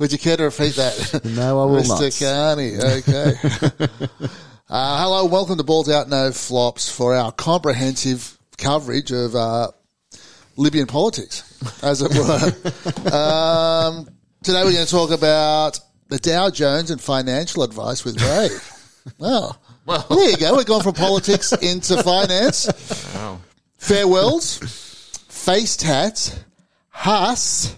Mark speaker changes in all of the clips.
Speaker 1: Would you care to repeat that?
Speaker 2: No, I will not.
Speaker 1: Mr. Carney. Okay. uh, hello, welcome to Balls Out No Flops for our comprehensive coverage of uh, Libyan politics, as it were. um, today we're going to talk about the Dow Jones and financial advice with Ray. Wow. Well, there you go. We're going from politics into finance.
Speaker 3: Wow.
Speaker 1: Farewells, face tats, Haas,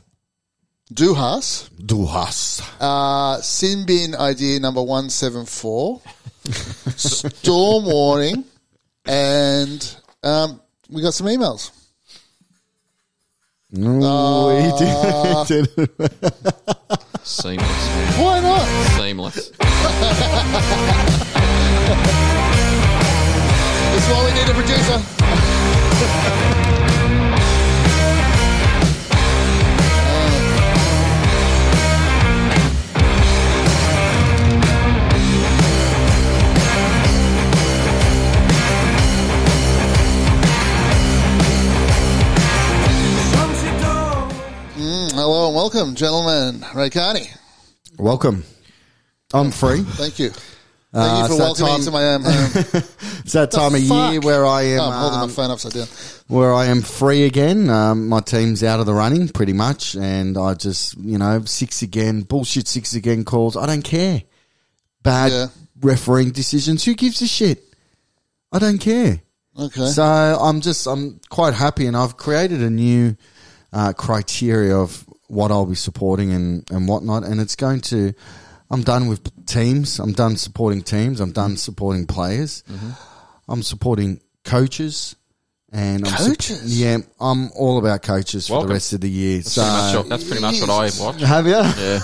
Speaker 1: do Haas.
Speaker 2: Du hast.
Speaker 1: Uh, sin bin idea number 174, storm warning, and um, we got some emails. Ah.
Speaker 2: Oh, he did. he did.
Speaker 3: Seamless.
Speaker 1: Why not?
Speaker 3: Seamless.
Speaker 1: That's why we need a producer. Mm, Hello and welcome, gentlemen. Ray Carney,
Speaker 2: Welcome. I'm free.
Speaker 1: thank you. Thank
Speaker 2: Uh,
Speaker 1: you
Speaker 2: it's
Speaker 1: for
Speaker 2: that
Speaker 1: welcoming
Speaker 2: time-
Speaker 1: me to my own home.
Speaker 2: It's that time of
Speaker 1: fuck?
Speaker 2: year where I am
Speaker 1: Oh, I'm holding
Speaker 2: um,
Speaker 1: my phone upside down.
Speaker 2: where I am free again. Um, my team's out of the running pretty much, and I just you know six again bullshit six again calls. I don't care. Bad
Speaker 1: Yeah.
Speaker 2: refereeing decisions. Who gives a shit? I don't care.
Speaker 1: Okay.
Speaker 2: So I'm just I'm quite happy, and I've created a new uh, criteria of what I'll be supporting and and whatnot, and it's going to. I'm done with teams. I'm done supporting teams. I'm done supporting players.
Speaker 3: Mm-hmm.
Speaker 2: I'm supporting coaches. And I'm sup-
Speaker 1: Coaches?
Speaker 2: yeah, I'm all about coaches for
Speaker 3: Welcome.
Speaker 2: the rest of the year. So
Speaker 3: Pretty much, that's pretty much what I watch.
Speaker 2: have you?
Speaker 3: Yeah.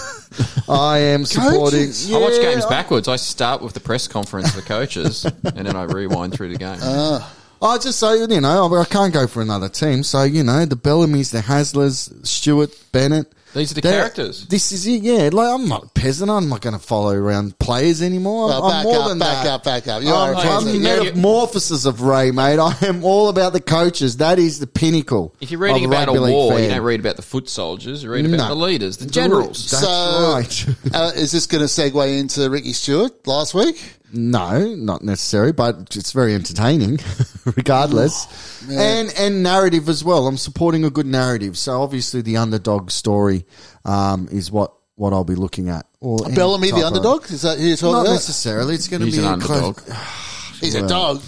Speaker 2: I am supporting.
Speaker 1: Coaches?
Speaker 3: I watch
Speaker 2: Yeah,
Speaker 3: games backwards. I start with the press conference for coaches, and then I rewind through the game.
Speaker 2: Uh, I just say, you know, I I can't go for another team. So, you know, the Bellamy's, the Haslers, Stewart, Bennett.
Speaker 3: These are the
Speaker 2: They're-
Speaker 3: characters.
Speaker 2: This is it, yeah. Like, I'm not a peasant. I'm not going to follow around players anymore.
Speaker 1: Well,
Speaker 2: I'm
Speaker 1: Uh, back
Speaker 2: more
Speaker 1: up,
Speaker 2: than
Speaker 1: back
Speaker 2: that.
Speaker 1: up, back up. You are
Speaker 2: I'm,
Speaker 1: a
Speaker 2: I'm
Speaker 1: peasant.
Speaker 2: the
Speaker 3: Yeah, you-
Speaker 2: metamorphosis of Ray, mate. I am all about the coaches. That is the pinnacle.
Speaker 3: If you're reading
Speaker 2: of
Speaker 3: about a
Speaker 2: rugby league
Speaker 3: war, you
Speaker 2: fan.
Speaker 3: don't read about the foot soldiers. You read about
Speaker 2: No.
Speaker 3: the leaders, the generals.
Speaker 2: That's
Speaker 1: So-
Speaker 2: right.
Speaker 1: Uh, is this going to segue into Ricky Stewart last week?
Speaker 2: No, not necessary, but it's very entertaining, regardless.
Speaker 3: Oh,
Speaker 2: and and narrative as well. I'm supporting a good narrative, so obviously the underdog story um, is what what I'll be looking at. Or any
Speaker 1: Bellamy,
Speaker 2: type
Speaker 1: the
Speaker 2: of-
Speaker 1: underdog? Is that who you're talking
Speaker 2: Not
Speaker 1: about?
Speaker 2: necessarily. It's going to
Speaker 3: He's
Speaker 2: be
Speaker 3: an
Speaker 2: a close-
Speaker 3: underdog.
Speaker 1: He's a dog.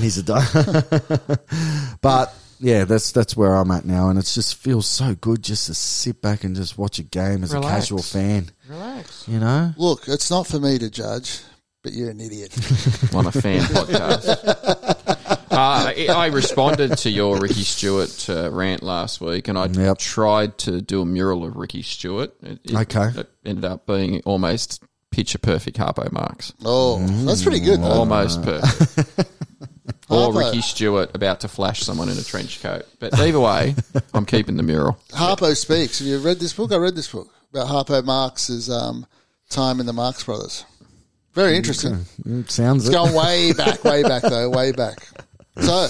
Speaker 2: He's a dog. but yeah, that's that's where I'm at now, and it just feels so good just to sit back and just watch a game as a
Speaker 3: Relax.
Speaker 2: casual fan.
Speaker 3: Relax.
Speaker 2: You know,
Speaker 1: Look, it's not for me to judge, but you're an idiot.
Speaker 3: On a fan podcast. Uh, I, I responded to your Ricky Stewart uh, rant last week, and I
Speaker 2: Yep.
Speaker 3: tried to do a mural of Ricky Stewart. It, it-
Speaker 2: Okay.
Speaker 3: It ended up being almost picture perfect Harpo Marx.
Speaker 1: Oh, that's pretty good. though.
Speaker 3: Almost perfect. or
Speaker 1: Harpo.
Speaker 3: Ricky Stewart about to flash someone in a trench coat. But either way, I'm keeping the mural.
Speaker 1: Harpo speaks. Have you read this book? I read this book about Harpo Marx's um, time in the Marx Brothers. Very interesting.
Speaker 2: Mm, sounds
Speaker 1: It's
Speaker 2: it.
Speaker 1: going way back, way back though, way back. So,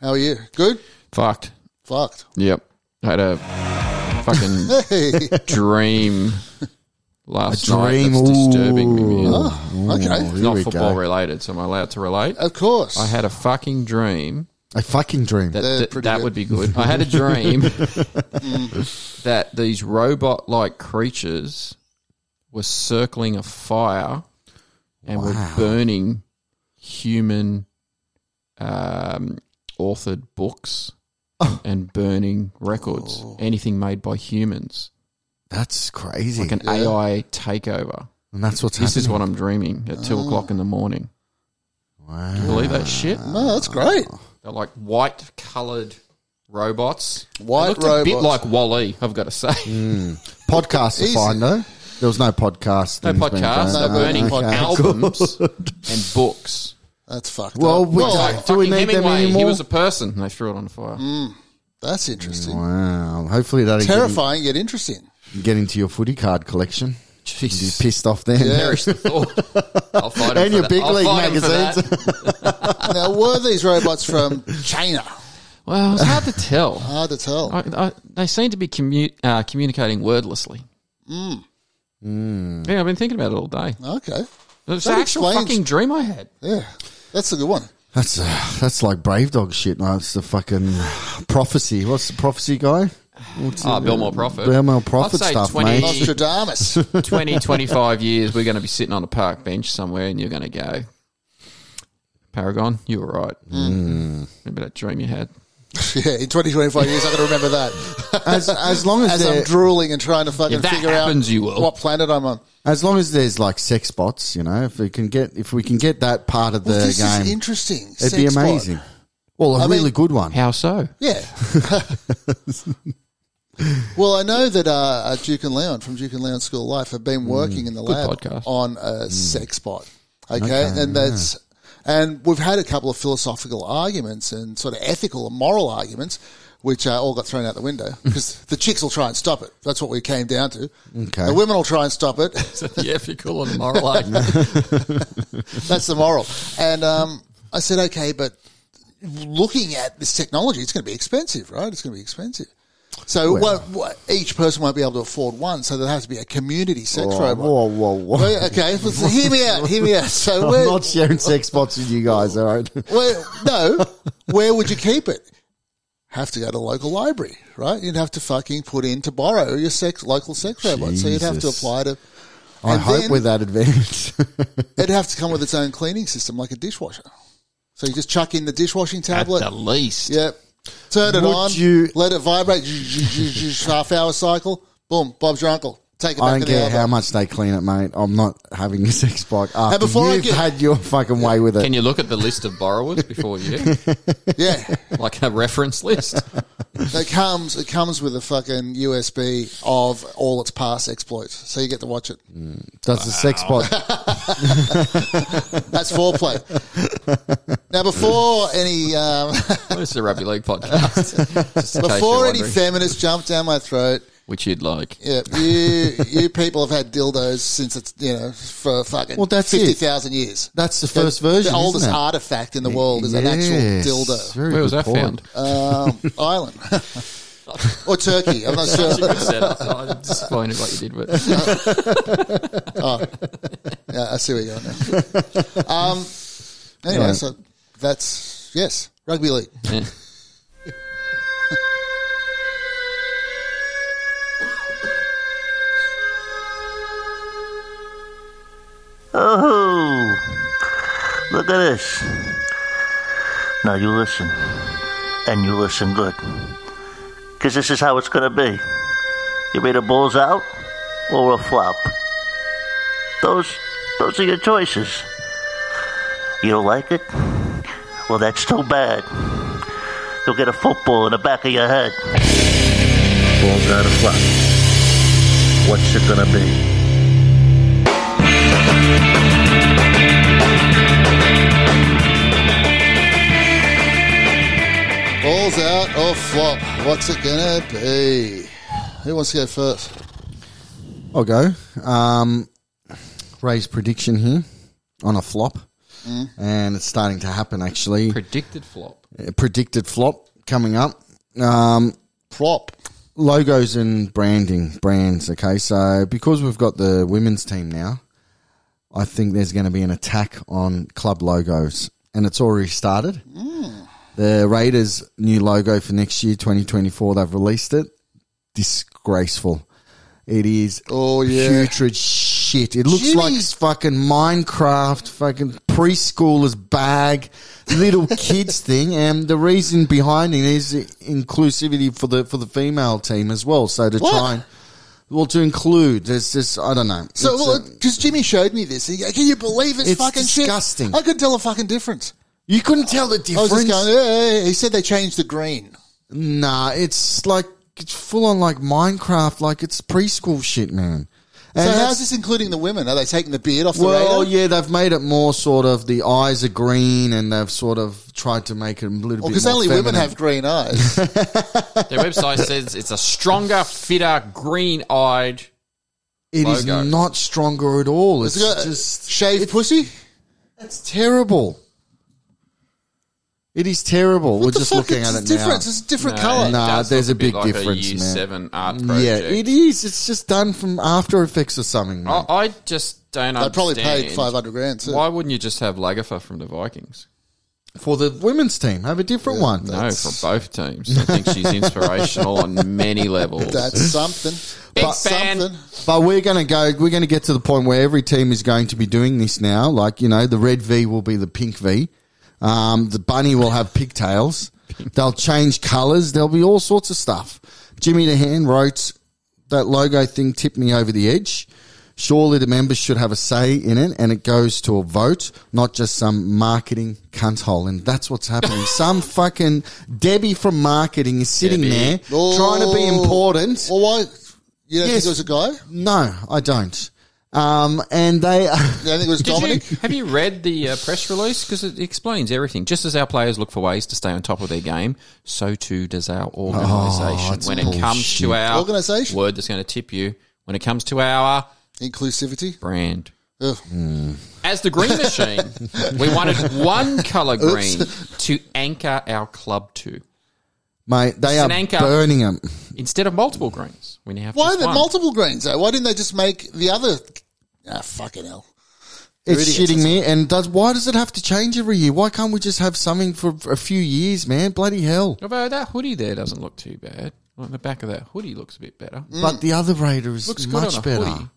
Speaker 1: how are you? Good.
Speaker 3: Fucked.
Speaker 1: Fucked.
Speaker 3: Yep. had a fucking
Speaker 1: Hey.
Speaker 3: dream last
Speaker 2: dream,
Speaker 3: night that's disturbing me. man.
Speaker 2: Ooh,
Speaker 1: okay.
Speaker 2: here
Speaker 3: It's not
Speaker 2: we
Speaker 3: football
Speaker 2: go.
Speaker 3: related, so am I allowed to relate?
Speaker 1: Of course.
Speaker 3: I had a fucking dream
Speaker 2: A fucking dream.
Speaker 3: that
Speaker 1: They're
Speaker 3: that,
Speaker 1: pretty
Speaker 3: that
Speaker 1: good.
Speaker 3: would be good. I had a dream that these robot like creatures were circling a fire and were
Speaker 2: Wow.
Speaker 3: burning human um, authored books
Speaker 1: Oh.
Speaker 3: and burning records, anything made by humans,
Speaker 2: That's crazy.
Speaker 3: like an AI takeover.
Speaker 2: and that's what's
Speaker 3: This is
Speaker 2: happening.
Speaker 3: what I'm dreaming at
Speaker 1: Oh.
Speaker 3: two o'clock in the morning.
Speaker 2: Wow.
Speaker 3: Believe that shit?
Speaker 1: No, Oh, that's great.
Speaker 3: They're like white coloured robots.
Speaker 1: White
Speaker 3: they looked a bit
Speaker 1: robots.
Speaker 3: like Wally. I've got to say.
Speaker 2: Podcasts
Speaker 1: Easy.
Speaker 2: to find though. There was no podcast.
Speaker 3: No
Speaker 2: things being done.
Speaker 3: podcasts. They're burning
Speaker 1: okay.
Speaker 3: albums and books.
Speaker 1: That's fucked.
Speaker 2: Well,
Speaker 1: up.
Speaker 2: we
Speaker 1: well
Speaker 2: don't- do we
Speaker 3: Fucking
Speaker 2: need them
Speaker 3: Hemingway, He
Speaker 2: anymore? Mm.
Speaker 3: was a person. And they threw it on fire.
Speaker 1: that's interesting.
Speaker 2: Wow. Hopefully that'll get,
Speaker 1: Terrifying yet interesting.
Speaker 2: in- get into your footy card collection. You'd be
Speaker 3: Jesus.
Speaker 2: pissed off then.
Speaker 3: Perish the thought. I'll fight him
Speaker 2: And
Speaker 3: for
Speaker 2: your
Speaker 3: that.
Speaker 2: big
Speaker 3: I'll
Speaker 2: league
Speaker 3: fight him for
Speaker 2: magazines.
Speaker 3: that.
Speaker 1: now, were these robots from China?
Speaker 3: Well, it's hard to tell.
Speaker 1: Hard to tell.
Speaker 3: I, I, they seem to be commu- uh, communicating wordlessly.
Speaker 2: Mm.
Speaker 3: Yeah, I've been thinking about it all day.
Speaker 1: Okay.
Speaker 3: It's
Speaker 1: That
Speaker 3: an actual
Speaker 1: explains-
Speaker 3: fucking dream I had.
Speaker 1: Yeah. That's a good one.
Speaker 2: That's uh, that's like brave dog shit. No, it's the fucking prophecy. What's the prophecy guy? What's
Speaker 3: Ah,
Speaker 2: the-
Speaker 3: Belmore Prophet.
Speaker 2: Belmore Prophet
Speaker 3: I'd say
Speaker 2: stuff,
Speaker 3: 20
Speaker 2: mate.
Speaker 1: Nostradamus.
Speaker 3: 20, 25 years, we're going to be sitting on a park bench somewhere and you're going to go, Paragon, you were right.
Speaker 1: Mm.
Speaker 3: Mm. Remember that dream you had?
Speaker 1: yeah, in 20, 25 years, I'm going to remember that.
Speaker 2: As, as long as,
Speaker 1: As I'm
Speaker 2: there,
Speaker 1: drooling and trying to fucking
Speaker 3: If that
Speaker 1: figure
Speaker 3: happens,
Speaker 1: out
Speaker 3: you will.
Speaker 1: what planet I'm on.
Speaker 2: as long as there's like sex bots, you know, if we can get if we can get that part of the
Speaker 1: Well, this
Speaker 2: game,
Speaker 1: is interesting.
Speaker 2: it'd be
Speaker 1: Sex bot.
Speaker 2: amazing. Well, a
Speaker 1: I mean-
Speaker 2: really good one.
Speaker 3: How so?
Speaker 1: Yeah. well, I know that uh, uh, Duke and Leon from Duke and Leon School of Life have been working in the lab
Speaker 3: podcast.
Speaker 1: on a sex bot. Okay, and that's and we've had a couple of philosophical arguments and sort of ethical and moral arguments, which uh, all got thrown out the window because the chicks will try and stop it. That's what we came down to.
Speaker 2: Okay.
Speaker 1: the women will try and stop it.
Speaker 3: the ethical and moral argument.
Speaker 1: That's the moral. And um, I said, okay, but looking at this technology, it's going to be expensive, right? It's going to be expensive. So
Speaker 2: Well-
Speaker 1: what, what, each person won't be able to afford one, so there has to be a community sex
Speaker 2: Whoa,
Speaker 1: robot.
Speaker 2: whoa, whoa, whoa.
Speaker 1: Well, okay, but so hear me out. Hear me out. So
Speaker 2: I'm
Speaker 1: where,
Speaker 2: not sharing sex bots with you guys. All right.
Speaker 1: where, no, where would you keep it? Have to go to the local library, right? You'd have to fucking put in to borrow your sex local sex robot, so you'd have to
Speaker 2: Jesus.
Speaker 1: apply to.
Speaker 2: I
Speaker 1: and
Speaker 2: hope
Speaker 1: then-
Speaker 2: we're that advanced.
Speaker 1: It'd have to come with its own cleaning system, like a dishwasher. So you just chuck in the dishwashing
Speaker 3: At
Speaker 1: tablet.
Speaker 3: the least.
Speaker 1: Yep. Turn it
Speaker 2: Would
Speaker 1: on.
Speaker 2: you-
Speaker 1: let it vibrate. half hour cycle. Boom. Bob's your uncle. Take it back
Speaker 2: I
Speaker 1: to
Speaker 2: don't
Speaker 1: the
Speaker 2: care
Speaker 1: oven.
Speaker 2: how much they clean it, mate. I'm not having a sex bot after
Speaker 1: before I
Speaker 2: you've
Speaker 1: get-
Speaker 2: had your fucking way with it.
Speaker 3: Can you look at the list of borrowers before you,
Speaker 1: Yeah.
Speaker 3: like a reference list?
Speaker 1: It comes. It comes with a fucking USB of all its past exploits, so you get to watch it.
Speaker 2: Does the sex bot?
Speaker 1: That's foreplay. now, before any um,
Speaker 3: Well, this is a rugby league podcast. Just in case you're
Speaker 1: before any
Speaker 3: wondering,
Speaker 1: feminists jump down my throat,
Speaker 3: which you'd like.
Speaker 1: yeah, you you people have had dildos since it's you know for fucking
Speaker 2: Well, that's it.
Speaker 1: fifty thousand years.
Speaker 2: That's the first version.
Speaker 1: The oldest
Speaker 2: isn't it?
Speaker 1: artifact in the world is an
Speaker 2: Yes.
Speaker 1: actual dildo.
Speaker 2: Very
Speaker 3: Where was
Speaker 2: good
Speaker 3: that
Speaker 2: point. Uh,
Speaker 3: found?
Speaker 1: um, Ireland or Turkey. I'm not sure.
Speaker 3: I'm disappointed what you did, but
Speaker 1: Yeah, I see where you're going now. Um, anyway,
Speaker 2: Yeah.
Speaker 1: so that's yes, rugby league.
Speaker 3: Yeah.
Speaker 4: Oh, look at this. Now you listen, and you listen good. Because this is how it's going to be. You're either balls out or a flop. Those, those are your choices. You don't like it? Well, that's too bad. You'll get a football in the back of your head. Balls out or flop. What's it going to be?
Speaker 1: Balls out or flop? What's it gonna be? Who wants to go first?
Speaker 2: I'll go. Um, Ray's prediction here on a flop,
Speaker 1: Mm.
Speaker 2: and it's starting to happen. Actually,
Speaker 3: predicted flop.
Speaker 2: A predicted flop coming up. Um,
Speaker 1: Prop.
Speaker 2: logos and branding brands. Okay, so because we've got the women's team now, I think there's going to be an attack on club logos, and it's already started.
Speaker 1: Mm.
Speaker 2: The Raiders' new logo for next year, 2024, they've released it. Disgraceful. It is
Speaker 1: Oh, yeah.
Speaker 2: putrid shit. It looks
Speaker 1: Jimmy.
Speaker 2: like fucking Minecraft, fucking preschoolers bag, little kids thing. And the reason behind it is inclusivity for the for the female team as well. So to
Speaker 1: What?
Speaker 2: try and well to include, there's just I don't know.
Speaker 1: So,
Speaker 2: It's,
Speaker 1: well,
Speaker 2: uh,
Speaker 1: because Jimmy showed me this, he, go, can you believe it's,
Speaker 2: It's
Speaker 1: fucking shit?"
Speaker 2: disgusting.
Speaker 1: I could tell a fucking difference.
Speaker 2: you couldn't tell the
Speaker 1: I was
Speaker 2: difference.
Speaker 1: just going. "Yeah, yeah, yeah." He said they changed the green.
Speaker 2: Nah, it's like it's full on like Minecraft, like it's preschool shit, man.
Speaker 1: So
Speaker 2: And that's-
Speaker 1: how's this including the women? Are they taking the beard off the
Speaker 2: well,
Speaker 1: radar?
Speaker 2: yeah, they've made it more sort of the eyes are green, and they've sort of tried to make it a little bit.
Speaker 1: Because
Speaker 2: more
Speaker 1: only women
Speaker 2: feminine.
Speaker 1: have green eyes.
Speaker 3: Their website says it's a stronger, fitter, green-eyed.
Speaker 2: It is
Speaker 3: logo.
Speaker 2: not stronger at all. It's
Speaker 1: It's got
Speaker 2: just
Speaker 1: shaved pussy.
Speaker 2: it's terrible. It is terrible.
Speaker 1: What
Speaker 2: We're
Speaker 1: the
Speaker 2: just
Speaker 1: fuck?
Speaker 2: looking
Speaker 1: it's
Speaker 2: at
Speaker 1: a
Speaker 2: it
Speaker 1: difference.
Speaker 2: now.
Speaker 1: It's a different
Speaker 3: Uh, it
Speaker 1: color.
Speaker 2: Nah,
Speaker 3: does
Speaker 2: there's
Speaker 3: look
Speaker 2: a big
Speaker 3: bit
Speaker 2: difference,
Speaker 3: Year
Speaker 2: man.
Speaker 3: Seven art project.
Speaker 2: Yeah, it is. It's just done from After Effects or something.
Speaker 3: I,
Speaker 1: Oh.
Speaker 2: mate.
Speaker 3: I just don't.
Speaker 1: They probably
Speaker 3: understand.
Speaker 1: paid five hundred grand. Too.
Speaker 3: Why wouldn't you just have Lagerfeld from the Vikings?
Speaker 2: For the women's team, have a different one.
Speaker 3: No, from both teams. I think she's inspirational on many levels.
Speaker 1: That's something.
Speaker 3: Big
Speaker 1: But
Speaker 3: fan.
Speaker 1: something.
Speaker 2: But we're going to go. We're going to get to the point where every team is going to be doing this now. Like you know, the red V will be the pink V. Um, the bunny will have pigtails. They'll change colours. There'll be all sorts of stuff. Jimmy DeHaan wrote that logo thing tipped me over the edge. Surely the members should have a say in it, and it goes to a vote, not just some marketing cunt hole. And that's what's happening. some fucking Debbie from marketing is sitting
Speaker 3: Debbie.
Speaker 2: there
Speaker 1: Oh.
Speaker 2: trying to be important.
Speaker 1: Well, why? You don't
Speaker 2: Yes.
Speaker 1: think it was a guy?
Speaker 2: No, I don't. Um, and they
Speaker 1: You don't think it was
Speaker 3: Did
Speaker 1: Dominic?
Speaker 3: You, have you read the uh, press release? Because it explains everything. Just as our players look for ways to stay on top of their game, so too does our organisation.
Speaker 2: Oh, that's
Speaker 3: when it comes to
Speaker 2: bullshit.
Speaker 3: our
Speaker 1: Organisation.
Speaker 3: word that's going to tip you, when it comes to our
Speaker 1: Inclusivity.
Speaker 3: brand.
Speaker 1: Ugh.
Speaker 2: Mm.
Speaker 3: As the green machine, we wanted one colour green to anchor our club to.
Speaker 2: mate, they are
Speaker 3: Snanker.
Speaker 2: burning them.
Speaker 3: Instead of multiple greens, we now have
Speaker 1: Why are
Speaker 3: just
Speaker 1: there
Speaker 3: one.
Speaker 1: multiple greens though? Why didn't they just make the other? Ah, fucking hell.
Speaker 2: It's
Speaker 1: idiots,
Speaker 2: shitting me. And does why does it have to change every year? Why can't we just have something for a few years, man? Bloody hell!
Speaker 3: Although that hoodie there doesn't look too bad. Well, the back of that hoodie looks a bit better.
Speaker 2: But the other Raider is
Speaker 3: Mm. Looks good
Speaker 2: much
Speaker 3: on a
Speaker 2: better.
Speaker 3: hoodie.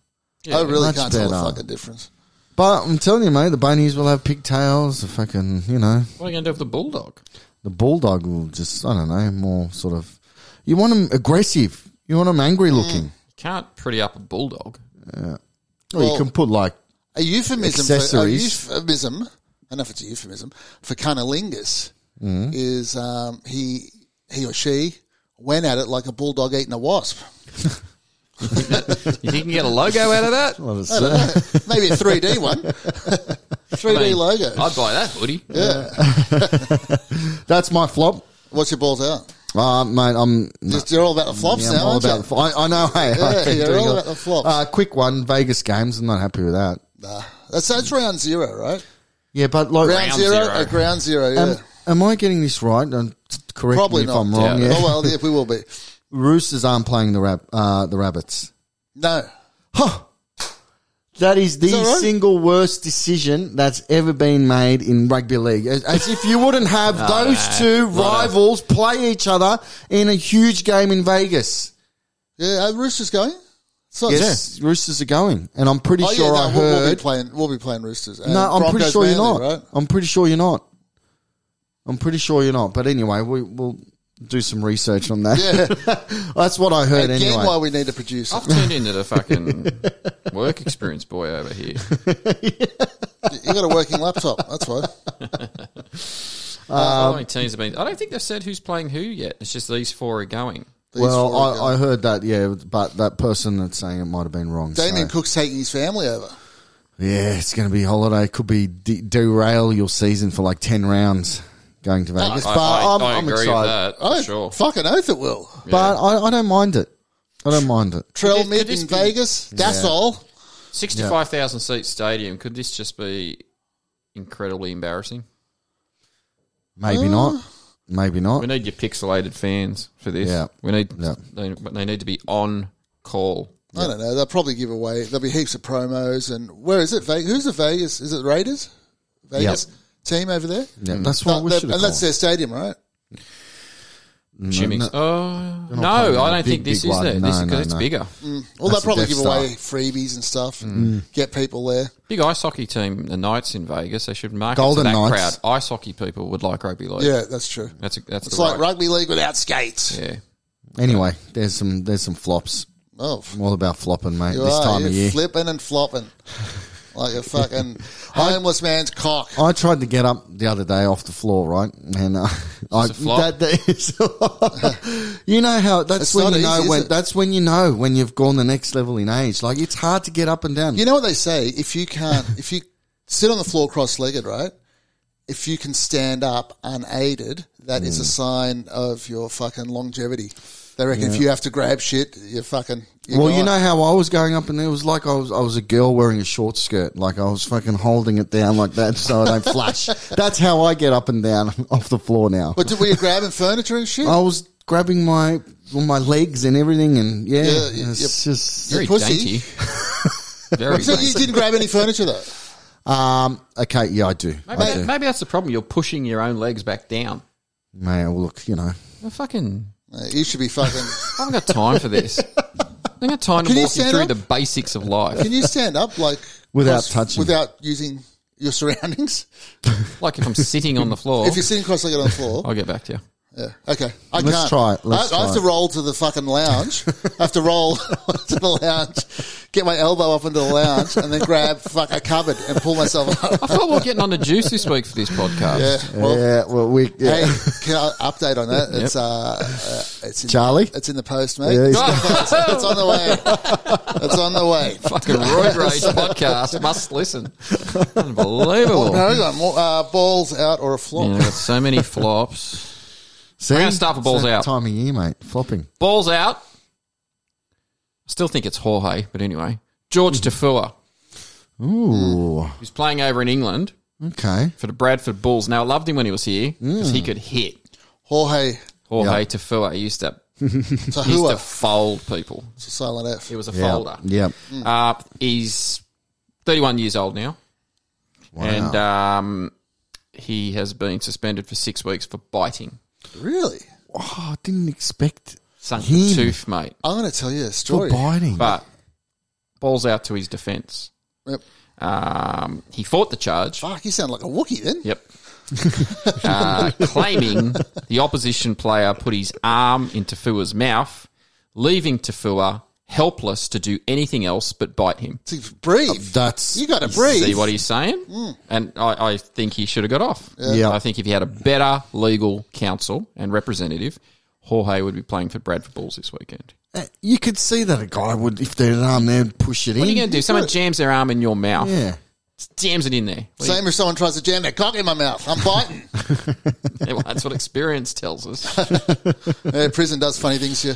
Speaker 1: I really
Speaker 2: much
Speaker 1: can't tell the
Speaker 2: better.
Speaker 1: fucking difference.
Speaker 2: But I'm telling you, mate, the bunnies will have pigtails. The fucking, you know,
Speaker 3: What are you going to do with the bulldog?
Speaker 2: the bulldog will just, I don't know, more sort of. You want them aggressive. You want them angry
Speaker 3: Mm.
Speaker 2: looking.
Speaker 3: Can't pretty up a bulldog.
Speaker 2: Or you
Speaker 1: Well-
Speaker 2: can put like
Speaker 1: A euphemism.
Speaker 2: Accessories.
Speaker 1: For, a euphemism. I don't know if it's a euphemism for cunnilingus
Speaker 2: Mm.
Speaker 1: is um, he he or she went at it like a bulldog eating a wasp.
Speaker 3: You think you can get a logo out of that?
Speaker 1: Maybe a three D one. Three D
Speaker 3: mean,
Speaker 1: logo.
Speaker 3: I'd buy that hoodie.
Speaker 2: that's my flop.
Speaker 1: What's your balls out?
Speaker 2: Uh, mate, I'm
Speaker 1: Just, you're all about the flops
Speaker 2: Yeah, I'm
Speaker 1: now.
Speaker 2: all
Speaker 1: aren't
Speaker 2: about
Speaker 1: you?
Speaker 2: the fl- I, I know. Hey, I've
Speaker 1: Yeah,
Speaker 2: been
Speaker 1: you're
Speaker 2: doing
Speaker 1: all
Speaker 2: a-
Speaker 1: about the flops.
Speaker 2: Uh, quick one, Vegas games. I'm not happy with that.
Speaker 1: Nah. That's, that's round zero, right?
Speaker 2: Yeah, but like,
Speaker 1: Ground,
Speaker 3: Round
Speaker 1: zero,
Speaker 3: zero.
Speaker 1: uh, ground zero. Yeah,
Speaker 2: am, am I getting this right? And t- correct
Speaker 1: probably
Speaker 2: me Um, if
Speaker 1: not.
Speaker 2: I'm wrong. Yeah.
Speaker 1: Oh well, yeah, we will be.
Speaker 2: Roosters aren't playing the rab- uh, the rabbits.
Speaker 1: No,
Speaker 2: That is the
Speaker 1: that right?
Speaker 2: single worst decision that's ever been made in rugby league. As, as if you wouldn't have those two rivals play each other in a huge game in Vegas.
Speaker 1: yeah, uh, Roosters going. So
Speaker 2: Yes, Roosters are going, and I'm
Speaker 1: Oh,
Speaker 2: pretty sure I
Speaker 1: we'll,
Speaker 2: heard.
Speaker 1: we'll be playing. We'll be playing Roosters. And
Speaker 2: No, I'm
Speaker 1: Broncos
Speaker 2: pretty sure you're not.
Speaker 1: Manly, Right?
Speaker 2: I'm pretty sure you're not. I'm pretty sure you're not. But anyway, we, we'll do some research on that. That's what I heard
Speaker 1: Again,
Speaker 2: anyway.
Speaker 1: why we need a producer?
Speaker 3: I've turned into the fucking work experience boy over here.
Speaker 1: you got a working laptop. That's why.
Speaker 3: How many teams have been? I don't think they've said who's playing who yet. It's just these four are going.
Speaker 1: These
Speaker 2: well,
Speaker 1: four are
Speaker 2: I, I
Speaker 1: going.
Speaker 2: heard that, yeah, but that person that's saying it might have been wrong.
Speaker 1: Damien
Speaker 2: so-
Speaker 1: Cook's taking his family over.
Speaker 2: yeah, it's going to be a holiday. Could be de- derail your season for like 10 rounds going to Vegas.
Speaker 3: I,
Speaker 1: Ah,
Speaker 2: but
Speaker 3: I,
Speaker 2: I, am
Speaker 3: I
Speaker 2: I'm
Speaker 3: agree with
Speaker 2: excited.
Speaker 3: that. For
Speaker 1: Oh,
Speaker 3: sure.
Speaker 1: fucking oath it will.
Speaker 2: But I, I don't mind it. I don't mind it.
Speaker 1: Trell
Speaker 3: Could it-
Speaker 1: mid
Speaker 3: could this
Speaker 1: in
Speaker 3: be-
Speaker 1: Vegas. That's all.
Speaker 3: Sixty-five thousand seat stadium. Could this just be incredibly embarrassing?
Speaker 2: Maybe not.
Speaker 1: Ah.
Speaker 2: Maybe
Speaker 3: We
Speaker 2: not.
Speaker 3: need your pixelated fans for this.
Speaker 2: Yeah.
Speaker 3: We need.
Speaker 2: Yeah.
Speaker 3: They, but they need to be on call.
Speaker 1: I don't know. They'll probably give away. There'll be heaps of promos. And where is it? Vegas? Who's the Vegas? Is it the Raiders? Vegas team over there.
Speaker 2: Yeah, that's what
Speaker 1: No,
Speaker 2: we
Speaker 1: that-
Speaker 2: should
Speaker 1: and
Speaker 2: have
Speaker 1: that's
Speaker 2: called.
Speaker 1: their stadium, right?
Speaker 3: Jimmy's. Oh no,
Speaker 2: not playing
Speaker 3: I
Speaker 2: a
Speaker 3: don't
Speaker 2: big,
Speaker 3: think this
Speaker 2: big
Speaker 3: is
Speaker 2: one.
Speaker 3: it.
Speaker 2: No,
Speaker 3: This is
Speaker 2: no,
Speaker 3: because it's
Speaker 2: no.
Speaker 3: bigger.
Speaker 1: Well,
Speaker 2: That's
Speaker 1: they'll probably
Speaker 2: the
Speaker 1: give
Speaker 2: Death
Speaker 1: away freebies and stuff and get people there.
Speaker 3: Big ice hockey team, the Knights in Vegas. They should market
Speaker 2: Golden
Speaker 3: to that
Speaker 2: Knights.
Speaker 3: crowd. Ice hockey people would like rugby league.
Speaker 1: Yeah, that's true.
Speaker 3: that's that's
Speaker 1: It's
Speaker 3: the
Speaker 1: like
Speaker 3: right.
Speaker 1: rugby league without skates.
Speaker 3: Yeah,
Speaker 2: Anyway, there's some there's some flops.
Speaker 1: Oh, f-
Speaker 2: I'm all about flopping, mate.
Speaker 1: you
Speaker 2: this
Speaker 1: are,
Speaker 2: time
Speaker 1: you're
Speaker 2: of year,
Speaker 1: flipping and flopping like a fucking homeless man's cock.
Speaker 2: I tried to get up the other day off the floor, right? And uh, I,
Speaker 3: a flop.
Speaker 2: that, that is, you know how that's
Speaker 1: It's
Speaker 2: when
Speaker 1: not
Speaker 2: you
Speaker 1: easy,
Speaker 2: know
Speaker 1: is
Speaker 2: when
Speaker 1: it?
Speaker 2: that's when you know when you've gone the next level in age. Like it's hard to get up and down.
Speaker 1: You know what they say? If you can't, if you sit on the floor cross-legged, right? If you can stand up unaided, that
Speaker 2: Mm.
Speaker 1: is a sign of your fucking longevity. They reckon if you have to grab shit, you're fucking
Speaker 2: well,
Speaker 1: got
Speaker 2: you
Speaker 1: it.
Speaker 2: know how I was going up, and it was like I was I was a girl wearing a short skirt, like I was fucking holding it down like that so I don't flash. That's how I get up and down off the floor now.
Speaker 1: But did, were you grabbing furniture and shit?
Speaker 2: I was grabbing my my legs and everything, and yeah,
Speaker 1: Yeah,
Speaker 2: it's just
Speaker 3: Very
Speaker 1: pussy.
Speaker 3: dainty. Very
Speaker 1: so you
Speaker 3: dainty.
Speaker 1: didn't grab any furniture though.
Speaker 2: um okay. Yeah, I do.
Speaker 3: Maybe,
Speaker 2: I
Speaker 3: that,
Speaker 2: do.
Speaker 3: maybe that's the problem. You're pushing your own legs back down.
Speaker 2: Man, well, look, you know,
Speaker 3: I fucking,
Speaker 1: Uh, You should be fucking.
Speaker 3: I haven't got time for this. I haven't got time to
Speaker 1: Can you
Speaker 3: walk you
Speaker 1: stand
Speaker 3: through
Speaker 1: up?
Speaker 3: the basics of life.
Speaker 1: Can you stand up like
Speaker 2: Without
Speaker 1: cross-
Speaker 2: touching.
Speaker 1: without using your surroundings?
Speaker 3: Like if I'm sitting on the
Speaker 2: Oh.
Speaker 3: floor,
Speaker 1: If you're sitting cross-legged on the floor,
Speaker 3: I'll get back to you.
Speaker 1: yeah. okay, I
Speaker 2: Let's
Speaker 1: can't.
Speaker 2: try it. Let's
Speaker 1: I, I have
Speaker 2: try
Speaker 1: to
Speaker 2: it.
Speaker 1: roll to the fucking lounge. I have to roll to the lounge, get my elbow up into the lounge, and then grab fuck a cupboard and pull myself up.
Speaker 3: I thought we were getting on the juice this week for this podcast.
Speaker 1: Yeah, well,
Speaker 2: yeah. Well, we yeah.
Speaker 1: Hey, can I update on that? It's uh, uh it's in,
Speaker 2: Charlie?
Speaker 1: It's in the post, mate.
Speaker 2: Yeah, he's-
Speaker 1: it's, it's on the way. It's on the way.
Speaker 3: Fucking Roy Rage podcast. Must listen. Unbelievable.
Speaker 1: Now we got more, uh, balls out or a flop.
Speaker 3: Yeah, I've got so many flops.
Speaker 2: See?
Speaker 3: gonna start
Speaker 2: It's
Speaker 3: with balls
Speaker 2: that
Speaker 3: out.
Speaker 2: Time of year, mate. Flopping.
Speaker 3: Balls out. Still think it's Jorge, but anyway. George Tafua,
Speaker 2: Ooh.
Speaker 3: who's playing over in England
Speaker 2: Okay.
Speaker 3: for the Bradford Bulls. Now, I loved him when he was here because
Speaker 1: Mm.
Speaker 3: he could hit.
Speaker 1: Jorge
Speaker 3: Jorge
Speaker 2: Yeah.
Speaker 3: Tafua. He used to, he used to
Speaker 1: Tahua.
Speaker 3: fold people.
Speaker 1: It's a silent F.
Speaker 3: He was a
Speaker 2: Yeah.
Speaker 3: folder.
Speaker 2: Yeah.
Speaker 3: Uh, he's 31 years old now. And um, he has been suspended for six weeks for biting.
Speaker 1: Really?
Speaker 2: Oh, I didn't expect
Speaker 3: Sunk the
Speaker 2: Him.
Speaker 3: tooth, mate.
Speaker 1: I'm going to tell you a
Speaker 2: for
Speaker 1: story.
Speaker 2: biting.
Speaker 3: But balls out to his defence.
Speaker 1: Yep.
Speaker 3: Um, he fought the charge.
Speaker 1: Fuck, you sound like a Wookiee then.
Speaker 3: Yep. uh, claiming the opposition player put his arm in Tafua's mouth, leaving Tafua helpless to do anything else but bite him.
Speaker 1: To breathe.
Speaker 2: That's
Speaker 1: you got to breathe.
Speaker 3: See what he's saying?
Speaker 1: Hmm.
Speaker 3: And I, I think he should have got off.
Speaker 2: Yeah.
Speaker 3: I think if he had a better legal counsel and representative, Jorge would be playing for Bradford Bulls this weekend.
Speaker 2: Uh, you could see that a guy would if they had an arm there push it in.
Speaker 3: What are you going to do? Someone jams their arm in your mouth,
Speaker 2: Yeah.
Speaker 3: jams it in there. What do you-
Speaker 1: Same if someone tries to jam their cock in my mouth. I'm biting.
Speaker 3: Well, that's what experience tells us.
Speaker 1: yeah, prison does funny things to you.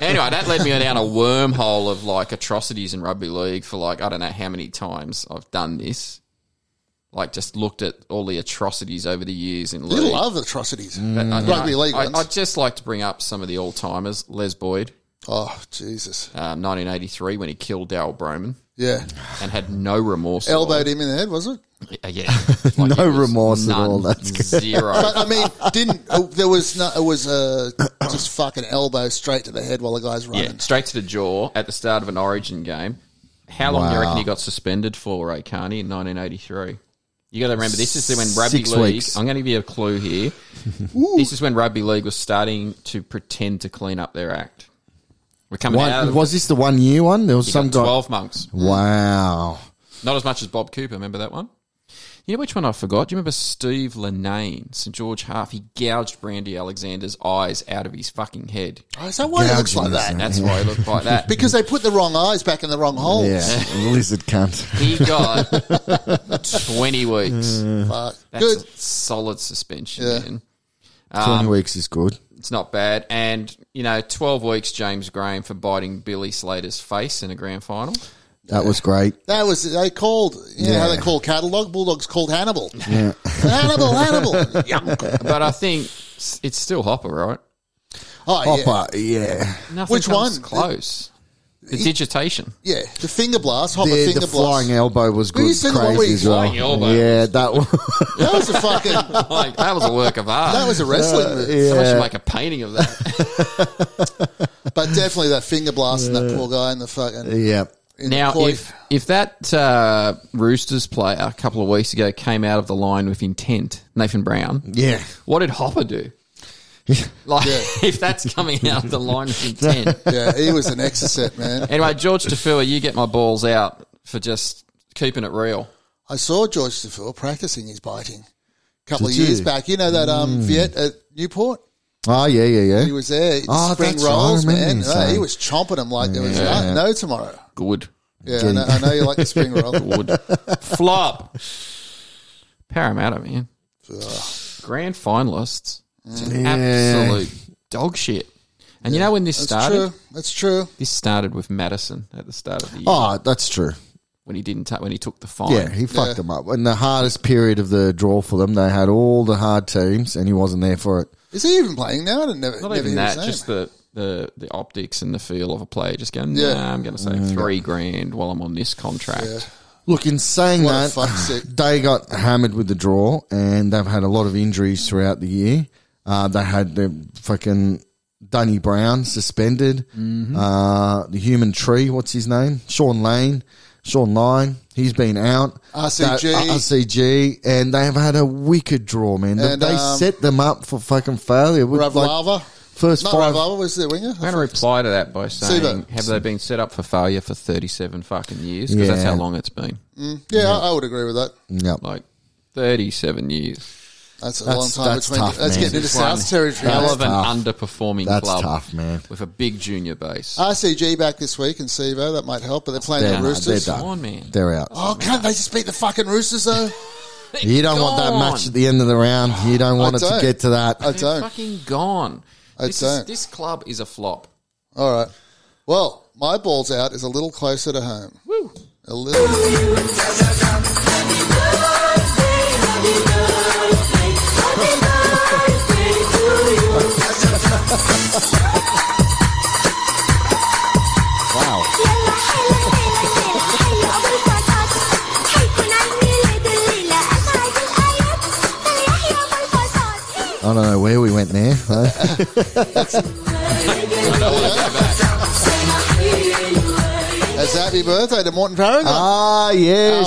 Speaker 3: anyway, that led me down a wormhole of like atrocities in rugby league for like I don't know how many times I've done this. Like just looked at all the atrocities over the years in league.
Speaker 1: You love atrocities. uh,
Speaker 3: I- you know,
Speaker 1: Rugby league
Speaker 3: Mm. I,
Speaker 1: ones.
Speaker 3: would just like to bring up some of the all timers. Les Boyd,
Speaker 1: oh, Jesus.
Speaker 3: um, 1983, when he killed Daryl Broman
Speaker 1: Yeah.
Speaker 3: and had no remorse. at all.
Speaker 1: Elbowed him in the head, was it?
Speaker 3: Uh, yeah, Like, it
Speaker 2: No
Speaker 3: was
Speaker 2: remorse at all,
Speaker 3: none,
Speaker 2: that's good.
Speaker 3: zero.
Speaker 1: But I mean, didn't uh, there was no? It was uh, just fucking elbow straight to the head while the guy's
Speaker 3: yeah,
Speaker 1: running.
Speaker 3: straight to the jaw at the start of an Origin game. How long do you reckon he got suspended for, Ray Carney, in 1983? You got to remember, this is when rugby
Speaker 2: Six
Speaker 3: league.
Speaker 2: weeks.
Speaker 3: I'm going to give you a clue here. this is when rugby league was starting to pretend to clean up their act. We're coming out.
Speaker 2: One,
Speaker 3: Of,
Speaker 2: was this the one year one? There was
Speaker 3: you
Speaker 2: some
Speaker 3: got
Speaker 2: guy.
Speaker 3: 12 months.
Speaker 2: Wow.
Speaker 3: Not as much as Bob Cooper. Remember that one? You know which one I forgot? Do you remember Steve Lenane, St George half? He gouged Brandy Alexander's eyes out of his fucking head.
Speaker 1: Oh, Is that why it looks like
Speaker 2: Gouging
Speaker 1: that?
Speaker 2: his
Speaker 3: That's why he looked like that.
Speaker 1: Because they put the wrong eyes back in the wrong holes.
Speaker 3: Oh.
Speaker 2: Yeah. Lizard cunt.
Speaker 3: He got 20 weeks.
Speaker 1: Fuck.
Speaker 3: That's
Speaker 1: Uh, Good.
Speaker 3: a solid suspension,
Speaker 1: Yeah.
Speaker 3: man. Ah.
Speaker 2: Twenty weeks is good.
Speaker 3: It's not bad. And, you know, 12 weeks, James Graham for biting Billy Slater's face in a grand final.
Speaker 2: That was great.
Speaker 1: That was they called. You know how
Speaker 2: Yeah.
Speaker 1: they call catalog bulldogs called Hannibal. Oh, Hannibal, Hannibal. Yuck.
Speaker 3: But I think s- it's still Hopper, right?
Speaker 1: Oh, yeah.
Speaker 2: Hopper, yeah.
Speaker 3: Nothing
Speaker 1: Which
Speaker 3: comes
Speaker 1: one?
Speaker 3: Close. The digitation.
Speaker 1: yeah, the finger blast, hopper
Speaker 2: The,
Speaker 1: finger
Speaker 2: the
Speaker 1: blast.
Speaker 2: flying elbow was good.
Speaker 1: you seen the one where
Speaker 2: Crazy
Speaker 1: he
Speaker 2: as well.
Speaker 3: flying elbow?
Speaker 2: Yeah, that one.
Speaker 1: That was a fucking.
Speaker 3: Like, that was a work of art.
Speaker 1: That was a wrestling move,
Speaker 3: Someone should
Speaker 2: yeah.
Speaker 3: make a painting of that.
Speaker 1: but definitely that finger blast and that poor guy in the fucking.
Speaker 2: Yeah.
Speaker 1: In the
Speaker 3: now,
Speaker 1: koi.
Speaker 3: if if that uh, Roosters player a couple of weeks ago came out of the line with intent, Nathan Brown,
Speaker 2: Yeah.
Speaker 3: What did Hopper do? Like, if that's coming out of the line of intent.
Speaker 1: yeah, he was an exocet man.
Speaker 3: Anyway, George Tafua, you get my balls out for just keeping it real.
Speaker 1: I saw George Stefil practicing his biting a couple
Speaker 2: Did
Speaker 1: of years
Speaker 2: you? Mm.
Speaker 1: back. You know that um, Viet at Newport?
Speaker 2: Oh, yeah, yeah, yeah.
Speaker 1: He was there.
Speaker 2: Oh,
Speaker 1: spring
Speaker 2: that's right. I
Speaker 1: rolls,
Speaker 2: remember
Speaker 1: man.
Speaker 2: you
Speaker 1: Right, he
Speaker 2: saying.
Speaker 1: was chomping them like there was no, no tomorrow.
Speaker 3: Good.
Speaker 1: Yeah, I know, I know you like the spring roll.
Speaker 3: Good. Flop. Parramatta, man. Grand finalists. It's an
Speaker 2: Yeah.
Speaker 3: absolute dog shit. And you know when this
Speaker 1: That's
Speaker 3: started?
Speaker 1: true. That's true.
Speaker 3: This started with Madison at the start of the year
Speaker 2: Oh, that's true.
Speaker 3: when he didn't ta- when he took the fine.
Speaker 1: Oh,
Speaker 2: Yeah, he fucked them up. In the hardest period of the draw for them, they had all the hard teams, and he wasn't there for it.
Speaker 1: Is he even playing now? I didn't never,
Speaker 3: Not
Speaker 1: never
Speaker 3: even
Speaker 1: hear his
Speaker 3: that,
Speaker 1: name.
Speaker 3: just the, the the optics and the feel of a player. Just going,
Speaker 1: Yeah.
Speaker 3: nah, I'm going to save
Speaker 2: Mm.
Speaker 3: three grand while I'm on this contract.
Speaker 2: Look, in saying
Speaker 1: What a
Speaker 2: that,
Speaker 1: fuck's sake.
Speaker 2: they got hammered with the draw, and they've had a lot of injuries throughout the year. Uh, they had their fucking Dunny Brown suspended.
Speaker 1: Mm-hmm.
Speaker 2: Uh, the human tree, what's his name? Sean Lane, Sean Lane. He's been out.
Speaker 1: RCG.
Speaker 2: That- uh, RCG, and they have had a wicked draw, man.
Speaker 1: And,
Speaker 2: they
Speaker 1: um,
Speaker 2: set them up for fucking failure. With, like,
Speaker 1: Ravlava.
Speaker 2: first
Speaker 1: Not
Speaker 2: five.
Speaker 1: Ravlava was the winger.
Speaker 3: I'm going to reply to that by saying,
Speaker 1: Sivo.
Speaker 3: have they been set up for failure for 37 fucking years? Because that's
Speaker 2: Yeah.
Speaker 3: how long it's been.
Speaker 1: Yeah, I, I would agree with that.
Speaker 2: Yep.
Speaker 3: Like 37 years.
Speaker 1: That's a
Speaker 2: That's-
Speaker 1: long time
Speaker 2: that's
Speaker 1: between.
Speaker 2: tough,
Speaker 1: that's
Speaker 2: man.
Speaker 1: getting into South territory.
Speaker 3: Hell
Speaker 1: mate.
Speaker 3: of an
Speaker 2: tough.
Speaker 3: underperforming
Speaker 2: That's
Speaker 3: club
Speaker 2: tough, man.
Speaker 3: with a big junior base.
Speaker 1: RCG back this week and Sevo. That might help, but they're playing
Speaker 2: They're
Speaker 1: the
Speaker 2: not-
Speaker 1: Roosters.
Speaker 2: they're
Speaker 3: Come on, man.
Speaker 2: They're out.
Speaker 1: Oh, can't they just beat the fucking Roosters though?
Speaker 2: You don't want that
Speaker 3: Gone.
Speaker 2: match at the end of the round. You don't
Speaker 1: I
Speaker 2: want it to
Speaker 1: don't.
Speaker 2: get to that.
Speaker 1: I
Speaker 3: They're
Speaker 1: don't.
Speaker 3: fucking gone.
Speaker 1: I
Speaker 3: this, Is,
Speaker 1: don't.
Speaker 3: this club is a flop.
Speaker 1: All right. Well, my balls out is a little closer to home. Woo. A little.
Speaker 2: Wow. I don't know where we went there.
Speaker 1: That's happy birthday to Morton Paragon.
Speaker 2: ah, yes.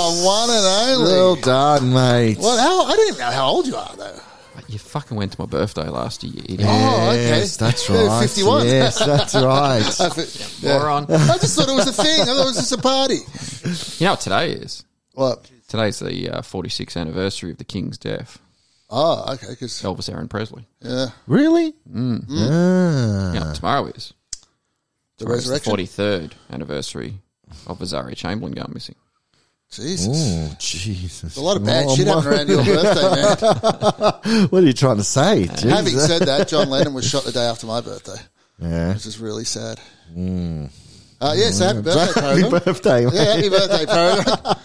Speaker 1: Our Oh, one and only.
Speaker 2: Well done, mate.
Speaker 1: well, how, I don't even know how old you are though.
Speaker 3: Like, You fucking went to my birthday last year. you idiot.
Speaker 1: Oh, okay.
Speaker 2: Yes, that's
Speaker 1: Yeah,
Speaker 2: right.
Speaker 1: 51.
Speaker 2: Yes, that's right.
Speaker 1: Yeah.
Speaker 3: Oh, Moron.
Speaker 1: I just thought it was a thing. I thought it was just a party.
Speaker 3: You know what today is?
Speaker 1: What?
Speaker 3: Today's the uh, 46th anniversary of the King's death.
Speaker 1: Oh, okay. Because
Speaker 3: Elvis Aaron Presley.
Speaker 1: yeah,
Speaker 2: really? Ah.
Speaker 1: Mm.
Speaker 3: You know what tomorrow is?
Speaker 1: Uh-huh. the
Speaker 3: Tomorrow's the
Speaker 1: resurrection.
Speaker 3: 43rd anniversary of Azaria Chamberlain going missing.
Speaker 1: Jesus,
Speaker 2: Oh, Jesus.
Speaker 1: a lot of bad
Speaker 2: Oh,
Speaker 1: shit
Speaker 2: my-
Speaker 1: happened around your birthday, man.
Speaker 2: What are you trying to say? Jesus.
Speaker 1: Having said that, John Lennon was shot the day after my birthday,
Speaker 2: yeah.
Speaker 1: which is really sad. Uh, yeah, so happy birthday,
Speaker 2: Happy
Speaker 1: Paragon.
Speaker 2: birthday, mate.
Speaker 1: Yeah, happy birthday, Paragon.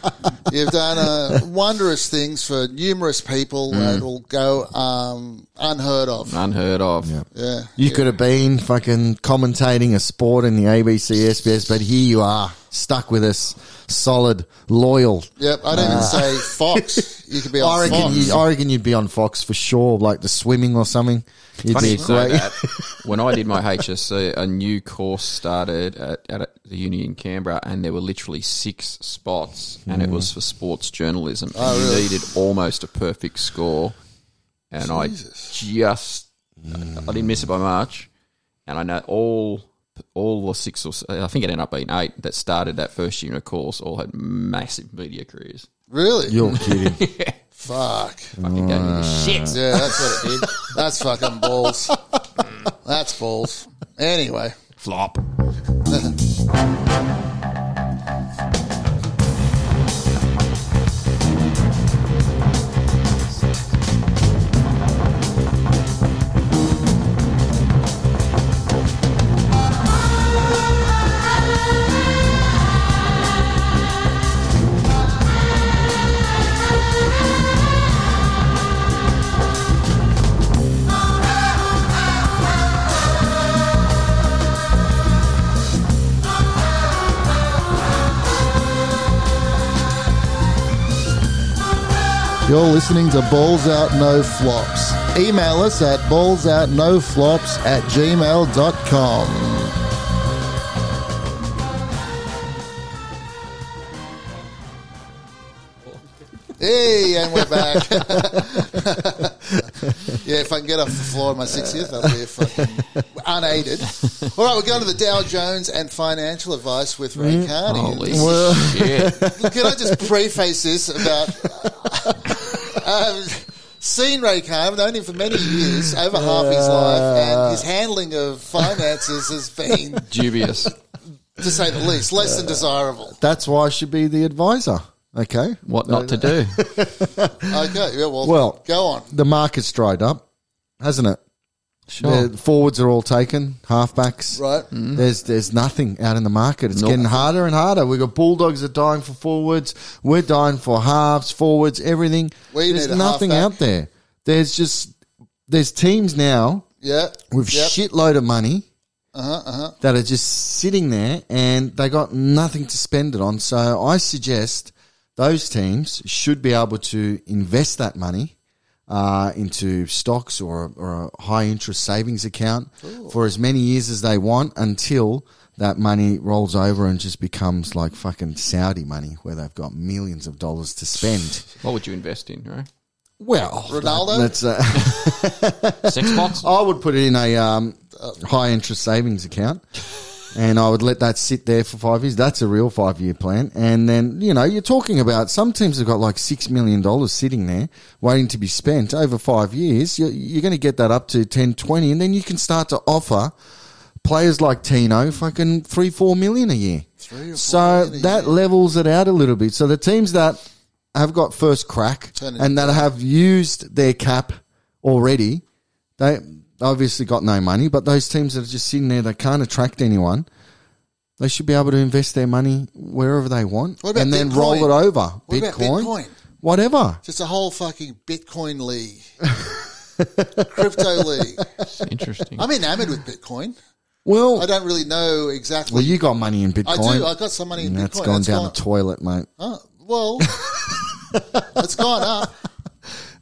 Speaker 1: You've done uh, wondrous things for numerous people that will go um, unheard of.
Speaker 3: Unheard of.
Speaker 1: Yeah.
Speaker 2: You could have been fucking commentating a sport in the ABC SBS, but here you are, stuck with us, solid, loyal.
Speaker 1: Yep, I didn't even say Fox. You could be
Speaker 2: I
Speaker 1: on
Speaker 2: reckon,
Speaker 1: Fox.
Speaker 2: you, I reckon you'd be on Fox for sure, like the swimming or something. You'd
Speaker 3: Funny
Speaker 2: be
Speaker 3: you say
Speaker 2: great.
Speaker 3: that. When I did my HSC, a new course started at, at the uni in Canberra, and there were literally six spots, and it was for sports journalism. And you needed almost a perfect score, and I just I didn't miss it by much, and I know all all the six or s- I think it ended up being eight that started that first year of course all had massive media careers.
Speaker 1: Really?
Speaker 2: You're kidding.
Speaker 1: Fuck.
Speaker 3: Fucking gave me the shit.
Speaker 1: Yeah, that's what it did. That's fucking balls. That's balls. Anyway.
Speaker 3: flop.
Speaker 1: You're listening to Balls Out No Flops. Email us at ballsoutnoflops at gmail.com. Hey, and we're back. yeah, if I can get off the floor on my 60th, I'll be fucking unaided. All right, we're going to the Dow Jones and financial advice with Ray Carney.
Speaker 3: Holy
Speaker 1: This is
Speaker 3: shit.
Speaker 1: can I just preface this about I've seen Ray Carmen known him for many years, over half his life, and his handling of finances has been,
Speaker 3: Dubious.
Speaker 1: to say the least, less than desirable.
Speaker 2: That's why I should be the advisor. Okay.
Speaker 3: What not to do?
Speaker 1: Okay, yeah, well,
Speaker 2: Well-
Speaker 1: go on.
Speaker 2: The market's dried up, hasn't it?
Speaker 3: Sure.
Speaker 2: The forwards are all taken, halfbacks.
Speaker 1: Right. Mm.
Speaker 2: There's there's nothing out in the market. It's
Speaker 3: Nope.
Speaker 2: getting harder and harder. We've got Bulldogs are dying for forwards. We're dying for halves, forwards, everything.
Speaker 1: We
Speaker 2: there's
Speaker 1: need a
Speaker 2: nothing
Speaker 1: halfback.
Speaker 2: out there. There's just there's teams now
Speaker 1: Yeah.
Speaker 2: with
Speaker 1: Yep. Uh-huh,
Speaker 2: shitload of money that are just sitting there and they got nothing to spend it on. So I suggest those teams should be able to invest that money uh, into stocks or, or a high interest savings account for as many years as they want until that money rolls over and just becomes like fucking Saudi money where they've got millions of dollars to spend.
Speaker 3: What would you invest in, right?
Speaker 2: Well,
Speaker 1: Ronaldo?
Speaker 2: That's, uh,
Speaker 3: Sex box?
Speaker 2: I would put it in a um, high interest savings account, and I would let that sit there for five years. That's a real five year plan. And then you know you're talking about some teams have got like six million dollars sitting there waiting to be spent over five years. You're, you're going to get that up to 10, 20, and then you can start to offer players like Tino fucking three four million a year.
Speaker 1: Three or
Speaker 2: so
Speaker 1: four
Speaker 2: that levels it out a little bit. So the teams that have got first crack
Speaker 1: Turn it
Speaker 2: and that have used their cap already, they obviously got no money. But those teams that are just sitting there, they can't attract anyone. They should be able to invest their money wherever they want
Speaker 1: What about
Speaker 2: and then
Speaker 1: Bitcoin?
Speaker 2: roll it over.
Speaker 1: What about Bitcoin?
Speaker 2: whatever.
Speaker 1: Just a whole fucking Bitcoin league, crypto league.
Speaker 3: Interesting.
Speaker 1: I'm enamored with Bitcoin.
Speaker 2: Well,
Speaker 1: I don't really know exactly.
Speaker 2: well, you got money in
Speaker 1: I
Speaker 2: Bitcoin.
Speaker 1: do. I got some money in
Speaker 2: And
Speaker 1: Bitcoin.
Speaker 2: that's gone
Speaker 1: That's
Speaker 2: down
Speaker 1: gone-
Speaker 2: the toilet, mate.
Speaker 1: Oh, well, it's gone up.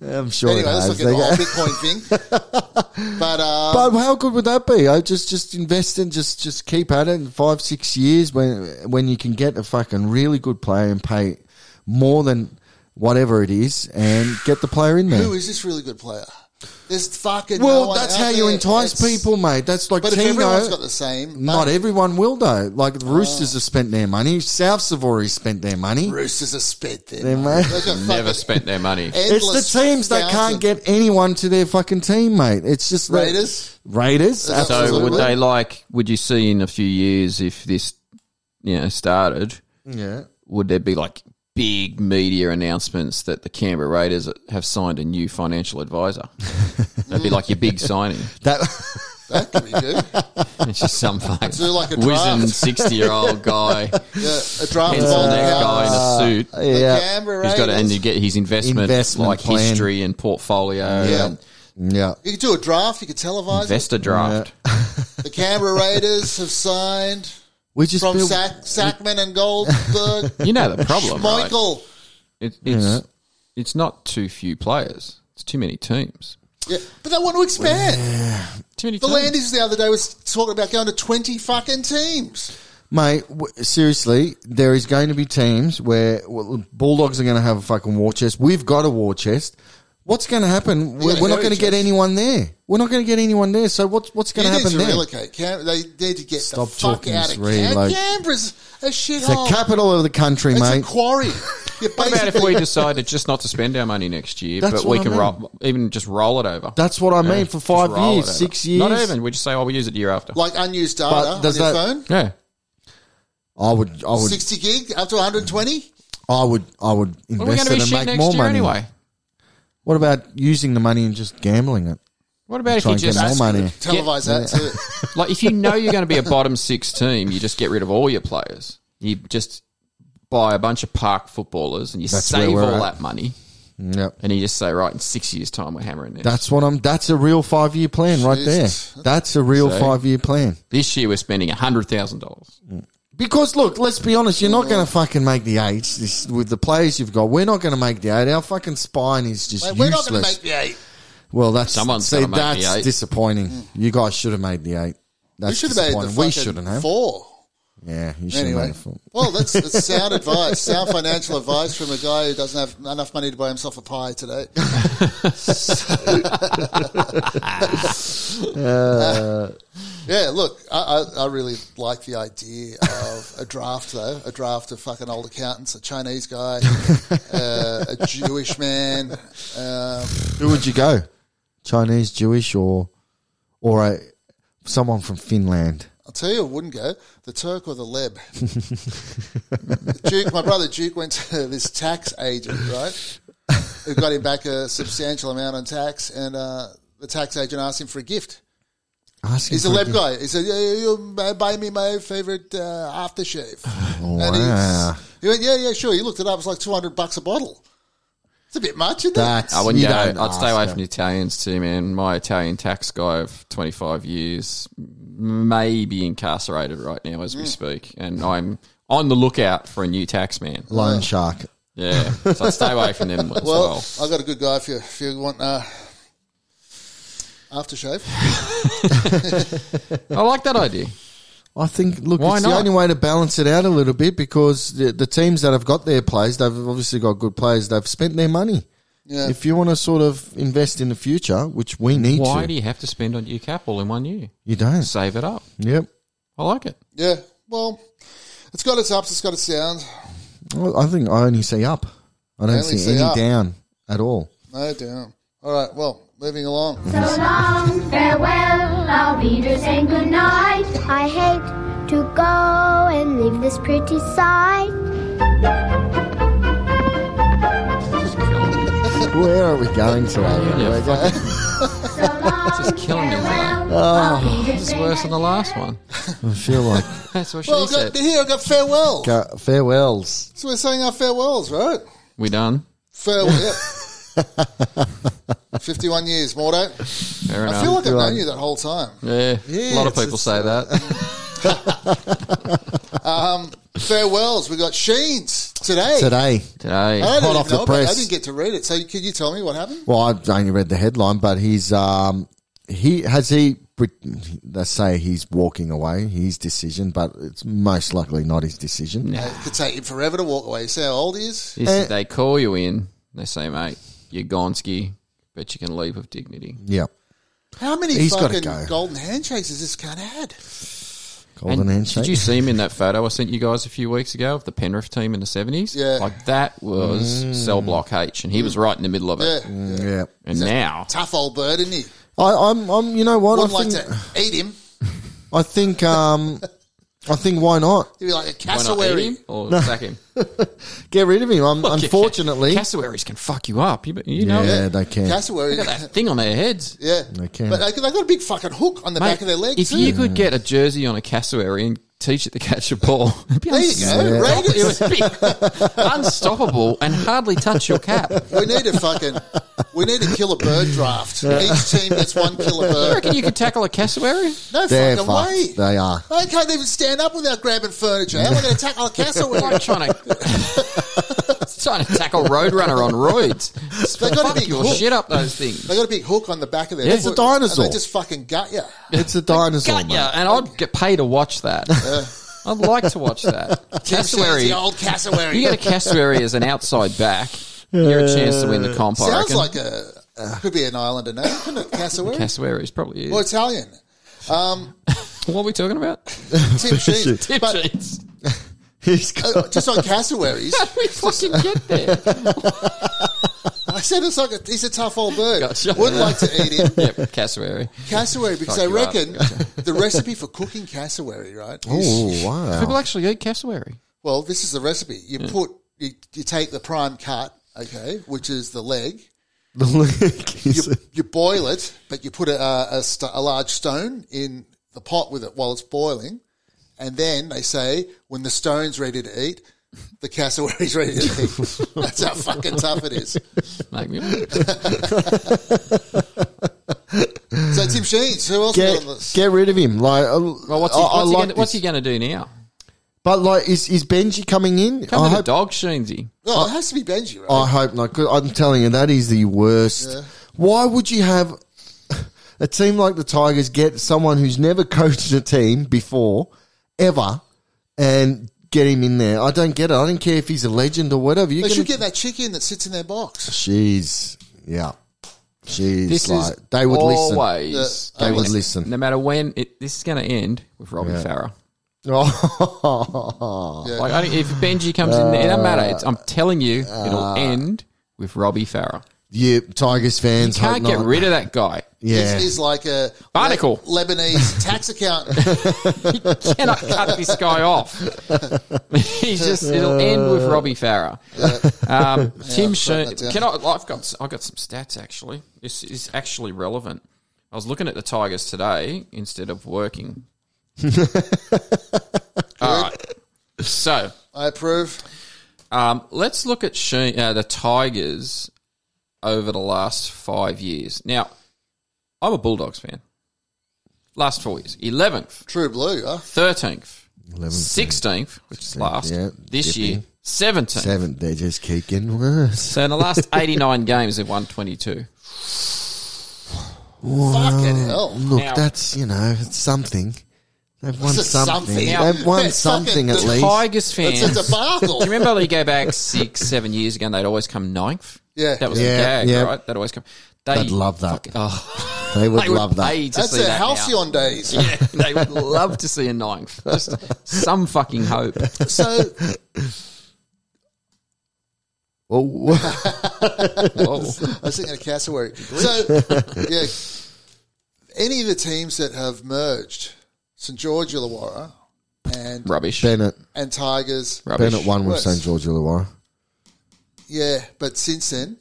Speaker 2: I'm sure
Speaker 1: Anyway,
Speaker 2: it has.
Speaker 1: let's look at
Speaker 2: They
Speaker 1: the whole
Speaker 2: got-
Speaker 1: Bitcoin thing. But, uh,
Speaker 2: But how good would that be? I just just invest in just just keep at it in five six years when when you can get a fucking really good player and pay more than whatever it is and get the player in there.
Speaker 1: who is this really good player? There's fucking. no
Speaker 2: well,
Speaker 1: one
Speaker 2: that's
Speaker 1: out
Speaker 2: how you
Speaker 1: there.
Speaker 2: entice
Speaker 1: It's-
Speaker 2: people, mate. That's like
Speaker 1: But if
Speaker 2: Tino.
Speaker 1: everyone's got Oh. the same,
Speaker 2: not
Speaker 1: mate,
Speaker 2: everyone will though. Like the Roosters have spent their money. Souths have already spent their money.
Speaker 1: Roosters are spent then.
Speaker 2: Then,
Speaker 1: mate.
Speaker 2: mate.
Speaker 1: They've got
Speaker 3: Never
Speaker 1: fucking
Speaker 3: spent their money.
Speaker 2: It's
Speaker 1: endless
Speaker 2: the teams that
Speaker 1: fountain.
Speaker 2: can't get anyone to their fucking team, mate. It's just the-
Speaker 1: Raiders?
Speaker 2: Raiders.
Speaker 1: that-
Speaker 3: So
Speaker 2: absolutely.
Speaker 3: would they like? Would you see in a few years if this, you know, started?
Speaker 2: Yeah.
Speaker 3: Would there be like big media announcements that the Canberra Raiders have signed a new financial advisor? That'd be like your big signing.
Speaker 2: That.
Speaker 1: That could be good.
Speaker 3: It's just some like,
Speaker 1: Do like a
Speaker 3: wizened
Speaker 1: draft.
Speaker 3: sixty-year-old guy,
Speaker 1: Yeah, a draft
Speaker 3: pencil
Speaker 1: ball
Speaker 3: neck
Speaker 1: now.
Speaker 3: guy in a suit.
Speaker 1: The
Speaker 2: Yeah.
Speaker 1: Canberra
Speaker 3: He's got, to,
Speaker 1: Raiders.
Speaker 3: and you get his investment,
Speaker 2: Investment
Speaker 3: like
Speaker 2: plan.
Speaker 3: history and portfolio.
Speaker 1: Yeah.
Speaker 3: and
Speaker 2: Yeah.
Speaker 1: You could do a draft. You could televise it.
Speaker 3: investor draft.
Speaker 1: The Canberra Raiders have signed
Speaker 2: We just
Speaker 1: from
Speaker 2: built-
Speaker 1: Sack, Sackman and Goldberg.
Speaker 3: You know the problem, right?
Speaker 1: Michael.
Speaker 3: It, it's it's not too few players. It's too many teams.
Speaker 1: Yeah, but they want to expand.
Speaker 3: Too many
Speaker 1: The
Speaker 3: teams.
Speaker 1: Landis the other day was talking about going to 20 fucking teams.
Speaker 2: Mate, w- seriously, there is going to be teams where well, Bulldogs are going to have a fucking war chest. We've got a war chest. What's going to happen? We're,
Speaker 1: got
Speaker 2: we're
Speaker 1: a
Speaker 2: not going
Speaker 1: heritage.
Speaker 2: to get anyone there. We're not going to get anyone there. So what's what's
Speaker 1: You
Speaker 2: going to
Speaker 1: need
Speaker 2: happen
Speaker 1: to
Speaker 2: there?
Speaker 1: relocate. Can- they need to get
Speaker 2: Stop
Speaker 1: the fuck
Speaker 2: talking,
Speaker 1: out of
Speaker 2: Sri,
Speaker 1: Can-
Speaker 2: like-
Speaker 1: Canberra's a shithole.
Speaker 2: It's
Speaker 3: Oh.
Speaker 2: the capital of the country,
Speaker 1: It's
Speaker 2: mate.
Speaker 1: a quarry. You're
Speaker 3: What about if
Speaker 1: basically-
Speaker 3: we decided just not to spend our money next year,
Speaker 2: That's
Speaker 3: but we
Speaker 2: what I
Speaker 3: can
Speaker 2: mean.
Speaker 3: roll, even just roll it over?
Speaker 2: That's what I mean.
Speaker 3: Yeah,
Speaker 2: for
Speaker 3: just
Speaker 2: five
Speaker 3: roll
Speaker 2: years,
Speaker 3: it over.
Speaker 2: six years,
Speaker 3: Not even. We just say, oh, we use it the year after.
Speaker 1: like unused
Speaker 2: But
Speaker 1: data on your
Speaker 2: does that-
Speaker 1: phone?
Speaker 3: yeah.
Speaker 2: I would, I would,
Speaker 1: 60 gig up to 120?
Speaker 2: I would, I would
Speaker 3: Well, we're going
Speaker 2: invest
Speaker 3: to be
Speaker 2: it
Speaker 3: shit
Speaker 2: and make
Speaker 3: next
Speaker 2: more
Speaker 3: year
Speaker 2: money.
Speaker 3: anyway.
Speaker 2: What about using the money and just gambling it?
Speaker 3: What about if
Speaker 2: Try
Speaker 3: you
Speaker 2: and get more
Speaker 3: just
Speaker 2: money.
Speaker 1: Televise that too.
Speaker 3: like if you know you're going to be a bottom six team, you just get rid of all your players. You just buy a bunch of park footballers and you
Speaker 2: That's where
Speaker 3: save
Speaker 2: we're
Speaker 3: all
Speaker 2: at.
Speaker 3: that money,
Speaker 2: Yep.
Speaker 3: and you just say, right, in six years' time, we're hammering this.
Speaker 2: That's what I'm. That's a real five year plan right
Speaker 1: Jesus.
Speaker 2: there. That's a real
Speaker 3: So-
Speaker 2: five year plan.
Speaker 3: This year, we're spending hundred thousand dollars.
Speaker 2: Because look, let's be honest, you're not going to fucking make the eight this, with the players you've got. We're not going to make the eight. Our fucking spine is just
Speaker 1: Mate, we're not going
Speaker 2: useless.
Speaker 1: to make the eight.
Speaker 2: well, that's
Speaker 3: Someone's
Speaker 2: see,
Speaker 3: gonna make the
Speaker 2: that's
Speaker 3: eight.
Speaker 2: disappointing. You guys should have made the eight. That's
Speaker 1: We should have made the
Speaker 2: disappointing.
Speaker 1: fucking
Speaker 2: we shouldn't have.
Speaker 1: four.
Speaker 2: Yeah, you should have made
Speaker 1: Anyway,
Speaker 2: it four.
Speaker 1: well, that's, that's sound advice, sound financial advice from a guy who doesn't have enough money to buy himself a pie today. yeah, look, I, I, I really like the idea of a draft, though. A draft of fucking old accountants, a Chinese guy, uh, a Jewish man. Um,
Speaker 2: Who would you go? Chinese, Jewish, or or a someone from Finland?
Speaker 1: I'll tell you, who wouldn't go the Turk or the Leb. Duke, my brother Duke went to this tax agent, right? Who got him back a substantial amount on tax, and uh, the tax agent asked him for a gift.
Speaker 2: Asking
Speaker 1: He's a
Speaker 2: for
Speaker 1: lab
Speaker 2: gift.
Speaker 1: guy. He said, yeah, you uh, buy me my favorite uh, aftershave. And
Speaker 2: Wow.
Speaker 1: he's, he went, yeah, yeah, sure. He looked it up. It's like 200 bucks a bottle. It's a bit much, isn't it?
Speaker 2: That's
Speaker 3: I wouldn't
Speaker 2: you
Speaker 3: go.
Speaker 2: don't
Speaker 3: I'd stay
Speaker 2: ask
Speaker 3: away
Speaker 2: that.
Speaker 3: from the Italians too, man. My Italian tax guy of 25 years may be incarcerated right now as we speak, and I'm on the lookout for a new tax man.
Speaker 2: Lone shark.
Speaker 3: Yeah, so I'd stay away from them as well.
Speaker 1: Well, i I got a good guy if you, if you want uh, aftershave.
Speaker 3: I like that idea.
Speaker 2: I think look,
Speaker 3: Why
Speaker 2: it's the
Speaker 3: not?
Speaker 2: only way to balance it out a little bit because the, the teams that have got their players, they've obviously got good players. They've spent their money.
Speaker 1: Yeah.
Speaker 2: If you want to sort of invest in the future, which we need
Speaker 3: Why
Speaker 2: to,
Speaker 3: do you have to spend on your cap all in one year?
Speaker 2: you don't.
Speaker 3: Save it up.
Speaker 2: Yep.
Speaker 3: I like it.
Speaker 1: Yeah. Well, it's got its ups, it's got its downs.
Speaker 2: Well, I think I only see up. I don't
Speaker 1: only
Speaker 2: see,
Speaker 1: see
Speaker 2: any
Speaker 1: up.
Speaker 2: down at all.
Speaker 1: No down. All right. Well, moving along.
Speaker 5: So long, farewell, our readers, and good night.
Speaker 6: I hate to go and leave this pretty sight.
Speaker 2: Where are we going today?
Speaker 3: Yeah, fucking-
Speaker 5: So long,
Speaker 3: This is killing me, mate.
Speaker 5: farewell, our readers,
Speaker 3: it's
Speaker 5: and
Speaker 3: worse
Speaker 5: good
Speaker 3: than the last one.
Speaker 2: I feel like
Speaker 3: That's what she
Speaker 1: Well, I've
Speaker 3: said.
Speaker 1: got, here I've got farewell.
Speaker 2: uh, farewells.
Speaker 1: So we're saying our farewells, right?
Speaker 3: We done.
Speaker 1: Farewell. yep. 51 years, Mordo.
Speaker 3: Fair enough.
Speaker 1: I feel like I've known you that whole time.
Speaker 3: yeah, a lot of
Speaker 2: it's
Speaker 3: people
Speaker 2: just,
Speaker 3: say that.
Speaker 1: Farewells. We got Sheen's today.
Speaker 2: Today,
Speaker 1: I
Speaker 3: Today,
Speaker 2: hot
Speaker 1: don't
Speaker 2: off
Speaker 1: even
Speaker 2: the
Speaker 1: know about it. I
Speaker 2: press.
Speaker 1: didn't get to read it. So can you tell me what happened?
Speaker 2: well, I've only read the headline, but he's um, he has he. They say he's walking away. His decision, but it's most likely not his decision.
Speaker 1: It could take him forever to walk away. You see how old he is?
Speaker 3: This
Speaker 2: Uh,
Speaker 3: is- they call you in. They say, mate, you're Gonski, but you can leave with dignity.
Speaker 2: Yeah,
Speaker 1: How many
Speaker 2: He's gotta
Speaker 1: fucking
Speaker 2: go.
Speaker 1: golden handshakes has this cunt had?
Speaker 2: golden
Speaker 3: And
Speaker 2: handshake.
Speaker 3: Did you see him in that photo I sent you guys a few weeks ago of the Penrith team in the 70s?
Speaker 1: Yeah.
Speaker 3: Like that was
Speaker 2: Mm.
Speaker 3: cell block H, and he was right in the middle of it.
Speaker 1: Yeah.
Speaker 2: yeah,
Speaker 3: And now,
Speaker 1: Tough old bird, isn't he?
Speaker 2: I, I'm. I'm. You know what?
Speaker 1: Wouldn't
Speaker 2: I
Speaker 1: like
Speaker 2: think.
Speaker 1: to eat him.
Speaker 2: I think. Um, I think. Why not
Speaker 1: He'd be like a
Speaker 3: why not eat
Speaker 1: cassowary.
Speaker 3: him or sack him?
Speaker 2: get rid of him? I'm,
Speaker 3: Look, you can-
Speaker 2: unfortunately.
Speaker 3: cassowaries can fuck you up. You, you know
Speaker 2: yeah,
Speaker 3: that.
Speaker 2: they can.
Speaker 1: Cassowary.
Speaker 3: Look at that thing on their heads.
Speaker 1: Yeah,
Speaker 2: They can.
Speaker 1: But they, they got a big fucking hook on the
Speaker 3: Mate,
Speaker 1: back of their leg
Speaker 3: if
Speaker 1: too.
Speaker 3: you could get a jersey on a cassowary and teach it to catch a ball, it'd be
Speaker 1: there you
Speaker 3: unstoppable.
Speaker 1: go,
Speaker 3: It
Speaker 1: Raiders.
Speaker 3: would be unstoppable and hardly touch your cap.
Speaker 1: we need a fucking, we need a killer bird draft. Each team gets one killer
Speaker 3: You
Speaker 1: bird.
Speaker 3: reckon you could tackle a cassowary?
Speaker 1: No
Speaker 2: They're
Speaker 1: fucking
Speaker 2: fucked.
Speaker 1: way.
Speaker 2: They are.
Speaker 1: They can't even stand up without grabbing furniture. How am I going to tackle a cassowary?
Speaker 3: Like trying to trying to tackle Roadrunner on roids.
Speaker 1: They got a
Speaker 3: Fuck
Speaker 1: big
Speaker 3: your
Speaker 1: hook.
Speaker 3: shit up those things.
Speaker 1: They got a big hook on the back of their.
Speaker 2: Yeah, it's a
Speaker 1: foot,
Speaker 2: dinosaur.
Speaker 1: And they just fucking gut you.
Speaker 2: It's a dinosaur.
Speaker 3: Gut
Speaker 2: mate.
Speaker 3: ya, and I'd get paid to watch that. I'd like to watch that.
Speaker 1: It's
Speaker 3: Cassowary.
Speaker 1: the old cassowary.
Speaker 3: You get a cassowary as an outside back, you're a chance to win the comp. I
Speaker 1: Sounds
Speaker 3: reckon.
Speaker 1: like a could be an islander name, couldn't it? Cassowary
Speaker 3: cassowaries probably is.
Speaker 1: or Italian. Um,
Speaker 3: What are we talking about?
Speaker 1: Tim Sheen.
Speaker 2: shit.
Speaker 3: Tip
Speaker 1: But-
Speaker 3: sheets.
Speaker 2: He's got-
Speaker 1: Uh, just on cassowaries.
Speaker 3: How do we fucking get there?
Speaker 1: I said it's like a, he's a tough old bird.
Speaker 3: Gotcha.
Speaker 1: Wouldn't like to eat him.
Speaker 3: yep, cassowary.
Speaker 1: Cassowary because
Speaker 3: Fuck
Speaker 1: I
Speaker 3: you up.
Speaker 1: reckon the recipe for cooking cassowary, right? Is,
Speaker 2: oh wow!
Speaker 3: People actually eat cassowary.
Speaker 1: well, this is the recipe. You
Speaker 3: Hmm.
Speaker 1: put you, you take the prime cut, okay, which is the leg.
Speaker 2: The lick
Speaker 1: You,
Speaker 2: is
Speaker 1: you boil it, but you put a, a, a, st- a large stone in the pot with it while it's boiling, and then they say when the stone's ready to eat, the cassowary's ready to eat. That's how fucking tough it is.
Speaker 3: Make me.
Speaker 1: So Tim Sheens, who else is
Speaker 2: get
Speaker 1: on this?
Speaker 2: get rid of him. Like, uh,
Speaker 3: Well, what's he,
Speaker 2: I,
Speaker 3: what's,
Speaker 2: I
Speaker 3: he
Speaker 2: like
Speaker 3: gonna, what's
Speaker 2: this.
Speaker 3: he going to do now?
Speaker 2: But like, is is Benji coming in?
Speaker 3: Come
Speaker 2: I
Speaker 3: with a
Speaker 2: hope
Speaker 3: dog, Sheensy.
Speaker 1: oh, it has to be Benji, right?
Speaker 2: I hope not. i I'm telling you, that is the worst. Why would you have a team like the Tigers get someone who's never coached a team before, ever, and get him in there? I don't get it. I don't care if he's a legend or whatever. You're
Speaker 1: they should
Speaker 2: gonna-
Speaker 1: get that chicken that sits in their box.
Speaker 2: She's yeah. She's
Speaker 3: This
Speaker 2: like
Speaker 3: is
Speaker 2: they would listen.
Speaker 3: always.
Speaker 2: They would listen.
Speaker 3: No matter when it, this is going to end with Robbie Farah. Like I don't- if Benji comes in, it doesn't matter. It's, I'm telling you, it'll end with Robbie Farah.
Speaker 2: yeah, Tigers fans hope
Speaker 3: Can't get
Speaker 2: not.
Speaker 3: rid of that guy.
Speaker 2: Yeah,
Speaker 1: This is like a
Speaker 3: Barnacle.
Speaker 1: Le- Lebanese tax accountant.
Speaker 3: Cannot cut this guy off. He's just it'll end with Robbie Farah. Um, Tim
Speaker 1: I've
Speaker 3: Sheens.
Speaker 1: written that down.
Speaker 3: Can I? I've got I've got some stats actually. This is actually relevant. I was looking at the Tigers today instead of working. All right. So
Speaker 1: I approve.
Speaker 3: um, let's look at Sheen, uh, the Tigers over the last five years. Now, I'm a Bulldogs fan. Last four years 11th,
Speaker 1: True blue, huh?
Speaker 3: 13th,
Speaker 2: 11th,
Speaker 3: 16th, which is last.
Speaker 2: yeah,
Speaker 3: this
Speaker 2: dipping.
Speaker 3: year, 17th.
Speaker 2: seven. They just keep getting worse.
Speaker 3: So in the last 89 games, they've won 22.
Speaker 1: Fucking hell.
Speaker 2: Look,
Speaker 3: Now-
Speaker 2: that's you know, it's something. They've won
Speaker 1: It's a
Speaker 2: something.
Speaker 1: something.
Speaker 2: They've won
Speaker 1: It's fucking
Speaker 2: something at
Speaker 1: the
Speaker 2: least.
Speaker 3: Tigers fans.
Speaker 1: It's a debacle.
Speaker 3: Do you remember they go back six, seven years ago and they'd always come ninth?
Speaker 1: Yeah.
Speaker 3: That was
Speaker 2: Yeah,
Speaker 3: a gag,
Speaker 2: yeah.
Speaker 3: right? They'd always come. They,
Speaker 2: I'd love that.
Speaker 3: Oh,
Speaker 2: They would
Speaker 3: they would
Speaker 2: love that.
Speaker 3: pay to
Speaker 1: That's
Speaker 3: see
Speaker 1: the
Speaker 3: that now.
Speaker 1: halcyon days.
Speaker 3: Yeah, they would love to see a ninth. Just some fucking hope.
Speaker 1: So
Speaker 2: Oh,
Speaker 3: Whoa.
Speaker 1: I was thinking of Cassowary. So, yeah, any of the teams that have merged, St George Illawarra and
Speaker 3: Rubbish.
Speaker 2: Bennett.
Speaker 1: and Tigers,
Speaker 3: Rubbish.
Speaker 2: Bennett won with
Speaker 1: Worse.
Speaker 2: St George Illawarra.
Speaker 1: yeah, but since then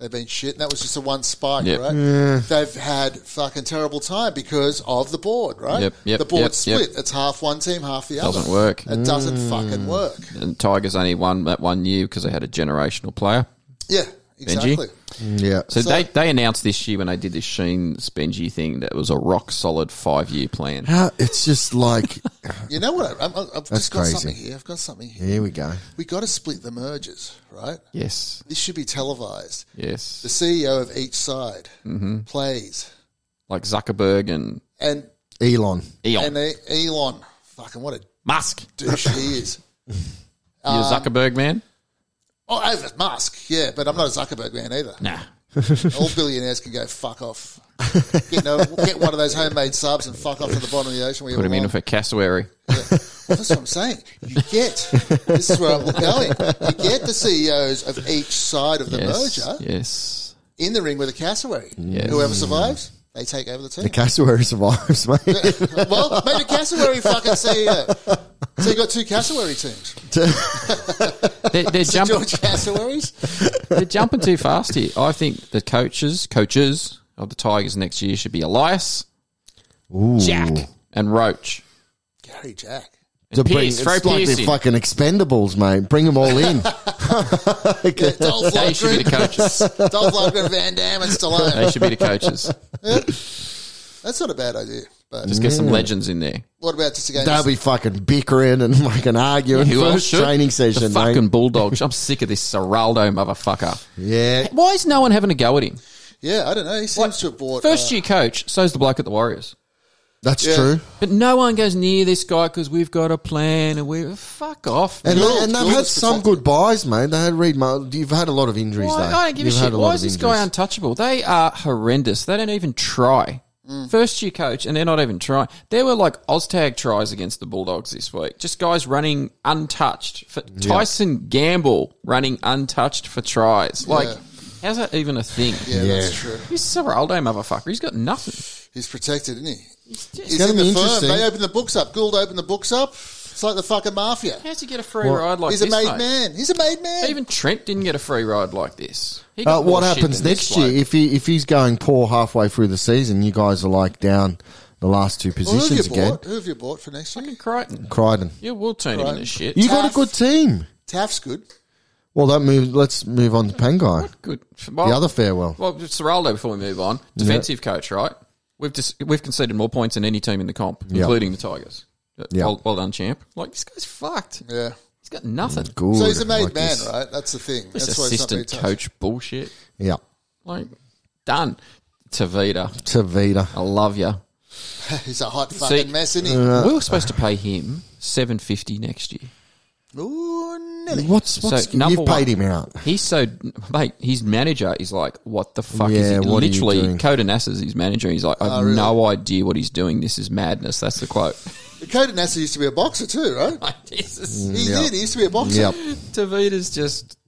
Speaker 1: they've been shit. And that was just a one spike,
Speaker 3: Yep.
Speaker 1: right? They've had fucking terrible time because of the board, right?
Speaker 3: Yep, yep,
Speaker 1: the board
Speaker 3: yep,
Speaker 1: split. It's half one team, half the other.
Speaker 3: Doesn't work.
Speaker 1: It doesn't
Speaker 2: Mm.
Speaker 1: fucking work.
Speaker 3: And Tigers only won that one year because they had a generational player.
Speaker 1: Yeah, exactly.
Speaker 2: Yeah.
Speaker 3: Mm. So,
Speaker 1: So-
Speaker 3: they, they announced this year when they did this Sheen Spengy thing that it was a rock solid five year plan.
Speaker 2: How- it's just like
Speaker 1: You know what? I, I'm, I've
Speaker 2: That's
Speaker 1: just got
Speaker 2: crazy.
Speaker 1: something here. I've got something here.
Speaker 2: here we go.
Speaker 1: We got to split the mergers, right?
Speaker 3: Yes.
Speaker 1: This should be televised. the
Speaker 3: Yes.
Speaker 1: CEO of each side
Speaker 3: Mm-hmm.
Speaker 1: plays,
Speaker 3: Like Zuckerberg and
Speaker 1: and
Speaker 2: Elon.
Speaker 3: Elon.
Speaker 1: and they, Elon, fucking what a
Speaker 3: Musk.
Speaker 1: douche he is.
Speaker 3: You
Speaker 1: um,
Speaker 3: a Zuckerberg man?
Speaker 1: Oh, over Musk, yeah, but I'm not a Zuckerberg man either.
Speaker 3: Nah.
Speaker 1: All billionaires can go fuck off. Get, no, get one of those homemade subs and fuck off to the bottom of the ocean. Where
Speaker 3: Put
Speaker 1: you
Speaker 3: him in
Speaker 1: belong.
Speaker 3: for cassowary.
Speaker 1: Well, that's what I'm saying. You get this is where I'm going. You get the CEOs of each side of the
Speaker 3: Yes.
Speaker 1: merger
Speaker 3: Yes.
Speaker 1: in the ring with a cassowary.
Speaker 3: Yes.
Speaker 1: Whoever survives, they take over the team.
Speaker 2: The cassowary survives, mate.
Speaker 1: well, made a cassowary fucking CEO. So you got two cassowary teams.
Speaker 3: They're, they're, jumping,
Speaker 1: George Cassowaries.
Speaker 3: they're jumping too fast here. I think the coaches, coaches of the Tigers next year should be Elias,
Speaker 2: Ooh.
Speaker 3: Jack, and Roach.
Speaker 1: Gary Jack.
Speaker 2: To bring,
Speaker 3: Pierce,
Speaker 2: it's
Speaker 3: throw
Speaker 2: like
Speaker 3: Pierce
Speaker 2: the
Speaker 3: in.
Speaker 2: fucking expendables, mate. Bring them all in.
Speaker 1: Yeah, Dolph
Speaker 3: They should be
Speaker 1: Lundgren.
Speaker 3: the coaches.
Speaker 1: Dolph Lundgren, Van Damme, and Stallone.
Speaker 3: They should be the coaches.
Speaker 1: That's not a bad idea. But
Speaker 3: Just get some legends in there.
Speaker 1: what about just again?
Speaker 2: They'll be fucking bickering and fucking arguing
Speaker 3: Who else
Speaker 2: first
Speaker 3: should?
Speaker 2: training
Speaker 3: The
Speaker 2: session, mate.
Speaker 3: fucking Bulldogs. I'm sick of this Seraldo motherfucker.
Speaker 2: yeah.
Speaker 3: Why is no one having a go at him?
Speaker 1: yeah, I don't know. He seems to have bought.
Speaker 3: First
Speaker 1: uh,
Speaker 3: year coach, so's the bloke at the Warriors.
Speaker 2: That's
Speaker 1: Yeah.
Speaker 2: true.
Speaker 3: But no one goes near this guy because we've got a plan and we fuck off.
Speaker 2: And,
Speaker 1: Gould-
Speaker 2: and they've
Speaker 1: Gould
Speaker 2: had
Speaker 1: was
Speaker 2: some
Speaker 1: protected.
Speaker 2: good buys, mate. They had Reed. Mo- You've had a lot of injuries,
Speaker 3: Why,
Speaker 2: though.
Speaker 3: I don't give
Speaker 2: You've
Speaker 3: a
Speaker 2: had
Speaker 3: shit.
Speaker 2: lot
Speaker 3: Why
Speaker 2: of
Speaker 3: is this
Speaker 2: injuries.
Speaker 3: guy untouchable? They are horrendous. They don't even try.
Speaker 2: Mm.
Speaker 3: First year coach, and they're not even trying. There were like Oztag tries against the Bulldogs this week. Just guys running untouched. For Tyson Gamble running untouched for tries. Like,
Speaker 1: Yeah.
Speaker 3: how's that even a thing?
Speaker 1: yeah, that's
Speaker 2: Yeah.
Speaker 1: true.
Speaker 3: He's Seraldo motherfucker. He's got nothing.
Speaker 1: He's protected, isn't he? He's,
Speaker 2: gonna
Speaker 1: in
Speaker 2: be
Speaker 1: the firm.
Speaker 2: interesting.
Speaker 1: They open the books up. Gould opened the books up. It's like the fucking mafia.
Speaker 3: How's he get a free ride like
Speaker 1: He's a
Speaker 3: this?
Speaker 1: made
Speaker 3: mate?
Speaker 1: man. He's a made man.
Speaker 3: Even Trent didn't get a free ride like this. He
Speaker 2: Uh,
Speaker 3: got more
Speaker 2: what
Speaker 3: shit
Speaker 2: happens
Speaker 3: than
Speaker 2: next
Speaker 3: this
Speaker 2: year
Speaker 3: bloke.
Speaker 2: if he if he's going poor halfway through the season? You guys are like down the last two
Speaker 1: Well, who have
Speaker 2: positions
Speaker 1: you
Speaker 2: again.
Speaker 1: bought? Who have you bought for next year?
Speaker 3: Fucking Crichton.
Speaker 2: Crichton,
Speaker 3: Yeah, we'll turn him
Speaker 1: Crichton.
Speaker 3: into shit.
Speaker 2: you got
Speaker 1: Taff.
Speaker 2: a good team.
Speaker 1: Taft's good.
Speaker 2: Well, that move. Let's move on to Pangai.
Speaker 3: Good.
Speaker 2: The
Speaker 3: Well,
Speaker 2: other farewell.
Speaker 3: Well, Serraldo, before we move on, defensive coach, right? We've just, we've conceded more points than any team in the comp, including the Tigers. Uh,
Speaker 2: Yeah.
Speaker 3: Well, well done, champ. Like this guy's fucked.
Speaker 1: Yeah.
Speaker 3: He's got nothing.
Speaker 2: Good.
Speaker 1: So he's a made
Speaker 2: Like
Speaker 1: man,
Speaker 2: this.
Speaker 1: right? That's the thing.
Speaker 3: This
Speaker 1: That's why he's not being touched.
Speaker 3: assistant coach bullshit.
Speaker 2: Yeah,
Speaker 3: Like done. Tavita,
Speaker 2: Tavita.
Speaker 3: I love you.
Speaker 1: He's a hot fucking mess, isn't he?
Speaker 2: Uh-huh. Uh,
Speaker 3: we were supposed to pay him seven fifty next year.
Speaker 1: Ooh, nearly.
Speaker 2: What's what's
Speaker 3: number
Speaker 2: you've paid
Speaker 3: one-
Speaker 2: him out?
Speaker 3: He's so mate. His manager is like, "What the fuck is
Speaker 2: Yeah,
Speaker 3: he?"
Speaker 2: what are you
Speaker 3: Literally,
Speaker 2: doing?
Speaker 3: Coda is his manager. He's like, "I have no idea what he's doing. This is madness." That's the quote.
Speaker 1: Coden Nasser used to be a boxer too, right?
Speaker 3: Like, this is-
Speaker 1: He
Speaker 2: Yeah.
Speaker 1: did. He used to be a boxer.
Speaker 2: Yep.
Speaker 3: Tavita's just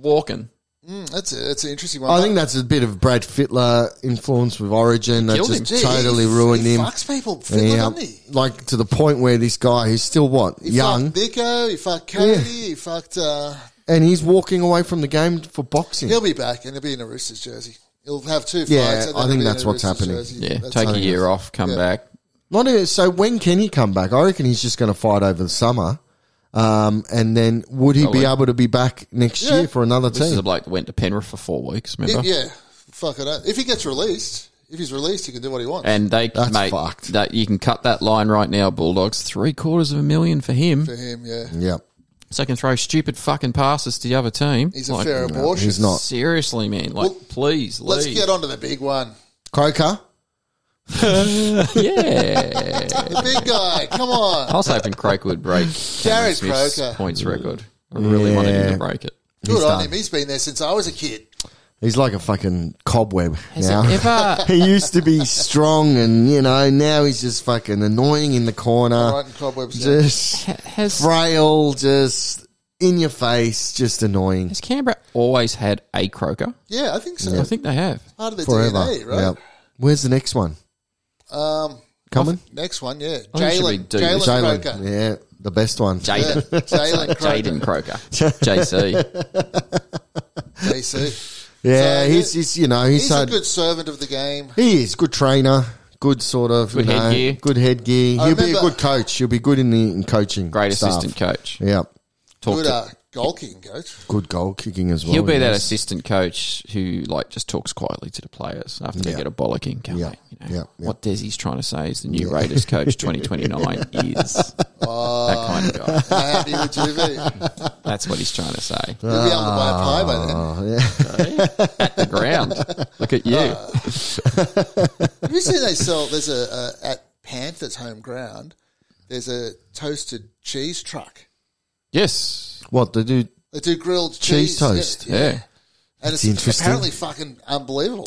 Speaker 3: walking.
Speaker 1: Hmm, That's a, that's an interesting one.
Speaker 2: I think that's a bit of Brad Fittler influence with Origin that
Speaker 3: killed
Speaker 2: just
Speaker 3: him.
Speaker 1: Gee,
Speaker 2: totally
Speaker 1: he-
Speaker 2: ruined
Speaker 1: he
Speaker 2: him.
Speaker 1: Fucks people, Fiddler,
Speaker 2: Yeah.
Speaker 1: doesn't he?
Speaker 2: Like to the point where this guy who's still what
Speaker 1: He
Speaker 2: young
Speaker 1: fucked Nico. He fucked Cody.
Speaker 2: Yeah.
Speaker 1: He fucked. Uh,
Speaker 2: and he's walking away from the game for boxing.
Speaker 1: he'll be back and he'll be in a Roosters jersey. He'll He'll have two fights.
Speaker 2: Yeah,
Speaker 1: and
Speaker 2: I
Speaker 1: then
Speaker 2: think
Speaker 1: be in
Speaker 2: that's
Speaker 1: a
Speaker 2: what's
Speaker 1: Roosters
Speaker 2: happening.
Speaker 1: jersey.
Speaker 3: Yeah,
Speaker 1: That's
Speaker 3: take
Speaker 1: how
Speaker 3: a
Speaker 1: it
Speaker 3: year
Speaker 1: is.
Speaker 3: off, come
Speaker 1: Yeah.
Speaker 3: back.
Speaker 2: Not even, so. When can he come back? I reckon he's just going to fight over the summer, um, and then would he be
Speaker 3: Probably.
Speaker 2: able to be back next
Speaker 1: Yeah.
Speaker 2: year for another
Speaker 3: Oh, This is a
Speaker 2: team?
Speaker 3: bloke that went to Penrith for four weeks, remember?
Speaker 1: If- yeah, fuck it up. If he gets released, if he's released, he can do what he wants.
Speaker 3: And they
Speaker 2: That's
Speaker 3: mate,
Speaker 2: fucked.
Speaker 3: That, you can cut that line right now, Bulldogs. Three quarters of a million for him,
Speaker 1: for him, yeah,
Speaker 2: yeah,
Speaker 3: so he can throw stupid fucking passes to the other team.
Speaker 1: he's a
Speaker 3: Like,
Speaker 1: fair abortion.
Speaker 2: he's not.
Speaker 3: Seriously, man. Like,
Speaker 1: Well,
Speaker 3: please,
Speaker 1: Let's
Speaker 3: leave.
Speaker 1: get on to the big one.
Speaker 2: Croker.
Speaker 3: Yeah.
Speaker 1: The big guy, come
Speaker 3: I
Speaker 1: on.
Speaker 3: was hoping Croker would break Cameron
Speaker 1: Jared
Speaker 3: Smith's
Speaker 1: Croker.
Speaker 3: points record. I really wanted him
Speaker 2: Yeah.
Speaker 3: to break it.
Speaker 1: Good on
Speaker 2: done.
Speaker 1: him. He's been there since I was a kid.
Speaker 2: He's like a fucking cobweb
Speaker 3: Has
Speaker 2: now.
Speaker 3: it ever?
Speaker 2: he used to be strong, and you know now he's just fucking annoying in the corner,
Speaker 1: Right in cobwebs. yeah.
Speaker 2: just
Speaker 3: Has,
Speaker 2: frail, just in your face, just annoying
Speaker 3: has Canberra always had a Croker?
Speaker 1: Yeah, I think so.
Speaker 3: I think they have.
Speaker 1: Part of the
Speaker 2: forever.
Speaker 1: DNA, right?
Speaker 2: Yep. Where's the next one
Speaker 1: Um,
Speaker 2: coming?
Speaker 1: next one, yeah,
Speaker 3: I think it
Speaker 1: Jalen,
Speaker 3: should be Dewey.
Speaker 1: Jalen
Speaker 2: Jalen.
Speaker 1: Croker.
Speaker 2: Yeah, the best one.
Speaker 3: Jaden.
Speaker 1: Jalen Croker,
Speaker 3: Jaden Croker. JC.
Speaker 1: JC.
Speaker 2: Yeah,
Speaker 1: So,
Speaker 2: he's, he's you know he's,
Speaker 1: He's a
Speaker 2: had,
Speaker 1: good servant of the game.
Speaker 2: he is good trainer, good sort of
Speaker 3: Good
Speaker 2: you know,
Speaker 3: headgear.
Speaker 2: good headgear. He'll
Speaker 1: I
Speaker 2: be a
Speaker 1: remember-
Speaker 2: good coach. He'll be good in the in coaching.
Speaker 3: Great
Speaker 2: staff.
Speaker 3: assistant coach.
Speaker 2: Yeah,
Speaker 3: Talk
Speaker 1: Good
Speaker 3: to-
Speaker 1: uh, goalkeeping coach.
Speaker 2: good goal kicking as well.
Speaker 3: He'll be that
Speaker 2: yes.
Speaker 3: assistant coach who like just talks quietly to the players after they
Speaker 2: Yeah.
Speaker 3: get a bollocking. Come
Speaker 2: Yeah.
Speaker 3: on, you know,
Speaker 2: Yeah, yeah.
Speaker 3: What Desi's trying to say is the new Raiders coach 2029 is that kind of guy.
Speaker 1: How happy would you be? You'll be
Speaker 3: That's what he's trying to say.
Speaker 1: able to buy a pie by then.
Speaker 3: At the ground, look at you.
Speaker 1: Have you seen they sell? There's a, a at Panthers home ground. There's a toasted cheese truck.
Speaker 3: yes,
Speaker 2: What they do?
Speaker 1: They do grilled cheese,
Speaker 2: Cheese toast.
Speaker 1: Yeah, yeah.
Speaker 3: yeah.
Speaker 1: and it's
Speaker 2: interesting.
Speaker 1: apparently fucking unbelievable.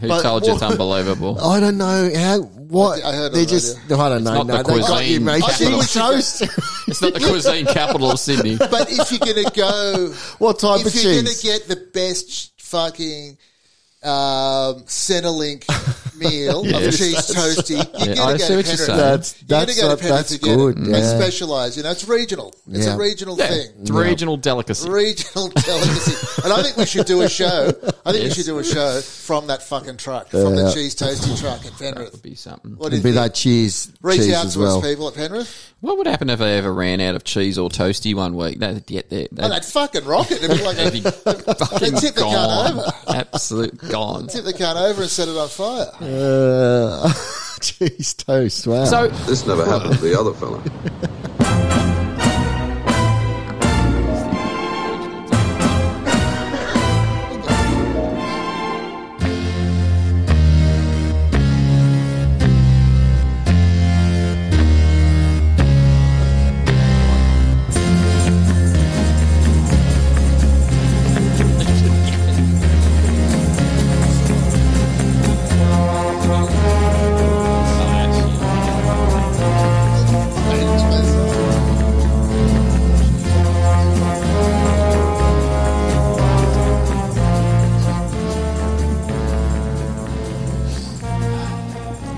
Speaker 3: Who told you it's unbelievable?
Speaker 2: I don't know how what
Speaker 1: I heard on
Speaker 2: they
Speaker 1: the
Speaker 2: just. I don't know.
Speaker 3: not
Speaker 2: No,
Speaker 3: the
Speaker 2: they got you,
Speaker 3: cuisine
Speaker 2: mate.
Speaker 1: I think we should-
Speaker 2: toast.
Speaker 3: It's not the cuisine capital of Sydney.
Speaker 1: but if you're gonna go,
Speaker 2: what type of
Speaker 1: if you're gonna
Speaker 2: cheese?
Speaker 1: get the best fucking um, Centrelink meal of
Speaker 3: Yes.
Speaker 1: cheese toasty, you're
Speaker 3: Yeah,
Speaker 1: gonna
Speaker 3: I
Speaker 1: go
Speaker 3: see
Speaker 1: to
Speaker 3: what you're
Speaker 1: Penrith.
Speaker 3: saying.
Speaker 2: That's-
Speaker 1: You're gonna
Speaker 2: that's
Speaker 1: go to
Speaker 2: not-
Speaker 1: Penrith
Speaker 2: that's
Speaker 1: to get it.
Speaker 2: good,
Speaker 1: It's
Speaker 2: yeah.
Speaker 1: specialised. You know, it's regional. It's
Speaker 2: Yeah.
Speaker 1: a regional
Speaker 3: Yeah,
Speaker 1: thing.
Speaker 3: it's regional delicacy.
Speaker 1: regional delicacy. And I think we should do a show. I think
Speaker 3: Yes.
Speaker 1: we should do a show from that fucking truck, from the cheese toasty truck at
Speaker 3: That
Speaker 1: Penrith.
Speaker 3: would be something.
Speaker 1: What do you
Speaker 2: It'd be
Speaker 1: think?
Speaker 2: that cheese,
Speaker 1: Reach
Speaker 2: cheese
Speaker 1: out
Speaker 2: as
Speaker 1: to
Speaker 2: well.
Speaker 1: us, people at Penrith.
Speaker 3: What would happen if they ever ran out of cheese or toasty one week? They'd get there.
Speaker 1: Oh, they'd fucking rocket. It'd be like a,
Speaker 3: They'd be fucking
Speaker 1: tip the cunt
Speaker 3: gone.
Speaker 1: over.
Speaker 3: Absolute gone.
Speaker 1: tip the can over and set it on fire.
Speaker 2: Uh, cheese toast. Wow.
Speaker 3: So
Speaker 7: This never happened to the other fella.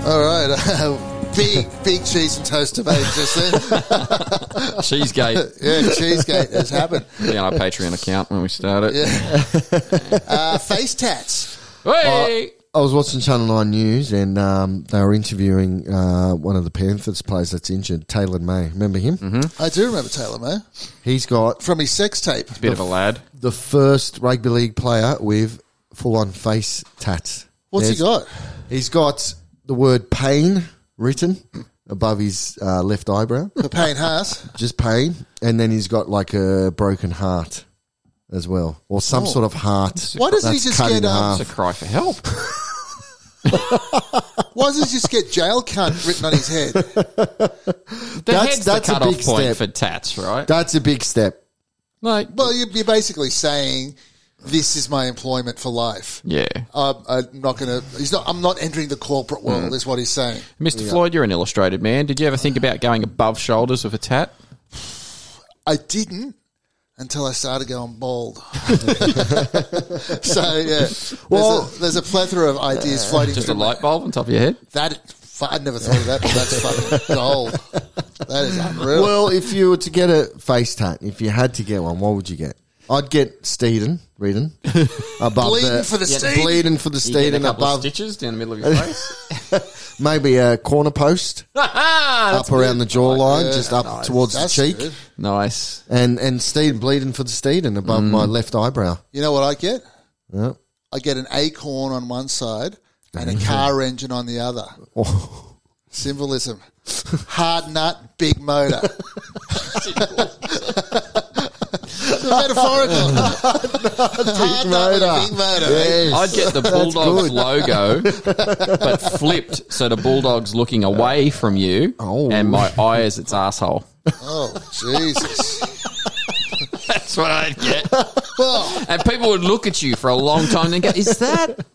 Speaker 1: All right. big, big cheese and toast debate just then.
Speaker 3: Cheesegate
Speaker 1: Yeah, cheesecake has happened.
Speaker 3: on our Patreon account when we started.
Speaker 1: Uh, face tats.
Speaker 3: Hey!
Speaker 2: I was watching Channel Nine News, and um, they were interviewing uh, one of the Panthers players that's injured, Taylor May. Remember him?
Speaker 1: I do remember Taylor May
Speaker 2: He's got
Speaker 1: from his sex tape.
Speaker 3: Bit of a lad.
Speaker 2: the first rugby league player with full-on face tats.
Speaker 1: What's he
Speaker 2: There's-
Speaker 1: got?
Speaker 2: He's got the word pain written above his uh, left eyebrow,
Speaker 1: The pain has.
Speaker 2: just pain, and then he's got like a broken heart as well, or some
Speaker 1: Oh.
Speaker 2: sort of heart.
Speaker 1: Why doesn't he
Speaker 2: that's
Speaker 1: just
Speaker 2: cut
Speaker 1: get,
Speaker 2: in
Speaker 1: um,
Speaker 2: half.
Speaker 3: It's a cry for help.
Speaker 1: Why does he just get jail cunt written on his head?
Speaker 3: The
Speaker 2: That's-
Speaker 3: head's
Speaker 2: that's a
Speaker 3: the cut-off
Speaker 2: big
Speaker 3: point
Speaker 2: step.
Speaker 3: for tats, right?
Speaker 2: That's a big step.
Speaker 3: like,
Speaker 1: Well, you- you're basically saying this is my employment for life.
Speaker 3: yeah.
Speaker 1: I'm, I'm not going to. He's not. I'm not entering the corporate world. Is what he's saying.
Speaker 3: Mr. Floyd, you're an illustrated man. Did you ever think about going above shoulders with a tat?
Speaker 1: I didn't until I started going bald. so yeah, well,
Speaker 2: Well-
Speaker 1: there's a, there's a plethora of ideas floating
Speaker 3: Just a
Speaker 1: through
Speaker 3: light bulb on top of your head?
Speaker 1: that. fu- I never thought of that, but that's fucking gold. That is unreal.
Speaker 2: Well, if you were to get a face tat, if you had to get one, what would you get? I'd get Steeden, Reedon, above
Speaker 1: Bleeding
Speaker 2: the,
Speaker 1: for the Steeden.
Speaker 2: bleeding for the
Speaker 3: You get a
Speaker 2: Steeden
Speaker 3: couple of
Speaker 2: above,
Speaker 3: stitches down the middle of your face.
Speaker 2: maybe a corner post
Speaker 3: That's
Speaker 2: up around the jawline, just up
Speaker 1: Nice.
Speaker 2: towards the
Speaker 1: That's
Speaker 2: cheek,
Speaker 1: good.
Speaker 3: nice.
Speaker 2: and and Steeden bleeding for the Steeden above my left eyebrow.
Speaker 1: You know what I get?
Speaker 2: Yeah.
Speaker 1: I get an acorn on one side and a car engine on the other. Symbolism. Hard nut, big motor. It's metaphorical. Hard nut with a
Speaker 2: motor.
Speaker 1: big motor.
Speaker 2: Yes.
Speaker 3: I'd get the Bulldogs logo, but flipped so the Bulldog's looking away from you,
Speaker 2: Oh.
Speaker 3: and my eye is its asshole.
Speaker 1: Oh, Jesus.
Speaker 3: That's what I'd get.
Speaker 1: Well,
Speaker 3: And people would look at you for a long time and go, "Is that?"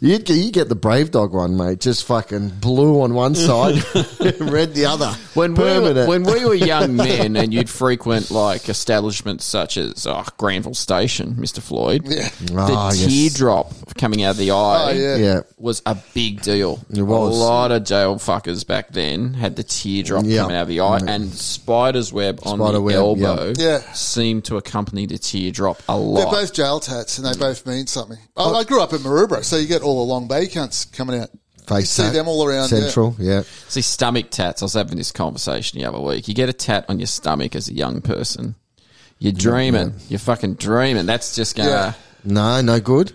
Speaker 2: You get, you get the brave dog one, mate. Just fucking blue on one side, red the other.
Speaker 3: When we, were,
Speaker 2: Permanent.
Speaker 3: when we were young men and you'd frequent like establishments such as oh, Granville Station, Mr. Floyd,
Speaker 1: yeah.
Speaker 3: the
Speaker 2: Ah, yes.
Speaker 3: teardrop coming out of the eye
Speaker 1: Oh, yeah.
Speaker 2: Yeah.
Speaker 3: was a big deal.
Speaker 2: It was.
Speaker 3: A lot of jail fuckers back then had the teardrop
Speaker 2: Yeah.
Speaker 3: coming out of the eye, and spider's web on
Speaker 2: Spider
Speaker 3: the
Speaker 2: web,
Speaker 3: elbow
Speaker 1: yeah. Yeah.
Speaker 3: seemed to accompany the teardrop a
Speaker 1: They're
Speaker 3: lot.
Speaker 1: both jail tats and they both mean something. Oh, I, I grew up in Maroubra, so you get all the Long Bay cunts coming out.
Speaker 2: Face
Speaker 1: you see
Speaker 2: tat,
Speaker 1: them all around. yeah.
Speaker 2: Central, yeah.
Speaker 3: See, stomach tats. I was having this conversation the other week. You get a tat on your stomach as a young person. You're dreaming. You're fucking dreaming. That's just gonna.
Speaker 1: Yeah.
Speaker 2: No, no good.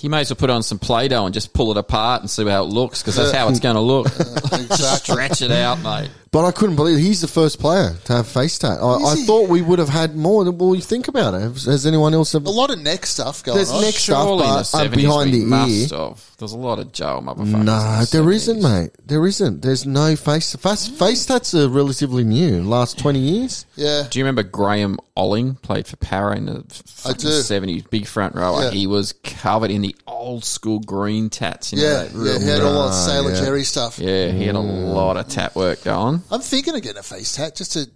Speaker 3: You may as well put on some play doh and just pull it apart and see how it looks because that's how it's gonna look.
Speaker 1: Exactly.
Speaker 3: Stretch it out, mate.
Speaker 2: But I couldn't believe he's the first player to have face tat. I, I
Speaker 1: Is he?
Speaker 2: thought we would have had more. Well, you think about it. Has, has anyone else ever?
Speaker 1: A lot of neck stuff going
Speaker 2: There's
Speaker 1: on.
Speaker 2: neck stuff,
Speaker 3: Surely in the
Speaker 2: but uh,
Speaker 3: 70s
Speaker 2: behind
Speaker 3: we
Speaker 2: the ear.
Speaker 3: must have. There's a lot of jail motherfuckers.
Speaker 2: No,
Speaker 3: in
Speaker 2: there
Speaker 3: the
Speaker 2: isn't,
Speaker 3: 70s.
Speaker 2: mate. There isn't. There's no face. Face, face tats are relatively new. Last twenty years.
Speaker 1: Yeah.
Speaker 3: Do you remember Graham Olling played for Para in the
Speaker 1: I
Speaker 3: fucking
Speaker 1: do.
Speaker 3: 70s? Big front rower.
Speaker 1: Yeah.
Speaker 3: He was covered in the old school green tats. You know,
Speaker 1: Yeah,
Speaker 3: that
Speaker 1: yeah,
Speaker 3: real-
Speaker 1: he had all that Sailor
Speaker 2: yeah.
Speaker 1: Jerry stuff.
Speaker 3: yeah, he had a lot of tat work going.
Speaker 1: I'm thinking of getting a face tat just to,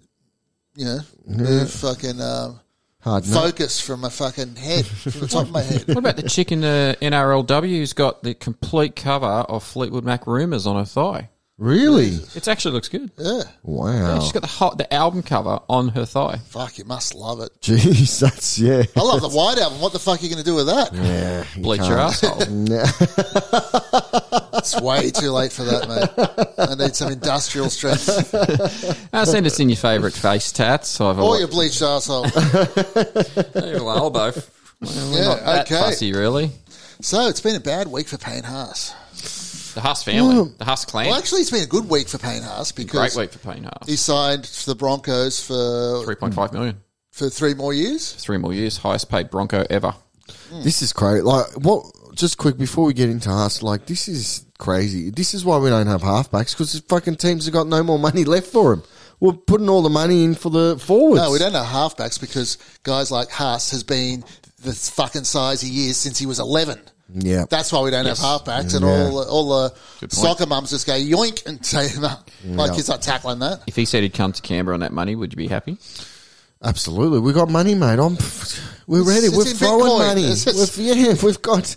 Speaker 1: you know, move fucking um,
Speaker 2: Hard no.
Speaker 1: focus from my fucking head, from the top of my head.
Speaker 3: What about the chick in the NRLW who's got the complete cover of Fleetwood Mac Rumours on her thigh?
Speaker 2: Really?
Speaker 3: It actually looks good.
Speaker 1: Yeah,
Speaker 2: Wow.
Speaker 3: She's got the hot, the album cover on her thigh.
Speaker 1: fuck, you must love it.
Speaker 2: Jeez, that's yeah.
Speaker 1: I love the White Album. What the fuck are you going to do with that?
Speaker 2: Yeah, you
Speaker 3: Bleach your
Speaker 2: can't.
Speaker 3: asshole.
Speaker 1: It's way too late for that, mate. I need some industrial strength.
Speaker 3: now send us in your favourite face tats. Either
Speaker 1: Or your bleached asshole.
Speaker 3: well, both. We're
Speaker 1: Yeah,
Speaker 3: not that
Speaker 1: okay.
Speaker 3: fussy, really.
Speaker 1: So it's been a bad week for Payne Haas.
Speaker 3: The Huss family, the Huss clan.
Speaker 1: Well, actually, it's been a good week for Payne Haas
Speaker 3: Great
Speaker 1: because
Speaker 3: week for Payne Haas.
Speaker 1: he signed for the Broncos for
Speaker 3: Three point five million.
Speaker 1: for three more years.
Speaker 3: Three more years, highest paid Bronco ever.
Speaker 1: Hmm.
Speaker 2: This is crazy. Like, what? Just quick before we get into us, like, this is crazy. This is why we don't have halfbacks because the fucking teams have got no more money left for them. We're putting all the money in for the forwards.
Speaker 1: No, we don't know halfbacks because guys like Haas has been the fucking size he is since he was 11.
Speaker 2: Yeah,
Speaker 1: That's why we don't
Speaker 3: Yes.
Speaker 1: have halfbacks, and
Speaker 2: Yeah.
Speaker 1: all the, all the
Speaker 3: Good point.
Speaker 1: soccer mums just go yoink and take him up. Like
Speaker 2: Yeah.
Speaker 1: he's not tackling that.
Speaker 3: If he said he'd come to Canberra on that money, would you be happy?
Speaker 2: absolutely. We got money, mate. I'm. We're ready.
Speaker 1: it's
Speaker 2: we're
Speaker 1: in
Speaker 2: throwing
Speaker 1: Bitcoin.
Speaker 2: money.
Speaker 1: It's just-
Speaker 2: We've- yeah, we've got.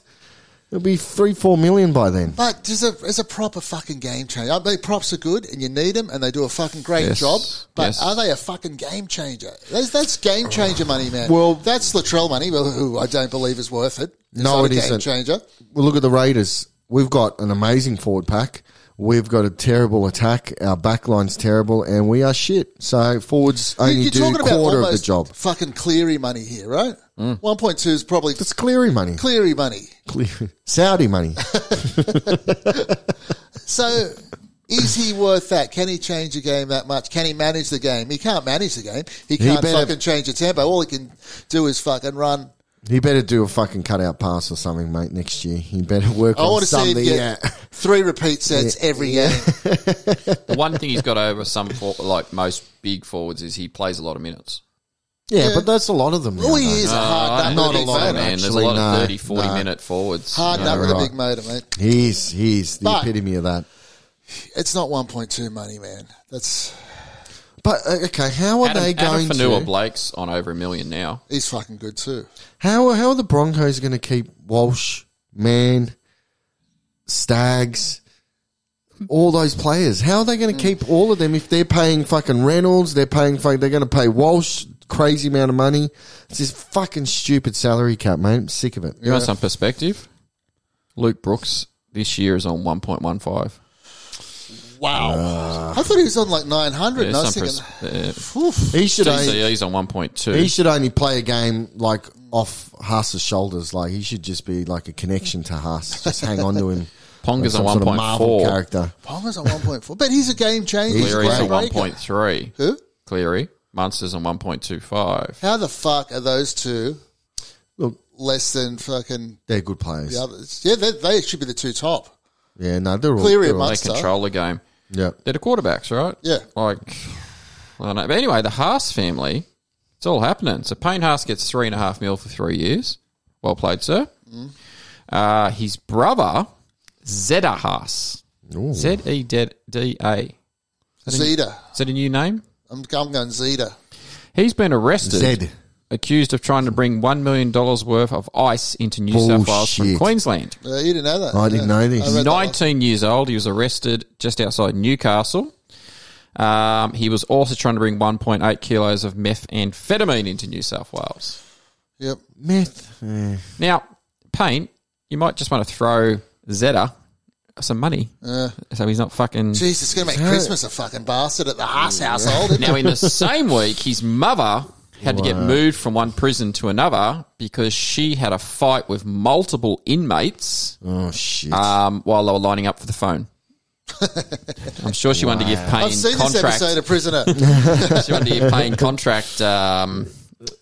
Speaker 2: It'll be three, four million by then.
Speaker 1: But there's a, there's a proper fucking game changer. I mean, props are good and you need them and they do a fucking great
Speaker 3: Yes.
Speaker 1: job. But
Speaker 3: Yes.
Speaker 1: are they a fucking game changer? That's, that's game changer money, man.
Speaker 2: Well-
Speaker 1: that's Latrell money, well, who I don't believe is worth it. It's
Speaker 2: No,
Speaker 1: not
Speaker 2: it
Speaker 1: a game
Speaker 2: isn't.
Speaker 1: changer.
Speaker 2: Well, look at the Raiders. We've got an amazing forward pack. We've got a terrible attack. Our back line's terrible, and we are shit. So forwards only
Speaker 1: You're
Speaker 2: do
Speaker 1: talking about
Speaker 2: quarter of the
Speaker 1: almost
Speaker 2: job.
Speaker 1: Fucking Cleary money here, right? One point two is probably
Speaker 2: That's Cleary money.
Speaker 1: Cleary money.
Speaker 2: Cleary. Saudi money.
Speaker 1: So, is he worth that? Can he change a game that much? Can he manage the game? He can't manage the game. He can't
Speaker 2: better-
Speaker 1: fucking change the tempo. All he can do is fucking run.
Speaker 2: he better do a fucking cutout pass or something, mate, next year. He better work
Speaker 1: I
Speaker 2: on
Speaker 1: want to see
Speaker 2: something.
Speaker 1: him get
Speaker 2: yeah.
Speaker 1: three repeat sets every game.
Speaker 3: The one thing he's got over some, for, like most big forwards, is he plays a lot of minutes. Uh,
Speaker 2: yeah, but that's a lot of them.
Speaker 1: All Oh, he
Speaker 2: nowadays.
Speaker 1: is a hard nut
Speaker 3: Not
Speaker 1: with a
Speaker 3: a
Speaker 1: big
Speaker 3: lot,
Speaker 1: motor.
Speaker 3: man. There's a
Speaker 2: actually,
Speaker 3: lot of
Speaker 2: no,
Speaker 3: 30, 40
Speaker 2: no.
Speaker 3: minute forwards.
Speaker 1: Hard
Speaker 3: you
Speaker 1: nut
Speaker 3: know,
Speaker 1: with a
Speaker 2: right.
Speaker 1: big motor, mate.
Speaker 2: He is. He is the
Speaker 1: But-
Speaker 2: epitome of that.
Speaker 1: It's not 1.2 money, man. That's
Speaker 2: But, uh, okay, how are
Speaker 3: Adam,
Speaker 2: they
Speaker 3: Adam
Speaker 2: going
Speaker 3: Fanua
Speaker 2: to...
Speaker 3: Blake's on over a million now.
Speaker 1: he's fucking good too.
Speaker 2: How how are the Broncos going to keep Walsh, Man, Stags, all those players? How are they going to keep all of them if they're paying fucking Reynolds? They're paying fuck. They're going to pay Walsh, crazy amount of money. It's this fucking stupid salary cap, mate. I'm sick of it.
Speaker 3: You want some perspective? Luke Brooks this year is on 1.15.
Speaker 1: Wow. I thought he was on like 900.
Speaker 3: Yeah,
Speaker 1: and I was
Speaker 3: some
Speaker 1: thinking,
Speaker 3: pers-
Speaker 1: oof.
Speaker 2: He should
Speaker 3: uh,
Speaker 2: only,
Speaker 3: TCE's on 1.2.
Speaker 2: he should only play a game like off Haas's shoulders. Like he should just be like a connection to Haas. Just hang on to him.
Speaker 3: Ponga's
Speaker 2: Like
Speaker 3: on
Speaker 2: some sort of
Speaker 3: 1.4.
Speaker 2: Marvel character.
Speaker 1: Palmer's on 1.4, but he's a game changer. He's a
Speaker 3: Cleary's on
Speaker 1: game
Speaker 3: one
Speaker 1: maker.
Speaker 3: point three.
Speaker 1: Who?
Speaker 3: Cleary. Munster's on one point two five.
Speaker 1: How the fuck are those two
Speaker 2: Look,
Speaker 1: less than fucking
Speaker 2: they're good players.
Speaker 1: the others? Yeah, they, they should be the two top.
Speaker 2: Yeah, no, they're all
Speaker 1: Cleary
Speaker 2: they're all-
Speaker 3: They
Speaker 1: amongst- Munster.
Speaker 3: control the game.
Speaker 2: Yeah,
Speaker 3: They're the quarterbacks, right?
Speaker 1: Yeah.
Speaker 3: Like I don't know. But anyway, the Haas family, it's all happening. So Payne Haas gets three and a half mil for three years. Well played, sir.
Speaker 2: Mm.
Speaker 3: Uh, his brother, Zeda Haas. Z E D D A.
Speaker 1: Zeta.
Speaker 3: Is that a new name?
Speaker 1: I'm, I'm going Zeta.
Speaker 3: He's been arrested.
Speaker 2: Zed.
Speaker 3: Accused of trying to bring $1 million worth of ice into New South Wales from
Speaker 2: Bullshit.
Speaker 3: Queensland.
Speaker 1: Uh, you didn't know that.
Speaker 2: I didn't know this.
Speaker 1: I read that one.
Speaker 3: 19 years old. He was arrested just outside Newcastle. Um, he was also trying to bring 1.8 kilos of methamphetamine into New South Wales.
Speaker 1: Yep.
Speaker 2: meth. Yeah.
Speaker 3: Now, Payne, you might just want to throw Zeta some money. so he's not fucking.
Speaker 1: Jeez, it's going to make Christmas a fucking bastard at the Haas household. isn't it?
Speaker 3: Now, in the same week, his mother had to get moved from one prison to another because she had a fight with multiple inmates
Speaker 2: Oh shit.
Speaker 3: um, while they were lining up for the phone. I'm sure she wanted to give Payne
Speaker 1: I've seen this
Speaker 3: contract.
Speaker 1: episode of Prisoner.
Speaker 3: she wanted to give Payne contract um,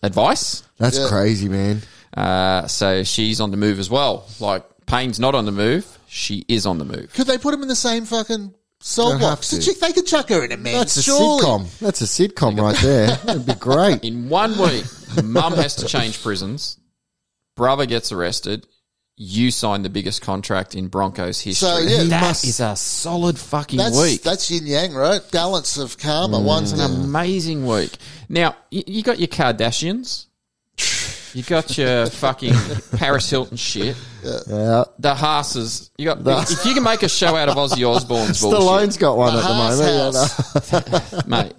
Speaker 3: advice.
Speaker 2: That's
Speaker 1: yeah.
Speaker 2: crazy, man.
Speaker 3: Uh, so she's on the move as well. Like Payne's not on the move; she is on the move.
Speaker 1: could they put him in the same fucking soul
Speaker 2: They'll
Speaker 1: box?
Speaker 2: have to.
Speaker 1: Chick- They could chuck her in a man.
Speaker 2: That's a
Speaker 1: surely.
Speaker 2: sitcom. That's a sitcom right there. That'd be great.
Speaker 3: In one week, Mum has to change prisons. Brother gets arrested. You sign the biggest contract in Broncos history.
Speaker 1: So, yeah,
Speaker 3: that
Speaker 2: must-
Speaker 3: is a solid fucking
Speaker 1: That's
Speaker 3: week.
Speaker 1: that's yin yang, right? Balance of karma.
Speaker 2: Mm.
Speaker 1: One's
Speaker 3: It's an amazing week. Now you, you got your Kardashians, you got your fucking Paris Hilton shit,
Speaker 2: Yeah.
Speaker 3: the Haas's. You got if you can make a show out of Ozzy Osbourne's bullshit,
Speaker 2: Stallone's got one at the
Speaker 1: Haas
Speaker 2: moment.
Speaker 1: house.
Speaker 3: mate.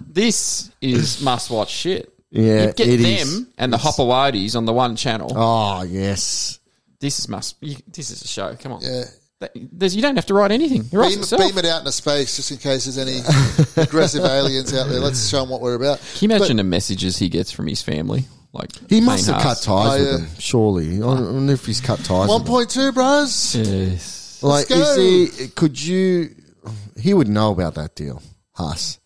Speaker 3: This is must-watch shit.
Speaker 2: Yeah,
Speaker 3: you get
Speaker 2: it
Speaker 3: them
Speaker 2: is.
Speaker 3: and the Hopperwadis on the one channel.
Speaker 2: Oh yes.
Speaker 3: This is must. You, this is a show. Come on,
Speaker 1: Yeah.
Speaker 3: That- there's, you don't have to write anything. You write
Speaker 1: Beam,
Speaker 3: yourself.
Speaker 1: beam it out into space just in case there's any aggressive aliens out there. Let's show them what we're about.
Speaker 3: Can you imagine the messages he gets from his family? Like
Speaker 2: He must have cut
Speaker 3: time.
Speaker 2: ties
Speaker 1: Oh, yeah.
Speaker 2: with them, surely. I don't I don't know if he's cut ties.
Speaker 1: One
Speaker 2: With them.
Speaker 1: point two, bros.
Speaker 3: Yes.
Speaker 2: Like,
Speaker 1: Let's go.
Speaker 2: is he? Could you? He would know about that deal, Haas.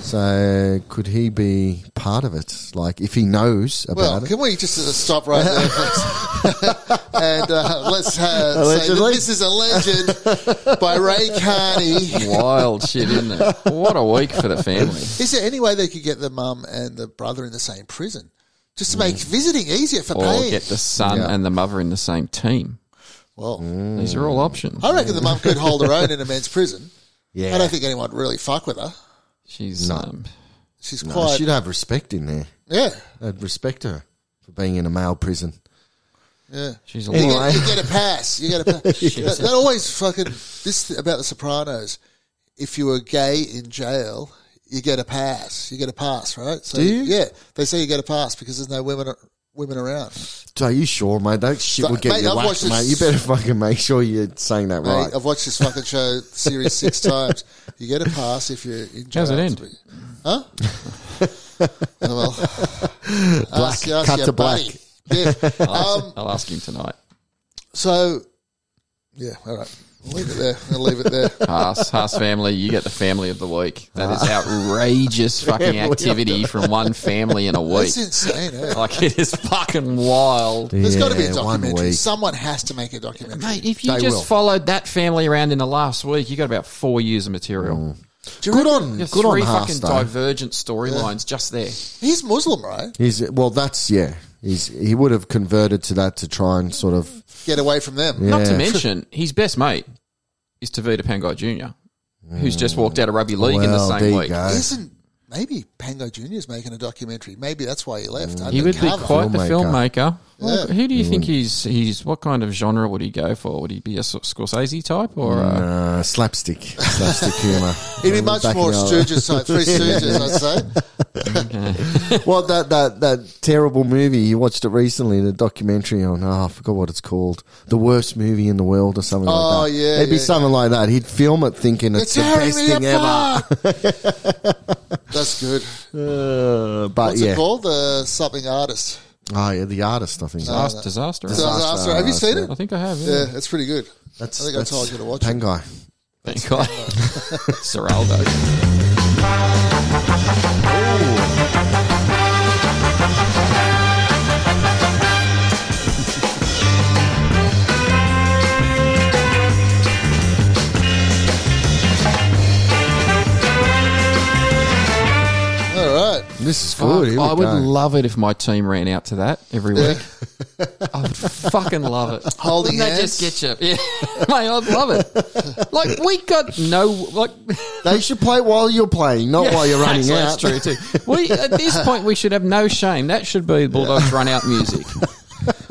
Speaker 2: So could he be part of it? Like, if he knows about
Speaker 1: Well,
Speaker 2: it,
Speaker 1: can we just uh, stop right there, please? and uh, let's uh, say that
Speaker 2: Allegedly.
Speaker 1: this is a legend by Ray Carney.
Speaker 3: Wild shit, isn't it? What a week for the family.
Speaker 1: Is there any way they could get the mum and the brother in the same prison? Just to make visiting easier for
Speaker 3: Or
Speaker 1: Payne.
Speaker 3: get the son
Speaker 2: Yeah.
Speaker 3: and the mother in the same team.
Speaker 1: well,
Speaker 3: These are all
Speaker 2: Mm.
Speaker 3: options.
Speaker 1: I reckon the mum could hold her own in a men's prison.
Speaker 2: yeah,
Speaker 1: I don't think anyone would really fuck with her.
Speaker 3: She's um,
Speaker 1: She's
Speaker 2: No,
Speaker 1: quite.
Speaker 2: she'd have respect in there.
Speaker 1: yeah.
Speaker 2: I'd respect her for being in a male prison.
Speaker 1: Yeah.
Speaker 3: she's a
Speaker 1: You
Speaker 3: lot.
Speaker 1: get, you get a pass. You get a pass. that, that always fucking this th- about the Sopranos. If you were gay in jail, you get a pass. You get a pass, right? So,
Speaker 2: Do you?
Speaker 1: Yeah, they say you get a pass because there's no women women around.
Speaker 2: Are you sure, mate? That shit
Speaker 1: But,
Speaker 2: will get
Speaker 1: mate,
Speaker 2: you
Speaker 1: I've watched
Speaker 2: whacked,
Speaker 1: this-
Speaker 2: mate. You better fucking make sure you're saying that
Speaker 1: Mate,
Speaker 2: right.
Speaker 1: I've watched this fucking show series six times. You get a pass if you're in jail.
Speaker 3: How's it end?
Speaker 1: Huh? Oh, well, black.
Speaker 2: Cut to
Speaker 1: Yeah.
Speaker 3: I'll,
Speaker 1: Um,
Speaker 3: ask, I'll ask him tonight.
Speaker 1: so, yeah. All right. I'll leave it there. I'll leave it there.
Speaker 3: Haas, Haas family, you get the family of the week. That is
Speaker 2: Ah.
Speaker 3: outrageous fucking activity from one family in a week.
Speaker 1: That's insane. eh?
Speaker 3: Like, it is fucking wild.
Speaker 1: There's got to be a
Speaker 2: Yeah, One
Speaker 1: documentary.
Speaker 2: week.
Speaker 1: Someone has to make a documentary.
Speaker 3: Mate, if you
Speaker 2: They
Speaker 3: just
Speaker 2: will.
Speaker 3: followed that family around in the last week, you got about four years of material.
Speaker 2: Good on, Mm.
Speaker 3: Just
Speaker 2: good on
Speaker 3: three
Speaker 2: Haas,
Speaker 3: fucking
Speaker 2: though.
Speaker 3: divergent storylines just there.
Speaker 1: He's Muslim, right?
Speaker 2: He's well. That's yeah. He's he would have converted to that to try and sort of
Speaker 1: Get away from them.
Speaker 3: Not to
Speaker 2: Yeah.
Speaker 3: mention, his best mate is Tavita Pangai Jr., who's just walked out of rugby league in the
Speaker 2: Well,
Speaker 3: same
Speaker 2: there you
Speaker 3: week.
Speaker 2: go.
Speaker 1: Isn't maybe Pango Junior's making a documentary. Maybe that's why he
Speaker 2: Mm.
Speaker 1: left.
Speaker 3: He would be
Speaker 1: Undercover.
Speaker 3: quite the
Speaker 2: Filmmaker.
Speaker 3: filmmaker. Well,
Speaker 1: Yeah.
Speaker 3: who do you think he's? He's what kind of genre would he go for? Would he be a S- Scorsese type or? Uh,
Speaker 2: Uh, slapstick, slapstick humor.
Speaker 1: He'd be much
Speaker 2: Back
Speaker 1: more
Speaker 2: in our-
Speaker 1: Stooges, type, three Stooges, I'd say.
Speaker 2: well, that, that that terrible movie you watched it recently, the documentary on oh, I forgot what it's called, the worst movie in the world or something
Speaker 1: Oh,
Speaker 2: like that.
Speaker 1: yeah,
Speaker 2: it'd be
Speaker 1: yeah,
Speaker 2: something like that. He'd film it thinking it's,
Speaker 1: It's
Speaker 2: the
Speaker 1: tearing
Speaker 2: best
Speaker 1: me
Speaker 2: thing
Speaker 1: apart.
Speaker 2: ever.
Speaker 1: That's good.
Speaker 2: Uh, but
Speaker 1: What's
Speaker 2: yeah,
Speaker 1: it called? The something artist.
Speaker 2: oh yeah, the artist I think.
Speaker 3: Disaster, disaster,
Speaker 1: Disaster Artist. Have you seen it?
Speaker 3: I think I have.
Speaker 1: Uh, Yeah,
Speaker 3: Yeah.
Speaker 1: it's pretty good. I think I told you to watch it.
Speaker 2: Pangai.
Speaker 3: Thank God. Seraldo.
Speaker 1: All right.
Speaker 2: This is good. Here we
Speaker 3: I would
Speaker 2: go.
Speaker 3: love it if my team ran out to that every
Speaker 1: Yeah.
Speaker 3: week. I would fucking love it.
Speaker 1: Holding
Speaker 3: Wouldn't
Speaker 1: hands.
Speaker 3: that just get you? Yeah, mate, I'd love it. Like we got no like.
Speaker 2: they should play while you're playing, not while you're running
Speaker 3: Actually,
Speaker 2: out.
Speaker 3: That's true too. We at this point we should have no shame. That should be Bulldogs run out music.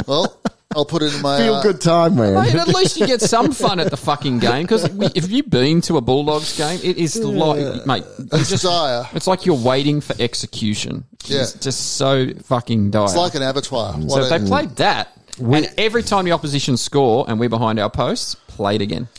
Speaker 1: Well, I'll put it in my.
Speaker 2: Feel
Speaker 1: uh,
Speaker 2: good time, man.
Speaker 3: Mate, at least you get some fun at the fucking game because if you've been to a Bulldogs game, it is like mate, you just-
Speaker 1: dire.
Speaker 3: It's like you're waiting for execution.
Speaker 1: Yeah.
Speaker 3: It's just so fucking dire.
Speaker 1: It's like Mm. an abattoir.
Speaker 3: so
Speaker 1: What
Speaker 3: if they
Speaker 1: a-
Speaker 3: played that, and every time the opposition score and we're behind our posts, play it again.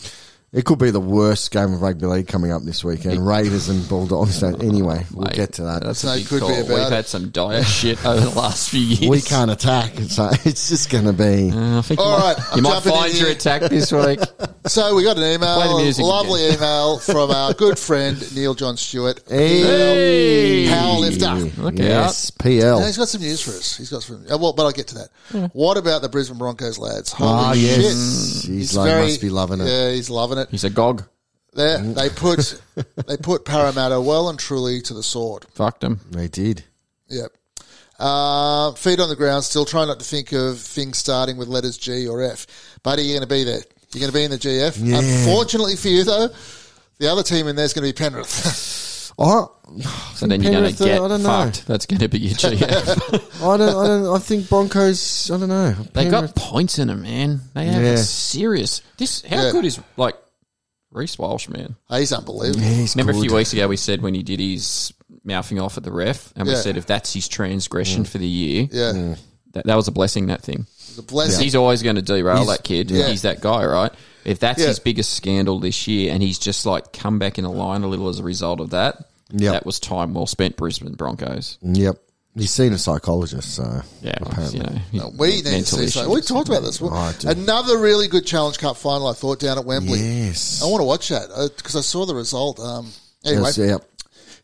Speaker 2: It could be the worst game of rugby league coming up this weekend. Raiders and Bulldogs. No, anyway, we'll
Speaker 3: Mate,
Speaker 2: get to that.
Speaker 3: That's a
Speaker 1: No,
Speaker 3: big
Speaker 1: could be
Speaker 3: call.
Speaker 1: about
Speaker 3: We've
Speaker 1: it.
Speaker 3: had some dire shit over the last few years.
Speaker 2: We can't attack, so it's just going to be.
Speaker 3: Uh, I think you
Speaker 1: All right,
Speaker 3: might, you
Speaker 1: I'm
Speaker 3: might
Speaker 1: jumping in
Speaker 3: find your
Speaker 1: here.
Speaker 3: attack this week.
Speaker 1: So we got an email,
Speaker 3: Play the music
Speaker 1: lovely email from our good friend Neil John Stewart.
Speaker 2: Hey.
Speaker 1: Powerlifter.
Speaker 3: Look
Speaker 2: yes,
Speaker 1: Now,
Speaker 2: PL.
Speaker 1: he's got some news for us. He's got some, uh, well, but I'll get to that. What about the Brisbane Broncos lads? Holy
Speaker 2: Hmm. Ah, yes.
Speaker 1: shit!
Speaker 2: He's like- must be loving it.
Speaker 1: Yeah, he's loving it.
Speaker 3: He's a gog.
Speaker 1: They, they put they put Parramatta well and truly to the sword.
Speaker 3: Fucked him.
Speaker 2: They did.
Speaker 1: Yep. Uh, feet on the ground. Still try not to think of things starting with letters G or F. Buddy, you're going to be there. You're going to be in the GF.
Speaker 2: Yeah.
Speaker 1: Unfortunately for you, though, the other team in there is going to be Penrith.
Speaker 2: Oh,
Speaker 3: So then you're going
Speaker 2: Penrith,
Speaker 3: to
Speaker 2: uh,
Speaker 3: get
Speaker 2: I don't know.
Speaker 3: fucked. That's going to be your GF.
Speaker 2: I don't. I don't. I think Broncos. I don't know.
Speaker 3: they
Speaker 2: Penrith-
Speaker 3: got points in them, man. They have
Speaker 2: Yeah.
Speaker 3: a serious. This how
Speaker 1: Yeah.
Speaker 3: good is like Reese Walsh, man.
Speaker 1: Ah, He's unbelievable.
Speaker 2: Yeah, he's
Speaker 3: Remember a
Speaker 2: good.
Speaker 3: few weeks ago we said when he did his mouthing off at the ref, and we
Speaker 1: Yeah. Mm.
Speaker 3: said if that's his transgression for the year,
Speaker 1: Yeah,
Speaker 3: that, that was a blessing. That thing.
Speaker 1: the blessing.
Speaker 3: He's always going to derail
Speaker 2: He's-
Speaker 3: that kid.
Speaker 1: yeah.
Speaker 3: He's that guy, right? If that's
Speaker 1: Yeah.
Speaker 3: his biggest scandal this year, and he's just like come back in a line a little as a result of that,
Speaker 2: Yep.
Speaker 3: that was time well spent, Brisbane Broncos.
Speaker 1: Mm.
Speaker 2: Yep. He's seen a psychologist, so
Speaker 3: Yeah,
Speaker 2: apparently.
Speaker 3: you know,
Speaker 1: We need to
Speaker 3: mental
Speaker 1: see
Speaker 3: issues.
Speaker 1: something. We talked about this.
Speaker 2: I do.
Speaker 1: Another really good Challenge Cup final, I thought, down at Wembley.
Speaker 2: Yes.
Speaker 1: I want to watch that because I saw the result. Um, anyway,
Speaker 2: Yes, yep.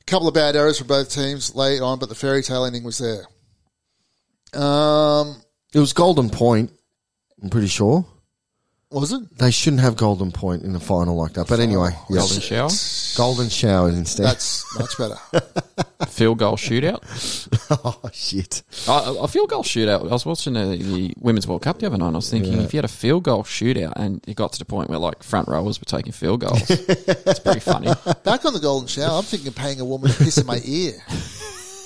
Speaker 1: couple of bad errors for both teams late on, but the fairy tale ending was there. Um,
Speaker 2: It was Golden Point. I'm pretty sure
Speaker 1: was it?
Speaker 2: they shouldn't have Golden Point in the final like that. But anyway, yeah.
Speaker 3: Golden shower,
Speaker 2: Golden shower instead.
Speaker 1: That's much better.
Speaker 3: field goal shootout.
Speaker 2: oh shit!
Speaker 3: I, I field goal shootout. I was watching the, the women's World Cup the other night. and I was thinking if you had a field goal shootout and it got to the point where like front rowers were taking field goals, it's pretty funny.
Speaker 1: Back on the golden shower, I'm thinking of paying a woman to piss in my ear.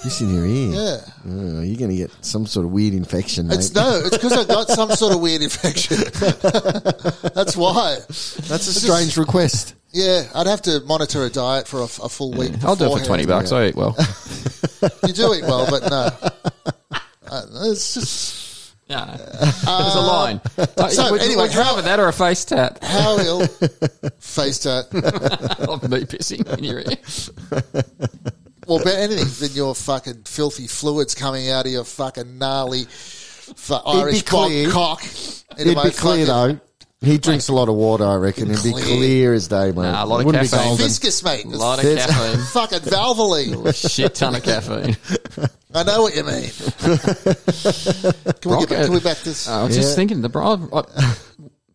Speaker 2: This in your ear.
Speaker 1: Yeah.
Speaker 2: Oh, you're gonna get some sort of weird infection. Mate.
Speaker 1: It's no, it's because I got some sort of weird infection. That's why.
Speaker 2: That's a strange request.
Speaker 1: Yeah, I'd have to monitor a diet for a, f- a full week.
Speaker 3: I'll do it for
Speaker 1: beforehand.
Speaker 3: twenty bucks. I eat well.
Speaker 1: You do eat well, but no. Uh, it's just
Speaker 3: No. There's a line. so would,
Speaker 1: anyway,
Speaker 3: anyway, would you
Speaker 1: how-
Speaker 3: rather that or a face tat
Speaker 1: how ill faced at
Speaker 3: of me pissing in your ear?
Speaker 1: Well, but anything than your fucking filthy fluids coming out of your fucking gnarly fu- Irish bog
Speaker 2: clear.
Speaker 1: cock.
Speaker 2: It'd be clear
Speaker 1: fucking
Speaker 2: though. He drinks a lot of water, I reckon. It'd be
Speaker 1: Clear.
Speaker 2: clear as day, mate.
Speaker 3: Nah, a lot of
Speaker 2: It wouldn't be
Speaker 3: caffeine.
Speaker 2: golden.
Speaker 1: Viscous, mate.
Speaker 3: A lot of
Speaker 2: There's-
Speaker 3: caffeine.
Speaker 1: fucking Valvoline.
Speaker 3: A shit ton of caffeine.
Speaker 1: I know what you mean. can, we get back, can we back this?
Speaker 3: I was
Speaker 2: Yeah.
Speaker 3: just thinking the bra. I-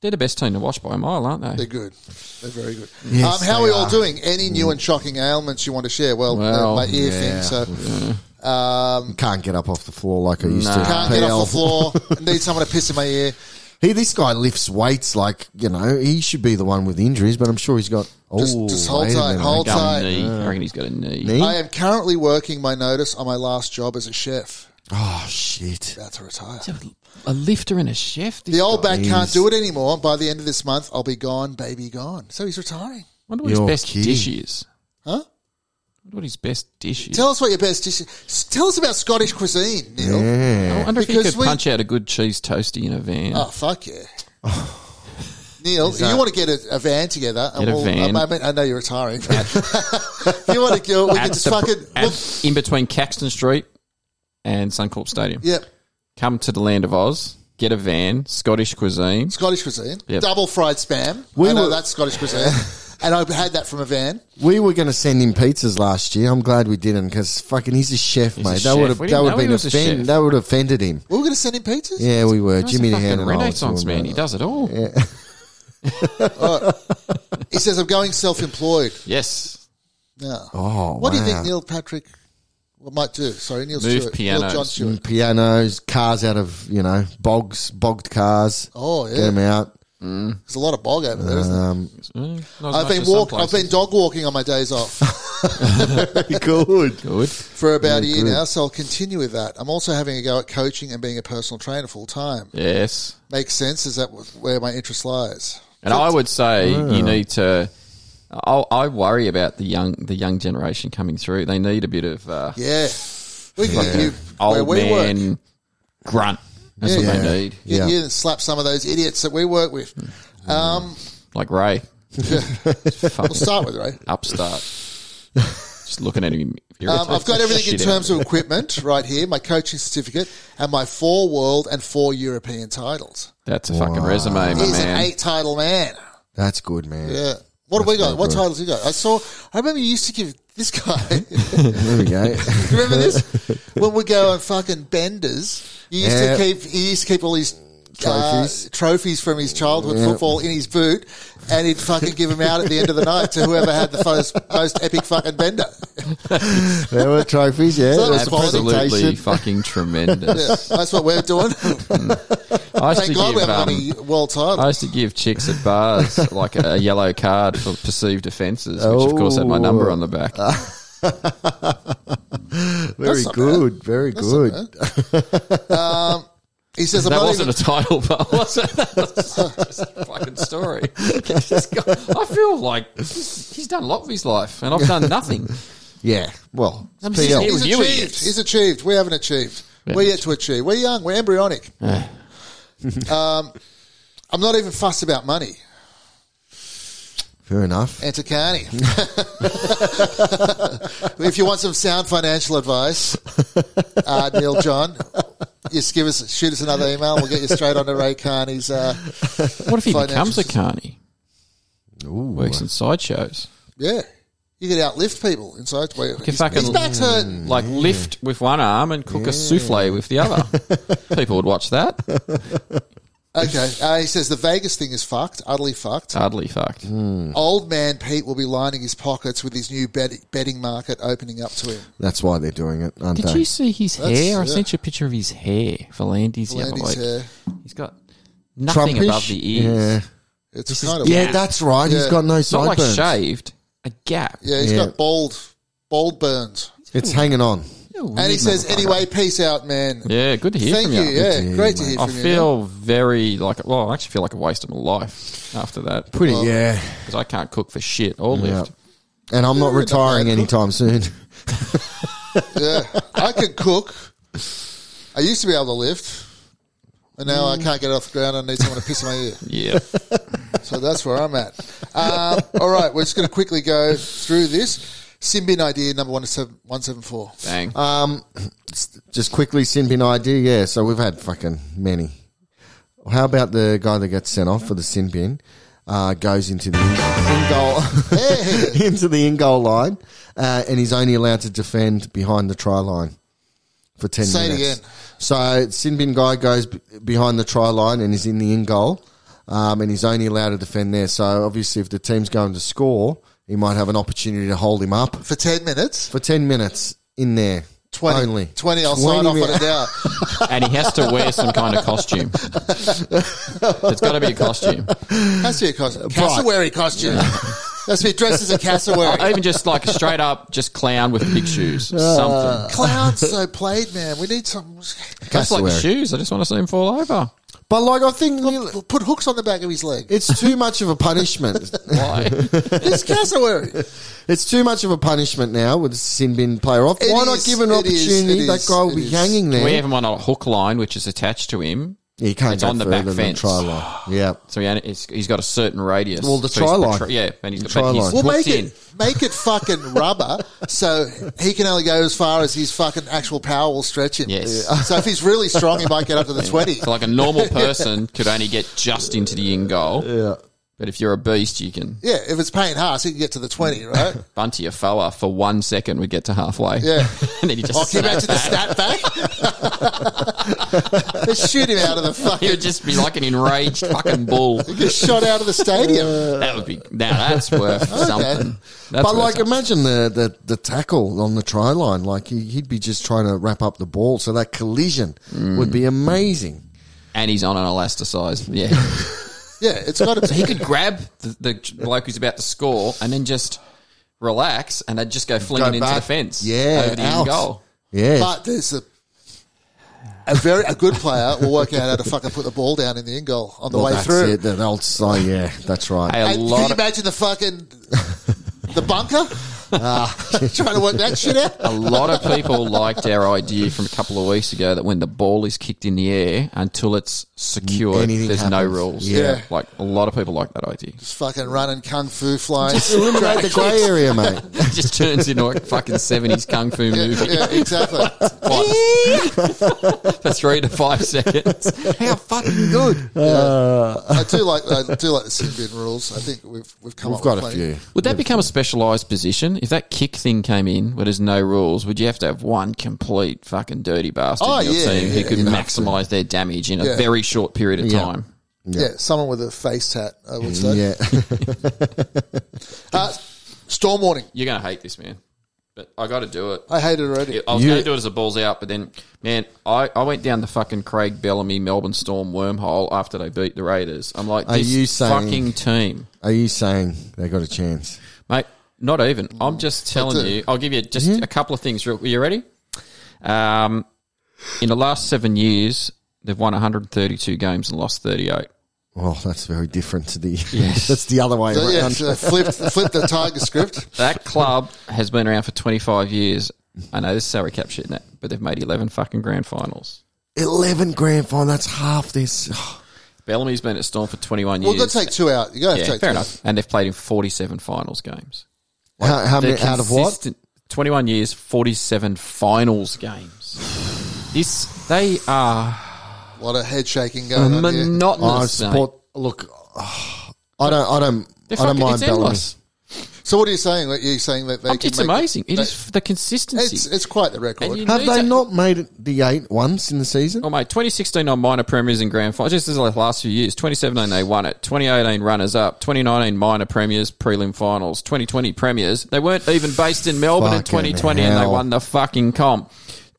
Speaker 3: They're the best team to watch by a mile, aren't
Speaker 1: They're
Speaker 3: they?
Speaker 1: good. They're very good.
Speaker 2: Yes,
Speaker 1: um, how are
Speaker 2: they
Speaker 1: we all
Speaker 2: are. Mm.
Speaker 1: doing? Any new and shocking ailments you want to share? Well,
Speaker 3: Well,
Speaker 1: uh, my ear
Speaker 2: yeah. Mm.
Speaker 1: thing. So
Speaker 2: Can't get up off the floor like I used to.
Speaker 1: can't get
Speaker 2: PL.
Speaker 1: off the floor. Need someone to piss in my ear.
Speaker 2: He, this guy lifts weights like you know he should be the one with the injuries, but I'm sure he's got. Oh,
Speaker 1: Just- just hold
Speaker 2: wait a
Speaker 1: tight,
Speaker 2: minute.
Speaker 1: hold
Speaker 3: Gum
Speaker 1: tight.
Speaker 3: knee. I reckon he's got a knee.
Speaker 2: Knee?
Speaker 1: I am currently working my notice on my last job as a chef.
Speaker 2: Oh shit!
Speaker 1: About to retire.
Speaker 3: A lifter and a chef.
Speaker 1: The old bat can't
Speaker 2: Jeez.
Speaker 1: do it anymore. By the end of this month, I'll be gone, baby gone. So he's retiring.
Speaker 3: wonder what his
Speaker 2: You're
Speaker 3: best
Speaker 2: kidding.
Speaker 3: dish is.
Speaker 1: Huh?
Speaker 3: Wonder what his best dish is.
Speaker 1: Tell us what your best dish is. Tell us about Scottish cuisine, Neil.
Speaker 2: Yeah,
Speaker 3: I wonder if he
Speaker 1: Because
Speaker 3: could
Speaker 1: we-
Speaker 3: punch out a good cheese toasty in a van.
Speaker 1: Oh, fuck yeah. Neil, you want to get a, a van together? And
Speaker 3: Get a van.
Speaker 1: I, mean, I know you're retiring. if you want to go, we can
Speaker 3: At
Speaker 1: just
Speaker 3: the-
Speaker 1: fucking.
Speaker 3: at-
Speaker 1: Look,
Speaker 3: in between Caxton Street and Suncorp Stadium.
Speaker 1: yeah,
Speaker 3: Come to the land of Oz. Get a van. Scottish cuisine.
Speaker 1: Scottish cuisine.
Speaker 3: Yep.
Speaker 1: Double fried spam.
Speaker 2: We
Speaker 1: I know
Speaker 2: were-
Speaker 1: that's Scottish cuisine. and I had that from a van.
Speaker 2: we were going to send him pizzas last year. I'm glad we didn't because fucking he's a chef,
Speaker 3: a
Speaker 2: mate.
Speaker 3: chef.
Speaker 2: That would have
Speaker 3: We
Speaker 2: that
Speaker 3: didn't
Speaker 2: would
Speaker 3: know
Speaker 2: have
Speaker 3: he
Speaker 2: been
Speaker 3: was a chef.
Speaker 2: offend, that would have offended him.
Speaker 1: We were going to send him pizzas?
Speaker 2: Yeah, we were.
Speaker 3: That's
Speaker 2: Jimmy
Speaker 3: a
Speaker 2: the Hand and
Speaker 3: fucking
Speaker 2: I were
Speaker 3: Renaissance
Speaker 2: talking
Speaker 3: man. He
Speaker 2: about
Speaker 3: does it all.
Speaker 1: He says, I'm going self employed.
Speaker 3: Yes.
Speaker 1: No.
Speaker 2: Oh,
Speaker 1: what do you
Speaker 2: wow.
Speaker 1: think Neil Patrick well, might do? Sorry, Neil
Speaker 3: Move Mm.
Speaker 1: Stewart. Neil
Speaker 3: pianos.
Speaker 1: John Stewart.
Speaker 2: it. Pianos, cars out of you know bogs, bogged cars.
Speaker 1: Oh,
Speaker 2: Get
Speaker 1: yeah.
Speaker 2: them out.
Speaker 1: There's a lot of bog over there, isn't there?
Speaker 2: Um,
Speaker 3: Mm, not as
Speaker 1: I've
Speaker 3: much
Speaker 1: been
Speaker 3: as some
Speaker 1: walk. I've
Speaker 3: places.
Speaker 1: been dog walking on my days off
Speaker 2: good.
Speaker 3: good.
Speaker 1: for about a year now, so I'll continue with that. I'm also having a go at coaching and being a personal trainer full time.
Speaker 3: Yes.
Speaker 1: Makes sense. Is that wh- where my interest lies?
Speaker 3: And I would say you need to. I, I worry about the young the young generation coming through. They need a bit of uh,
Speaker 1: Yeah, we can
Speaker 3: fucking
Speaker 1: you, where
Speaker 3: old
Speaker 1: we work.
Speaker 3: man grunt. That's
Speaker 1: Yeah.
Speaker 3: what
Speaker 1: Yeah.
Speaker 3: they need.
Speaker 1: You,
Speaker 2: Yeah.
Speaker 1: you slap some of those idiots that we work with.
Speaker 3: Mm,
Speaker 1: Um,
Speaker 3: Like Ray,
Speaker 1: we'll start with Um, Ray.
Speaker 3: upstart. Just looking at him.
Speaker 1: Um, I've got everything in terms of equipment right here: my coaching certificate and my four world and four European titles.
Speaker 3: That's a fucking resume, my
Speaker 1: He's an
Speaker 3: man.
Speaker 1: eight title man.
Speaker 2: That's good, man.
Speaker 1: Oh, Yeah. What have we got?
Speaker 2: no
Speaker 1: What
Speaker 2: good.
Speaker 1: titles you got? I saw. I remember you used to give this guy.
Speaker 2: There we go.
Speaker 1: you remember this? When we go on fucking benders, you used
Speaker 2: Yeah.
Speaker 1: to keep. He used to keep all these. Trophies.
Speaker 2: Trophies.
Speaker 1: trophies from his childhood football in his boot, and he'd fucking give them out at the end of the night to whoever had the first, most epic fucking bender.
Speaker 2: there were trophies. Yeah,
Speaker 1: That
Speaker 2: there
Speaker 1: was
Speaker 2: was a
Speaker 1: quality.
Speaker 3: Absolutely
Speaker 2: presentation.
Speaker 3: fucking tremendous.
Speaker 1: Yeah, that's what we're doing.
Speaker 3: I used to
Speaker 1: Thank God we
Speaker 3: give,
Speaker 1: haven't got
Speaker 3: um,
Speaker 1: any world
Speaker 3: I
Speaker 1: titles.
Speaker 3: used to give chicks at bars like a yellow card for perceived offences, which of course had my number on the back.
Speaker 1: Oh.
Speaker 2: Very
Speaker 1: not
Speaker 2: good. Very good.
Speaker 1: Um, He says, I'm
Speaker 3: That
Speaker 1: not even,
Speaker 3: wasn't a title, but was it? That's just a fucking story. It's just got- I feel like he's he's done a lot with his life, and I've done nothing.
Speaker 2: Yeah. Well,
Speaker 3: I'm
Speaker 2: PL.
Speaker 3: just here
Speaker 1: He's
Speaker 3: with you
Speaker 1: achieved.
Speaker 3: idiots.
Speaker 1: He's achieved. We haven't achieved.
Speaker 3: E Yeah.
Speaker 1: We're yet to achieve. We're young. We're embryonic. um, I'm not even fussed about money.
Speaker 2: fair enough.
Speaker 1: Antikani. if you want some sound financial advice, uh, Neil John, just give us shoot us another email. We'll get you straight onto Ray Carney's. Uh,
Speaker 3: What if he becomes
Speaker 1: Financial
Speaker 3: a carny? Works in sideshows.
Speaker 1: yeah, you could outlift people inside. Wait, his,
Speaker 3: fucking-
Speaker 1: his back's
Speaker 2: Hmm.
Speaker 1: hurting.
Speaker 3: Like lift with one arm and cook a souffle with the other. People would watch that.
Speaker 1: Okay, uh, he says the Vegas thing is fucked, utterly fucked.
Speaker 3: Hardly fucked.
Speaker 1: Mm,
Speaker 2: Hmm.
Speaker 1: Old man Pete will be lining his pockets with his new bet- betting market opening up to him.
Speaker 2: That's why they're doing it, aren't
Speaker 3: Did
Speaker 2: they?
Speaker 3: you see his
Speaker 1: That's-
Speaker 3: hair? I
Speaker 1: yeah.
Speaker 3: sent you a picture of his hair for Landy's the other
Speaker 1: Landy's
Speaker 3: week.
Speaker 1: hair.
Speaker 3: He's got nothing
Speaker 2: Trumpish?
Speaker 3: above the ears.
Speaker 2: Yeah.
Speaker 1: It's
Speaker 3: This is-
Speaker 1: kind of
Speaker 2: Yeah,
Speaker 1: weird.
Speaker 2: that's right. He's
Speaker 1: Yeah.
Speaker 2: got no
Speaker 3: It's not like
Speaker 2: sideburns.
Speaker 3: shaved, a gap.
Speaker 1: yeah. He's
Speaker 2: Yeah.
Speaker 1: got bald, bald burns.
Speaker 2: it's hanging on.
Speaker 1: And he says, "Anyway, peace out, man.
Speaker 3: Yeah, good to hear
Speaker 1: Thank
Speaker 3: from
Speaker 1: you.
Speaker 3: you.
Speaker 1: Yeah, great to hear
Speaker 3: I
Speaker 1: from you.
Speaker 3: feel very like, well, I actually feel like I wasted my life after that.
Speaker 2: Pretty, yeah.
Speaker 3: Because I can't cook for shit or lift.
Speaker 2: And I'm not
Speaker 1: You're a
Speaker 2: retiring
Speaker 1: bad cook.
Speaker 2: anytime soon.
Speaker 1: Yeah, I can cook. I used to be able to lift, and now I can't get off the ground. I need someone to piss in my ear.
Speaker 3: Yeah.
Speaker 1: So that's where I'm at. Um, all right, we're just going to quickly go through this. Simbin idea number one seven one seven four.
Speaker 3: Dang.
Speaker 1: Uh.
Speaker 2: Um, just quickly, Sinbin idea. Yeah, so we've had fucking many. How about the guy that gets sent off for the sin bin? Uh, goes into the in, in goal
Speaker 1: Hey.
Speaker 2: into the in goal line, uh, and he's only allowed to defend behind the try line for ten
Speaker 1: Say it
Speaker 2: minutes.
Speaker 1: again.
Speaker 2: So Sinbin guy goes b- behind the try line and is in the in goal, um, and he's only allowed to defend there. So obviously, if the team's going to score, he might have an opportunity to hold him up
Speaker 1: For ten minutes,
Speaker 2: for ten minutes in there.
Speaker 1: 20,
Speaker 2: Only.
Speaker 1: 20 I'll sign
Speaker 2: 20
Speaker 1: off on it
Speaker 2: minutes.
Speaker 1: now.
Speaker 3: and he has to wear some kind of costume. it's got to be a costume,
Speaker 1: Has to be a costume. Cassowary costume. Has to be dressed as a cassowary.
Speaker 3: even just like a straight up just clown with big shoes,
Speaker 1: Ah.
Speaker 3: something.
Speaker 1: Clown's so played, man. We need some.
Speaker 3: That's like the
Speaker 2: Cassowary.
Speaker 3: shoes. I just want to see him fall over.
Speaker 2: But like, I think
Speaker 1: We'll put hooks on the back of his leg.
Speaker 2: it's too much of a punishment.
Speaker 3: Why?
Speaker 1: It's cassowary.
Speaker 2: It's too much of a punishment now with the sin bin player off.
Speaker 1: It
Speaker 2: Why
Speaker 1: is,
Speaker 2: not give an
Speaker 1: it is,
Speaker 2: opportunity?
Speaker 1: it
Speaker 2: that
Speaker 1: is,
Speaker 2: guy will
Speaker 1: it
Speaker 2: be
Speaker 1: is.
Speaker 2: hanging there.
Speaker 3: we have him on a hook line, which is attached to him.
Speaker 2: he can't
Speaker 3: It's
Speaker 2: go
Speaker 3: on the
Speaker 2: further
Speaker 3: back
Speaker 2: than
Speaker 3: fence.
Speaker 2: Try line. Yeah.
Speaker 3: So he, he's, he's got a certain radius.
Speaker 2: Well, the
Speaker 3: So he's
Speaker 2: try
Speaker 3: the
Speaker 2: line.
Speaker 3: tri- yeah, and he's got
Speaker 2: try
Speaker 3: but he's
Speaker 2: line.
Speaker 1: Well,
Speaker 3: hooked
Speaker 1: make
Speaker 3: in.
Speaker 1: it make it fucking rubber, so he can only go as far as his fucking actual power will stretch him.
Speaker 3: Yes.
Speaker 1: So if he's really strong, he might get up to the twenty.
Speaker 3: So like a normal person could only get just into the in goal. Yeah. But if you're a beast, you can
Speaker 1: Yeah, if it's Payne Haas, he can get to the twenty, right?
Speaker 3: bunty a fella for one second, we get to halfway.
Speaker 1: Yeah.
Speaker 3: and then you just
Speaker 1: I'll keep out
Speaker 3: snap
Speaker 1: to the
Speaker 3: back.
Speaker 1: snapback. Just shoot him out of the
Speaker 3: He
Speaker 1: fucking.
Speaker 3: would just be like an enraged fucking bull.
Speaker 1: Get shot out of the stadium.
Speaker 3: That would be now that's worth something. That's
Speaker 2: but
Speaker 3: worth
Speaker 2: like,
Speaker 3: something.
Speaker 2: imagine the, the the tackle on the try line. Like he, he'd be just trying to wrap up the ball, so that collision
Speaker 3: Mm.
Speaker 2: would be amazing.
Speaker 3: and he's on an elasticized. Yeah,
Speaker 1: yeah, it's got to
Speaker 3: so he could grab the, the bloke who's about to score and then just relax, and they'd just go flinging into the
Speaker 2: back.
Speaker 3: fence.
Speaker 2: Yeah,
Speaker 3: over the
Speaker 2: out.
Speaker 3: end goal.
Speaker 2: Yeah,
Speaker 1: But there's a a very a good player will work out how to fucking put the ball down in the end goal on the
Speaker 2: Well,
Speaker 1: way
Speaker 2: that's
Speaker 1: through.
Speaker 2: It, that old, oh, yeah, that's right.
Speaker 3: Hey, a
Speaker 1: And can
Speaker 3: lot
Speaker 1: you
Speaker 3: of,
Speaker 1: imagine the fucking the bunker
Speaker 3: Ah.
Speaker 1: trying to work that shit out?
Speaker 3: A lot of people liked our idea from a couple of weeks ago that when the ball is kicked in the air until it's secured,
Speaker 2: Anything
Speaker 3: there's no
Speaker 2: happens.
Speaker 3: rules.
Speaker 1: Yeah.
Speaker 3: Like a lot of people like that idea.
Speaker 1: Just fucking running kung fu flying.
Speaker 2: Eliminate the grey area, mate.
Speaker 3: It just turns into a fucking 70s kung fu movie.
Speaker 1: yeah, exactly.
Speaker 3: For three to five seconds. How fucking good.
Speaker 1: I do like I do like the sin bin rules. I think we've we've come
Speaker 2: We've
Speaker 1: up
Speaker 2: got
Speaker 1: with
Speaker 2: a
Speaker 1: plenty.
Speaker 2: few.
Speaker 3: Would that become a specialised position? If that kick thing came in where there's no rules, would you have to have one complete fucking dirty bastard
Speaker 1: Oh,
Speaker 3: in your
Speaker 1: yeah,
Speaker 3: team who
Speaker 1: yeah,
Speaker 3: could
Speaker 1: you'd
Speaker 2: have to.
Speaker 3: maximise their damage in a
Speaker 1: Yeah.
Speaker 3: very short period of
Speaker 2: Yeah.
Speaker 3: time?
Speaker 1: Yeah. someone with a face tat. I would say.
Speaker 2: Yeah,
Speaker 1: Uh, storm warning.
Speaker 3: You're going to hate this, man. But I got to do it.
Speaker 1: I hate it already.
Speaker 3: Yeah, I was
Speaker 2: You-
Speaker 3: going to do it as a balls out, but then, man, I, I went down the fucking Craig Bellamy Melbourne Storm wormhole after they beat the Raiders. I'm like,
Speaker 2: Are
Speaker 3: this
Speaker 2: you saying-
Speaker 3: fucking team,
Speaker 2: are you saying they got a chance?
Speaker 3: mate. Not even.
Speaker 2: Oh,
Speaker 3: I'm just telling
Speaker 1: do.
Speaker 3: you. I'll give you just
Speaker 2: Mm-hmm.
Speaker 3: a couple of things. Real, you ready? Um, in the last seven years, they've won 132 games and lost 38.
Speaker 2: Oh, that's very different to the. that's the other way
Speaker 1: So, yeah,
Speaker 2: around.
Speaker 1: so flip flip the tiger script.
Speaker 3: That club has been around for 25 years. I know this is salary cap shit, in that, but they've made 11 fucking grand finals.
Speaker 2: Eleven grand final. That's half this.
Speaker 3: Bellamy's been at Storm for 21
Speaker 1: Well,
Speaker 3: years.
Speaker 1: got to take two out. You got to
Speaker 3: Yeah,
Speaker 1: take
Speaker 3: fair
Speaker 1: two
Speaker 3: enough. And they've played in 47 finals games.
Speaker 2: how how many,
Speaker 3: They're
Speaker 2: out of what?
Speaker 3: consistent- 21 years, 47 finals games. This they are
Speaker 1: out. A lot of head shaking going on here.
Speaker 2: Oh, I
Speaker 3: monotonous. mate.
Speaker 2: support. Look, I don't. I don't.
Speaker 3: They're
Speaker 2: I don't
Speaker 3: fucking-
Speaker 2: mind
Speaker 3: it's
Speaker 2: Bellamy.
Speaker 3: endless.
Speaker 1: So what are you saying? That You're saying that they can
Speaker 3: It's
Speaker 1: make
Speaker 3: amazing. It
Speaker 1: they-
Speaker 3: is f- the consistency.
Speaker 1: It's it's quite the record.
Speaker 3: And you-
Speaker 2: Have
Speaker 3: Need
Speaker 2: they
Speaker 3: to-
Speaker 2: not made it the eight once in the season?
Speaker 3: Oh mate, 2016 on minor premiers and grand finals. Just as the last few years, 2017 they won it. 2018 runners up. 2019 minor premiers, prelim finals. 2020 premiers. They weren't even based in Melbourne in
Speaker 2: Fucking
Speaker 3: 2020, and they
Speaker 2: hell.
Speaker 3: won the fucking comp.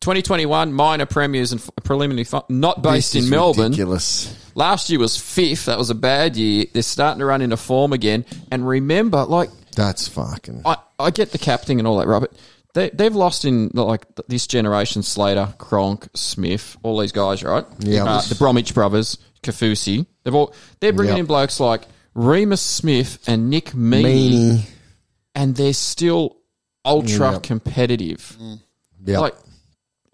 Speaker 3: 2021 minor premiers and f- preliminary fi- not based
Speaker 2: This
Speaker 3: in
Speaker 2: is
Speaker 3: Melbourne.
Speaker 2: Ridiculous.
Speaker 3: Last year was fifth. That was a bad year. They're starting to run into form again. And remember, like
Speaker 2: That's fucking.
Speaker 3: I, I get the cap thing and all that, Robert. They, they've lost in like this generation: Slater, Cronk, Smith, all these guys, right?
Speaker 2: Yeah.
Speaker 3: Uh, the Bromwich brothers, Kafusi. They've all they're bringing
Speaker 2: Yep.
Speaker 3: in blokes like Remus Smith and Nick Meaney,
Speaker 2: Meanie.
Speaker 3: and they're still ultra
Speaker 2: Yep.
Speaker 3: competitive.
Speaker 2: Yeah.
Speaker 3: Like,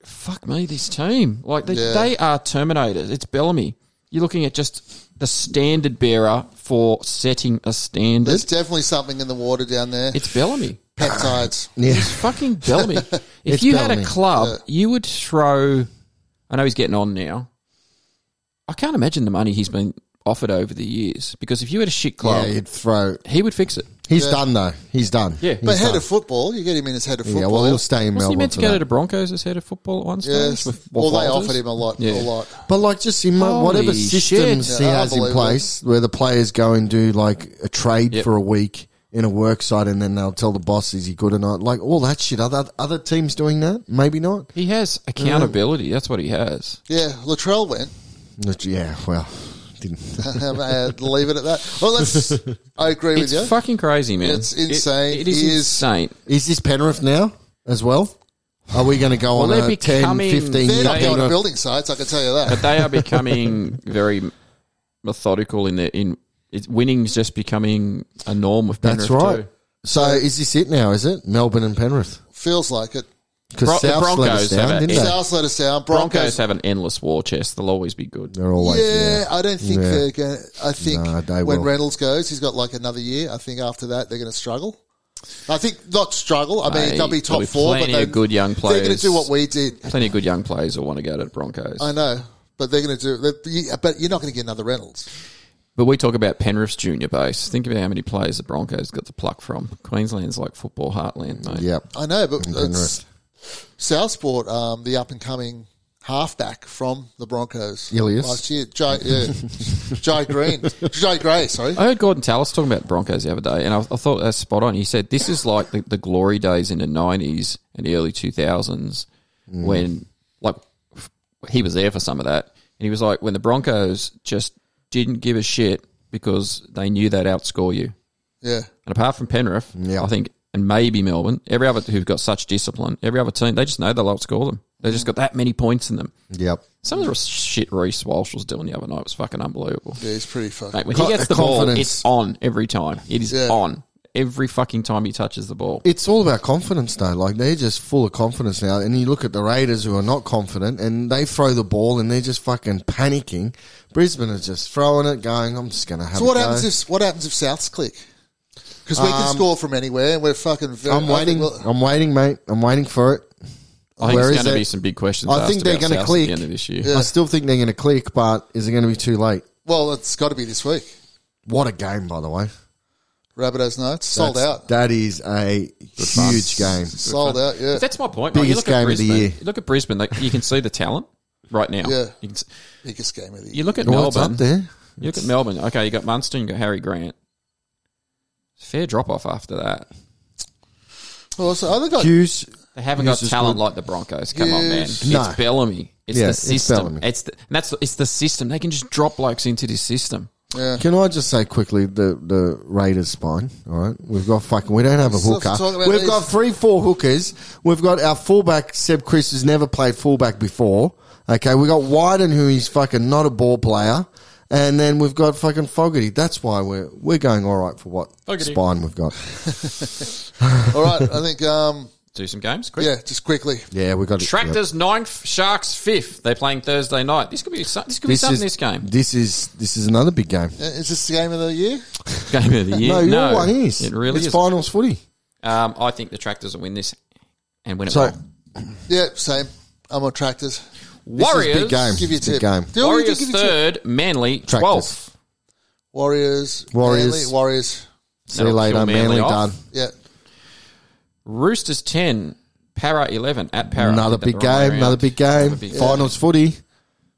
Speaker 3: fuck me, this team. Like, they,
Speaker 1: Yeah.
Speaker 3: they are Terminators. It's Bellamy. You're looking at just the standard bearer for setting a standard.
Speaker 1: There's definitely something in the water down there.
Speaker 3: It's Bellamy.
Speaker 1: Peptides.
Speaker 2: yeah.
Speaker 3: Fucking Bellamy. If
Speaker 2: It's
Speaker 3: you had a
Speaker 2: Bellamy.
Speaker 3: club, you would throw. I know he's getting on now. I can't imagine the money he's been offered over the years because if you had a shit
Speaker 2: Yeah.
Speaker 3: club,
Speaker 2: You'd throw.
Speaker 3: he would fix it.
Speaker 2: He's done though. He's done.
Speaker 3: Yeah.
Speaker 2: He's
Speaker 1: But head
Speaker 2: done.
Speaker 1: of football, you get him in as head of
Speaker 2: yeah.
Speaker 1: football.
Speaker 2: Well, he'll stay in
Speaker 3: Wasn't
Speaker 2: Melbourne.
Speaker 3: he meant to
Speaker 2: for
Speaker 3: go
Speaker 2: that.
Speaker 3: to the Broncos as head of football at one stage?
Speaker 1: yes.
Speaker 3: with-
Speaker 1: Well, they
Speaker 3: Walters?
Speaker 1: offered him a lot,
Speaker 3: Yeah.
Speaker 1: a lot.
Speaker 2: But like, just in
Speaker 3: Holy
Speaker 2: whatever
Speaker 3: shit.
Speaker 2: systems he
Speaker 1: Yeah,
Speaker 2: has in
Speaker 1: unbelievable.
Speaker 2: place, where the players go and do like a trade
Speaker 3: Yep.
Speaker 2: for a week in a work site and then they'll tell the boss is he good or not. Like all that shit. Are there other teams doing that? Maybe not.
Speaker 3: He has accountability. That's what he has.
Speaker 1: Yeah, Latrell went.
Speaker 2: But yeah, well, didn't.
Speaker 1: Uh, leave it at that. Well, let's. I agree
Speaker 3: It's
Speaker 1: with you.
Speaker 3: fucking crazy, man.
Speaker 1: It's
Speaker 3: It-
Speaker 1: insane.
Speaker 3: it is
Speaker 1: He is-
Speaker 3: insane.
Speaker 2: Is this Penrith now as well? Are we going to go
Speaker 3: Well,
Speaker 2: on
Speaker 3: they're
Speaker 2: a 10,
Speaker 3: becoming-
Speaker 2: 15
Speaker 1: They're
Speaker 2: year
Speaker 1: not going to
Speaker 2: of-
Speaker 1: building sites. I can tell you that.
Speaker 3: But they are becoming very methodical in their in. It's, winning's just becoming a norm with Penrith
Speaker 2: That's right.
Speaker 3: too.
Speaker 2: So is this it now? Is it Melbourne and Penrith?
Speaker 1: Feels like it.
Speaker 2: Because
Speaker 3: Bro- the
Speaker 2: South let us
Speaker 3: Broncos have
Speaker 2: down,
Speaker 3: it.
Speaker 2: didn't
Speaker 3: Yeah.
Speaker 2: they?
Speaker 1: South let us down.
Speaker 3: Broncos,
Speaker 1: Broncos.
Speaker 3: have an endless war chest. They'll always be good.
Speaker 2: They're always
Speaker 1: yeah, I don't think
Speaker 2: Yeah.
Speaker 1: they're going. to I think
Speaker 2: No, they
Speaker 1: when
Speaker 2: will.
Speaker 1: Reynolds goes, he's got like another year. I think after that, they're going to struggle. I think not struggle. I mean,
Speaker 3: Hey,
Speaker 1: they'll be top
Speaker 3: there'll be
Speaker 1: four, but
Speaker 3: plenty
Speaker 1: they,
Speaker 3: of good young
Speaker 1: They're going
Speaker 3: players.
Speaker 1: to do what we did.
Speaker 3: Plenty of good young players will want to go to the Broncos.
Speaker 1: I know, but they're going to do. they- But you're not going to get another Reynolds.
Speaker 3: But we talk about Penrith's junior base. Think about how many players the Broncos got to pluck from. Queensland's like football heartland, mate.
Speaker 2: Yeah.
Speaker 1: I know, but
Speaker 2: And
Speaker 1: it's, Southport, um, the up and coming halfback from the Broncos
Speaker 2: Ilias.
Speaker 1: last year, Jay, yeah, Jay Green, Jay Gray. Sorry,
Speaker 2: Oh.
Speaker 3: I heard Gordon Tallis talking about Broncos the other day, and I, I thought that's spot on. He said this is like the, the glory days in the '90s and early 2000s when, like, f- he was there for some of that, and he was like, when the Broncos just didn't give a shit because they knew they'd outscore you.
Speaker 1: yeah,
Speaker 3: And apart from Penrith,
Speaker 2: Yeah.
Speaker 3: I think, and maybe Melbourne, every other who've got such discipline, every other team, they just know they'll outscore them. They've just got that many points in them.
Speaker 2: Yep.
Speaker 3: Some of the shit Reese Walsh was doing the other night was fucking unbelievable.
Speaker 1: yeah, he's pretty fucking.
Speaker 3: Mate, when
Speaker 2: Co-
Speaker 3: he gets the
Speaker 2: confidence.
Speaker 3: ball, it's on every time. It is
Speaker 1: Yeah.
Speaker 3: on every fucking time he touches the ball.
Speaker 2: It's all about confidence, though. Like they're just full of confidence now. And you look at the Raiders, who are not confident, and they throw the ball, and they're just fucking panicking. Brisbane are just throwing it, going, "I'm just going to have."
Speaker 1: So
Speaker 2: a
Speaker 1: what
Speaker 2: go."
Speaker 1: happens if what happens if Souths click? Because we can score from anywhere, and we're fucking. Very,
Speaker 2: Um, I'm waiting.
Speaker 1: I think we'll-
Speaker 2: I'm waiting, mate. I'm waiting for it.
Speaker 3: I think
Speaker 2: Where
Speaker 3: there's
Speaker 2: is
Speaker 3: going to
Speaker 2: it?
Speaker 3: be some big questions.
Speaker 2: I think
Speaker 3: asked
Speaker 2: they're
Speaker 3: about
Speaker 2: gonna
Speaker 3: South
Speaker 2: click.
Speaker 3: at the end of this year.
Speaker 1: Yeah.
Speaker 2: I still think they're going to click, but is it going to be too late?
Speaker 1: well, it's got to be this week.
Speaker 2: What a game, by the way!
Speaker 1: Rabbitohs nights sold
Speaker 2: That's-
Speaker 1: out,
Speaker 2: That is a huge game.
Speaker 1: sold out. Yeah,
Speaker 3: But That's my point. mate. You
Speaker 2: Biggest
Speaker 3: look at
Speaker 2: game of the
Speaker 3: Brisbane,
Speaker 2: year.
Speaker 3: You look at Brisbane. Like, you can see the talent right now.
Speaker 1: Yeah.
Speaker 3: You, can, s-
Speaker 1: biggest game of the
Speaker 3: you
Speaker 1: year.
Speaker 3: look at
Speaker 2: Well, it's
Speaker 3: Melbourne.
Speaker 2: up there.
Speaker 3: You look at Melbourne. Okay, you got Munster and you got Harry Grant. Fair drop off after that.
Speaker 1: Well, so other guy,
Speaker 2: Hughes,
Speaker 3: They haven't
Speaker 2: Hughes
Speaker 3: got
Speaker 2: is
Speaker 3: talent
Speaker 2: good.
Speaker 3: like the Broncos. Come on, man.
Speaker 1: Hughes-
Speaker 2: No.
Speaker 3: It's Bellamy. It's
Speaker 2: Yeah,
Speaker 3: the
Speaker 2: it's
Speaker 3: system.
Speaker 2: Bellamy.
Speaker 3: It's, the, and that's it's the system. They can just drop blokes into this system.
Speaker 1: yeah.
Speaker 2: Can I just say quickly the the Raiders spine? All right, we've got fucking. We don't have a
Speaker 1: Stop
Speaker 2: hooker.
Speaker 1: talking about
Speaker 2: We've
Speaker 1: these.
Speaker 2: got three, four hookers. We've got our fullback Seb Chris who's never played fullback before. Okay, we got Wyden who is fucking not a ball player, and then we've got fucking Fogarty. That's why we're we're going all right for what
Speaker 3: Fogarty.
Speaker 2: spine we've got.
Speaker 1: All right, I think. Um,
Speaker 3: Do some games quick.
Speaker 1: yeah, just quickly.
Speaker 2: Yeah, we got it. Yep.
Speaker 3: Tractors ninth, Sharks fifth. They're playing Thursday night. This could be so- this could be something.
Speaker 2: is
Speaker 3: this game,
Speaker 2: This is this is another big game.
Speaker 1: Uh, Is this the game of the year?
Speaker 3: game of the year.
Speaker 2: No, your one is.
Speaker 3: It really
Speaker 2: it's
Speaker 3: is.
Speaker 2: finals footy.
Speaker 3: Um, I think the Tractors will win this and win it.
Speaker 2: So
Speaker 3: well.
Speaker 1: Yeah, same. I'm on tractors.
Speaker 3: Warriors
Speaker 2: big game.
Speaker 1: Give you a
Speaker 2: Big
Speaker 1: tip.
Speaker 2: game.
Speaker 1: Do you want me to
Speaker 3: Warriors
Speaker 1: give you a tip?
Speaker 3: third, Manly twelfth.
Speaker 1: Warriors.
Speaker 2: Warriors.
Speaker 1: Manly, Warriors.
Speaker 2: see you
Speaker 3: That'll
Speaker 2: later,
Speaker 3: kill Manly
Speaker 2: Manly
Speaker 3: off.
Speaker 2: done.
Speaker 1: Yeah.
Speaker 3: Roosters ten, Para eleven at Para.
Speaker 2: Another
Speaker 3: I think
Speaker 2: big
Speaker 3: they're the wrong
Speaker 2: game.
Speaker 3: way
Speaker 2: Another
Speaker 3: around.
Speaker 2: big game.
Speaker 3: Another big Uh,
Speaker 2: Finals footy.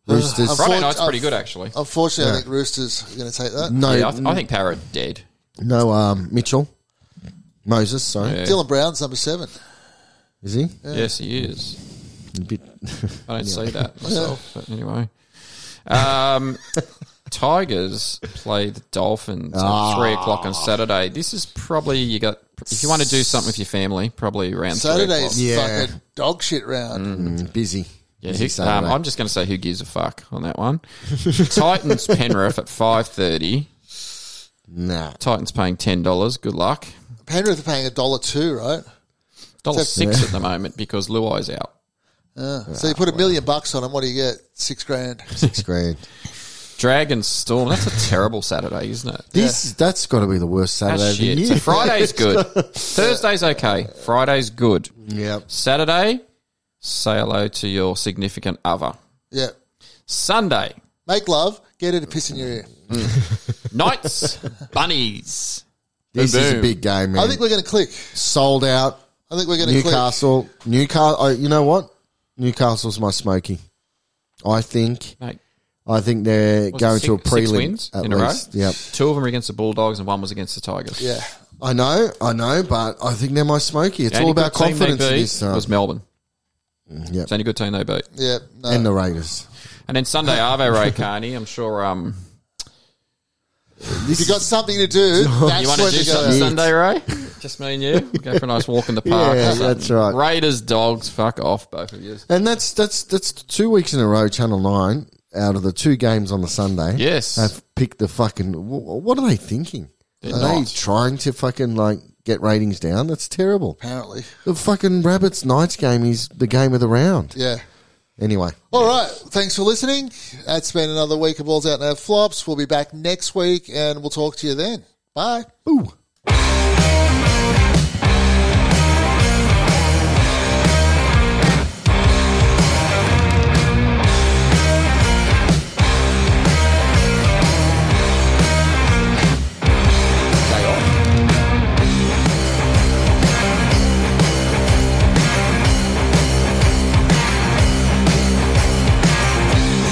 Speaker 2: Roosters.
Speaker 1: I'm
Speaker 3: Friday
Speaker 1: Unfor-
Speaker 3: night's pretty
Speaker 1: uh,
Speaker 3: good actually.
Speaker 1: Unfortunately, I think Roosters are going to take that.
Speaker 2: No,
Speaker 3: yeah, I, th- I think Para are dead.
Speaker 2: no. Um, Mitchell, Moses. Sorry,
Speaker 3: Yeah.
Speaker 1: Dylan Brown's number seven.
Speaker 2: is he?
Speaker 3: Yes, he is.
Speaker 2: A bit.
Speaker 3: I don't see that myself. But anyway, um, Tigers play the Dolphins
Speaker 2: Ah.
Speaker 3: at three o'clock on Saturday. This is probably you got if you want to do something with your family, probably around Three
Speaker 1: Saturday's
Speaker 3: o'clock.
Speaker 2: Yeah.
Speaker 1: fucking dog shit round.
Speaker 2: Mm, busy.
Speaker 3: Yeah,
Speaker 2: busy
Speaker 3: who- um,
Speaker 2: Saturday.
Speaker 3: I'm just going to say who gives a fuck on that one. Titans Penrith at five thirty.
Speaker 2: nah.
Speaker 3: Titans paying ten dollars. Good luck.
Speaker 1: Penrith are paying a dollar two, right?
Speaker 3: Dollar six at the moment because Luai's out.
Speaker 1: Yeah. So you put a million bucks on them. What do you get? Six grand.
Speaker 2: Six grand.
Speaker 3: Dragon Storm. That's a terrible Saturday, isn't it?
Speaker 2: This that's got to be the worst
Speaker 3: That's
Speaker 2: Saturday of the
Speaker 3: Ah, shit.
Speaker 2: year.
Speaker 3: So Friday's good. Thursday's okay. Friday's good.
Speaker 2: yeah.
Speaker 3: Saturday, say hello to your significant other.
Speaker 1: Yeah.
Speaker 3: Sunday,
Speaker 1: Make love. Get it a piss in your ear.
Speaker 3: Knights, Bunnies.
Speaker 2: This is a
Speaker 3: Boom.
Speaker 2: big game, man.
Speaker 1: I think we're going to click.
Speaker 2: Sold out.
Speaker 1: I think we're going to click.
Speaker 2: Newcastle. Newcastle. Oh, you know what? Newcastle's my smoky. I think.
Speaker 3: Mate,
Speaker 2: I think they're
Speaker 3: was it
Speaker 2: going to a
Speaker 3: six-
Speaker 2: prelim
Speaker 3: six wins
Speaker 2: at
Speaker 3: in
Speaker 2: least.
Speaker 3: a row?
Speaker 2: Yep.
Speaker 3: Two of them were against the Bulldogs and one was against the Tigers.
Speaker 1: Yeah.
Speaker 2: I know, I know, but I think they're my smoky. It's all about confidence in this uh, time. Mm,
Speaker 3: was Melbourne.
Speaker 2: Yep.
Speaker 3: It's only good team they beat.
Speaker 1: Yeah, no.
Speaker 2: and the Raiders.
Speaker 3: And then Sunday, Arvo Ray Carney. I'm sure um,
Speaker 1: if you got something to do,
Speaker 3: you
Speaker 1: that's
Speaker 3: want to
Speaker 1: where
Speaker 3: do
Speaker 1: to
Speaker 3: something
Speaker 1: go.
Speaker 3: Sunday, Ray? Just me and you. We'll go for a nice walk in the park.
Speaker 2: Yeah,
Speaker 3: or something.
Speaker 2: that's right.
Speaker 3: Raiders, dogs, fuck off, both of you.
Speaker 2: And that's that's that's two weeks in a row. Channel Nine, out of the two games on the Sunday,
Speaker 3: Yes.
Speaker 2: have picked the fucking. wh- What are they thinking?
Speaker 3: They're
Speaker 2: are they
Speaker 3: not.
Speaker 2: trying to fucking like get ratings down? That's terrible.
Speaker 1: Apparently,
Speaker 2: The fucking Rabbits Knights game is the game of the round.
Speaker 1: yeah.
Speaker 2: Anyway,
Speaker 1: All right. Thanks for listening. That's been another week of Balls Out Now Flops. We'll be back next week, and we'll talk to you then. Bye.
Speaker 2: ooh.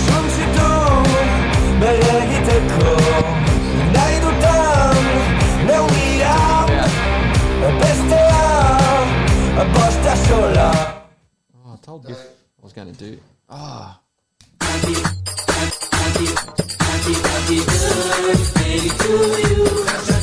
Speaker 8: Som si dom, beregite kom Najdu tam, ne umiram Bez teba, posta sola
Speaker 3: Oh, I told you I was going to do.
Speaker 8: Baby, do you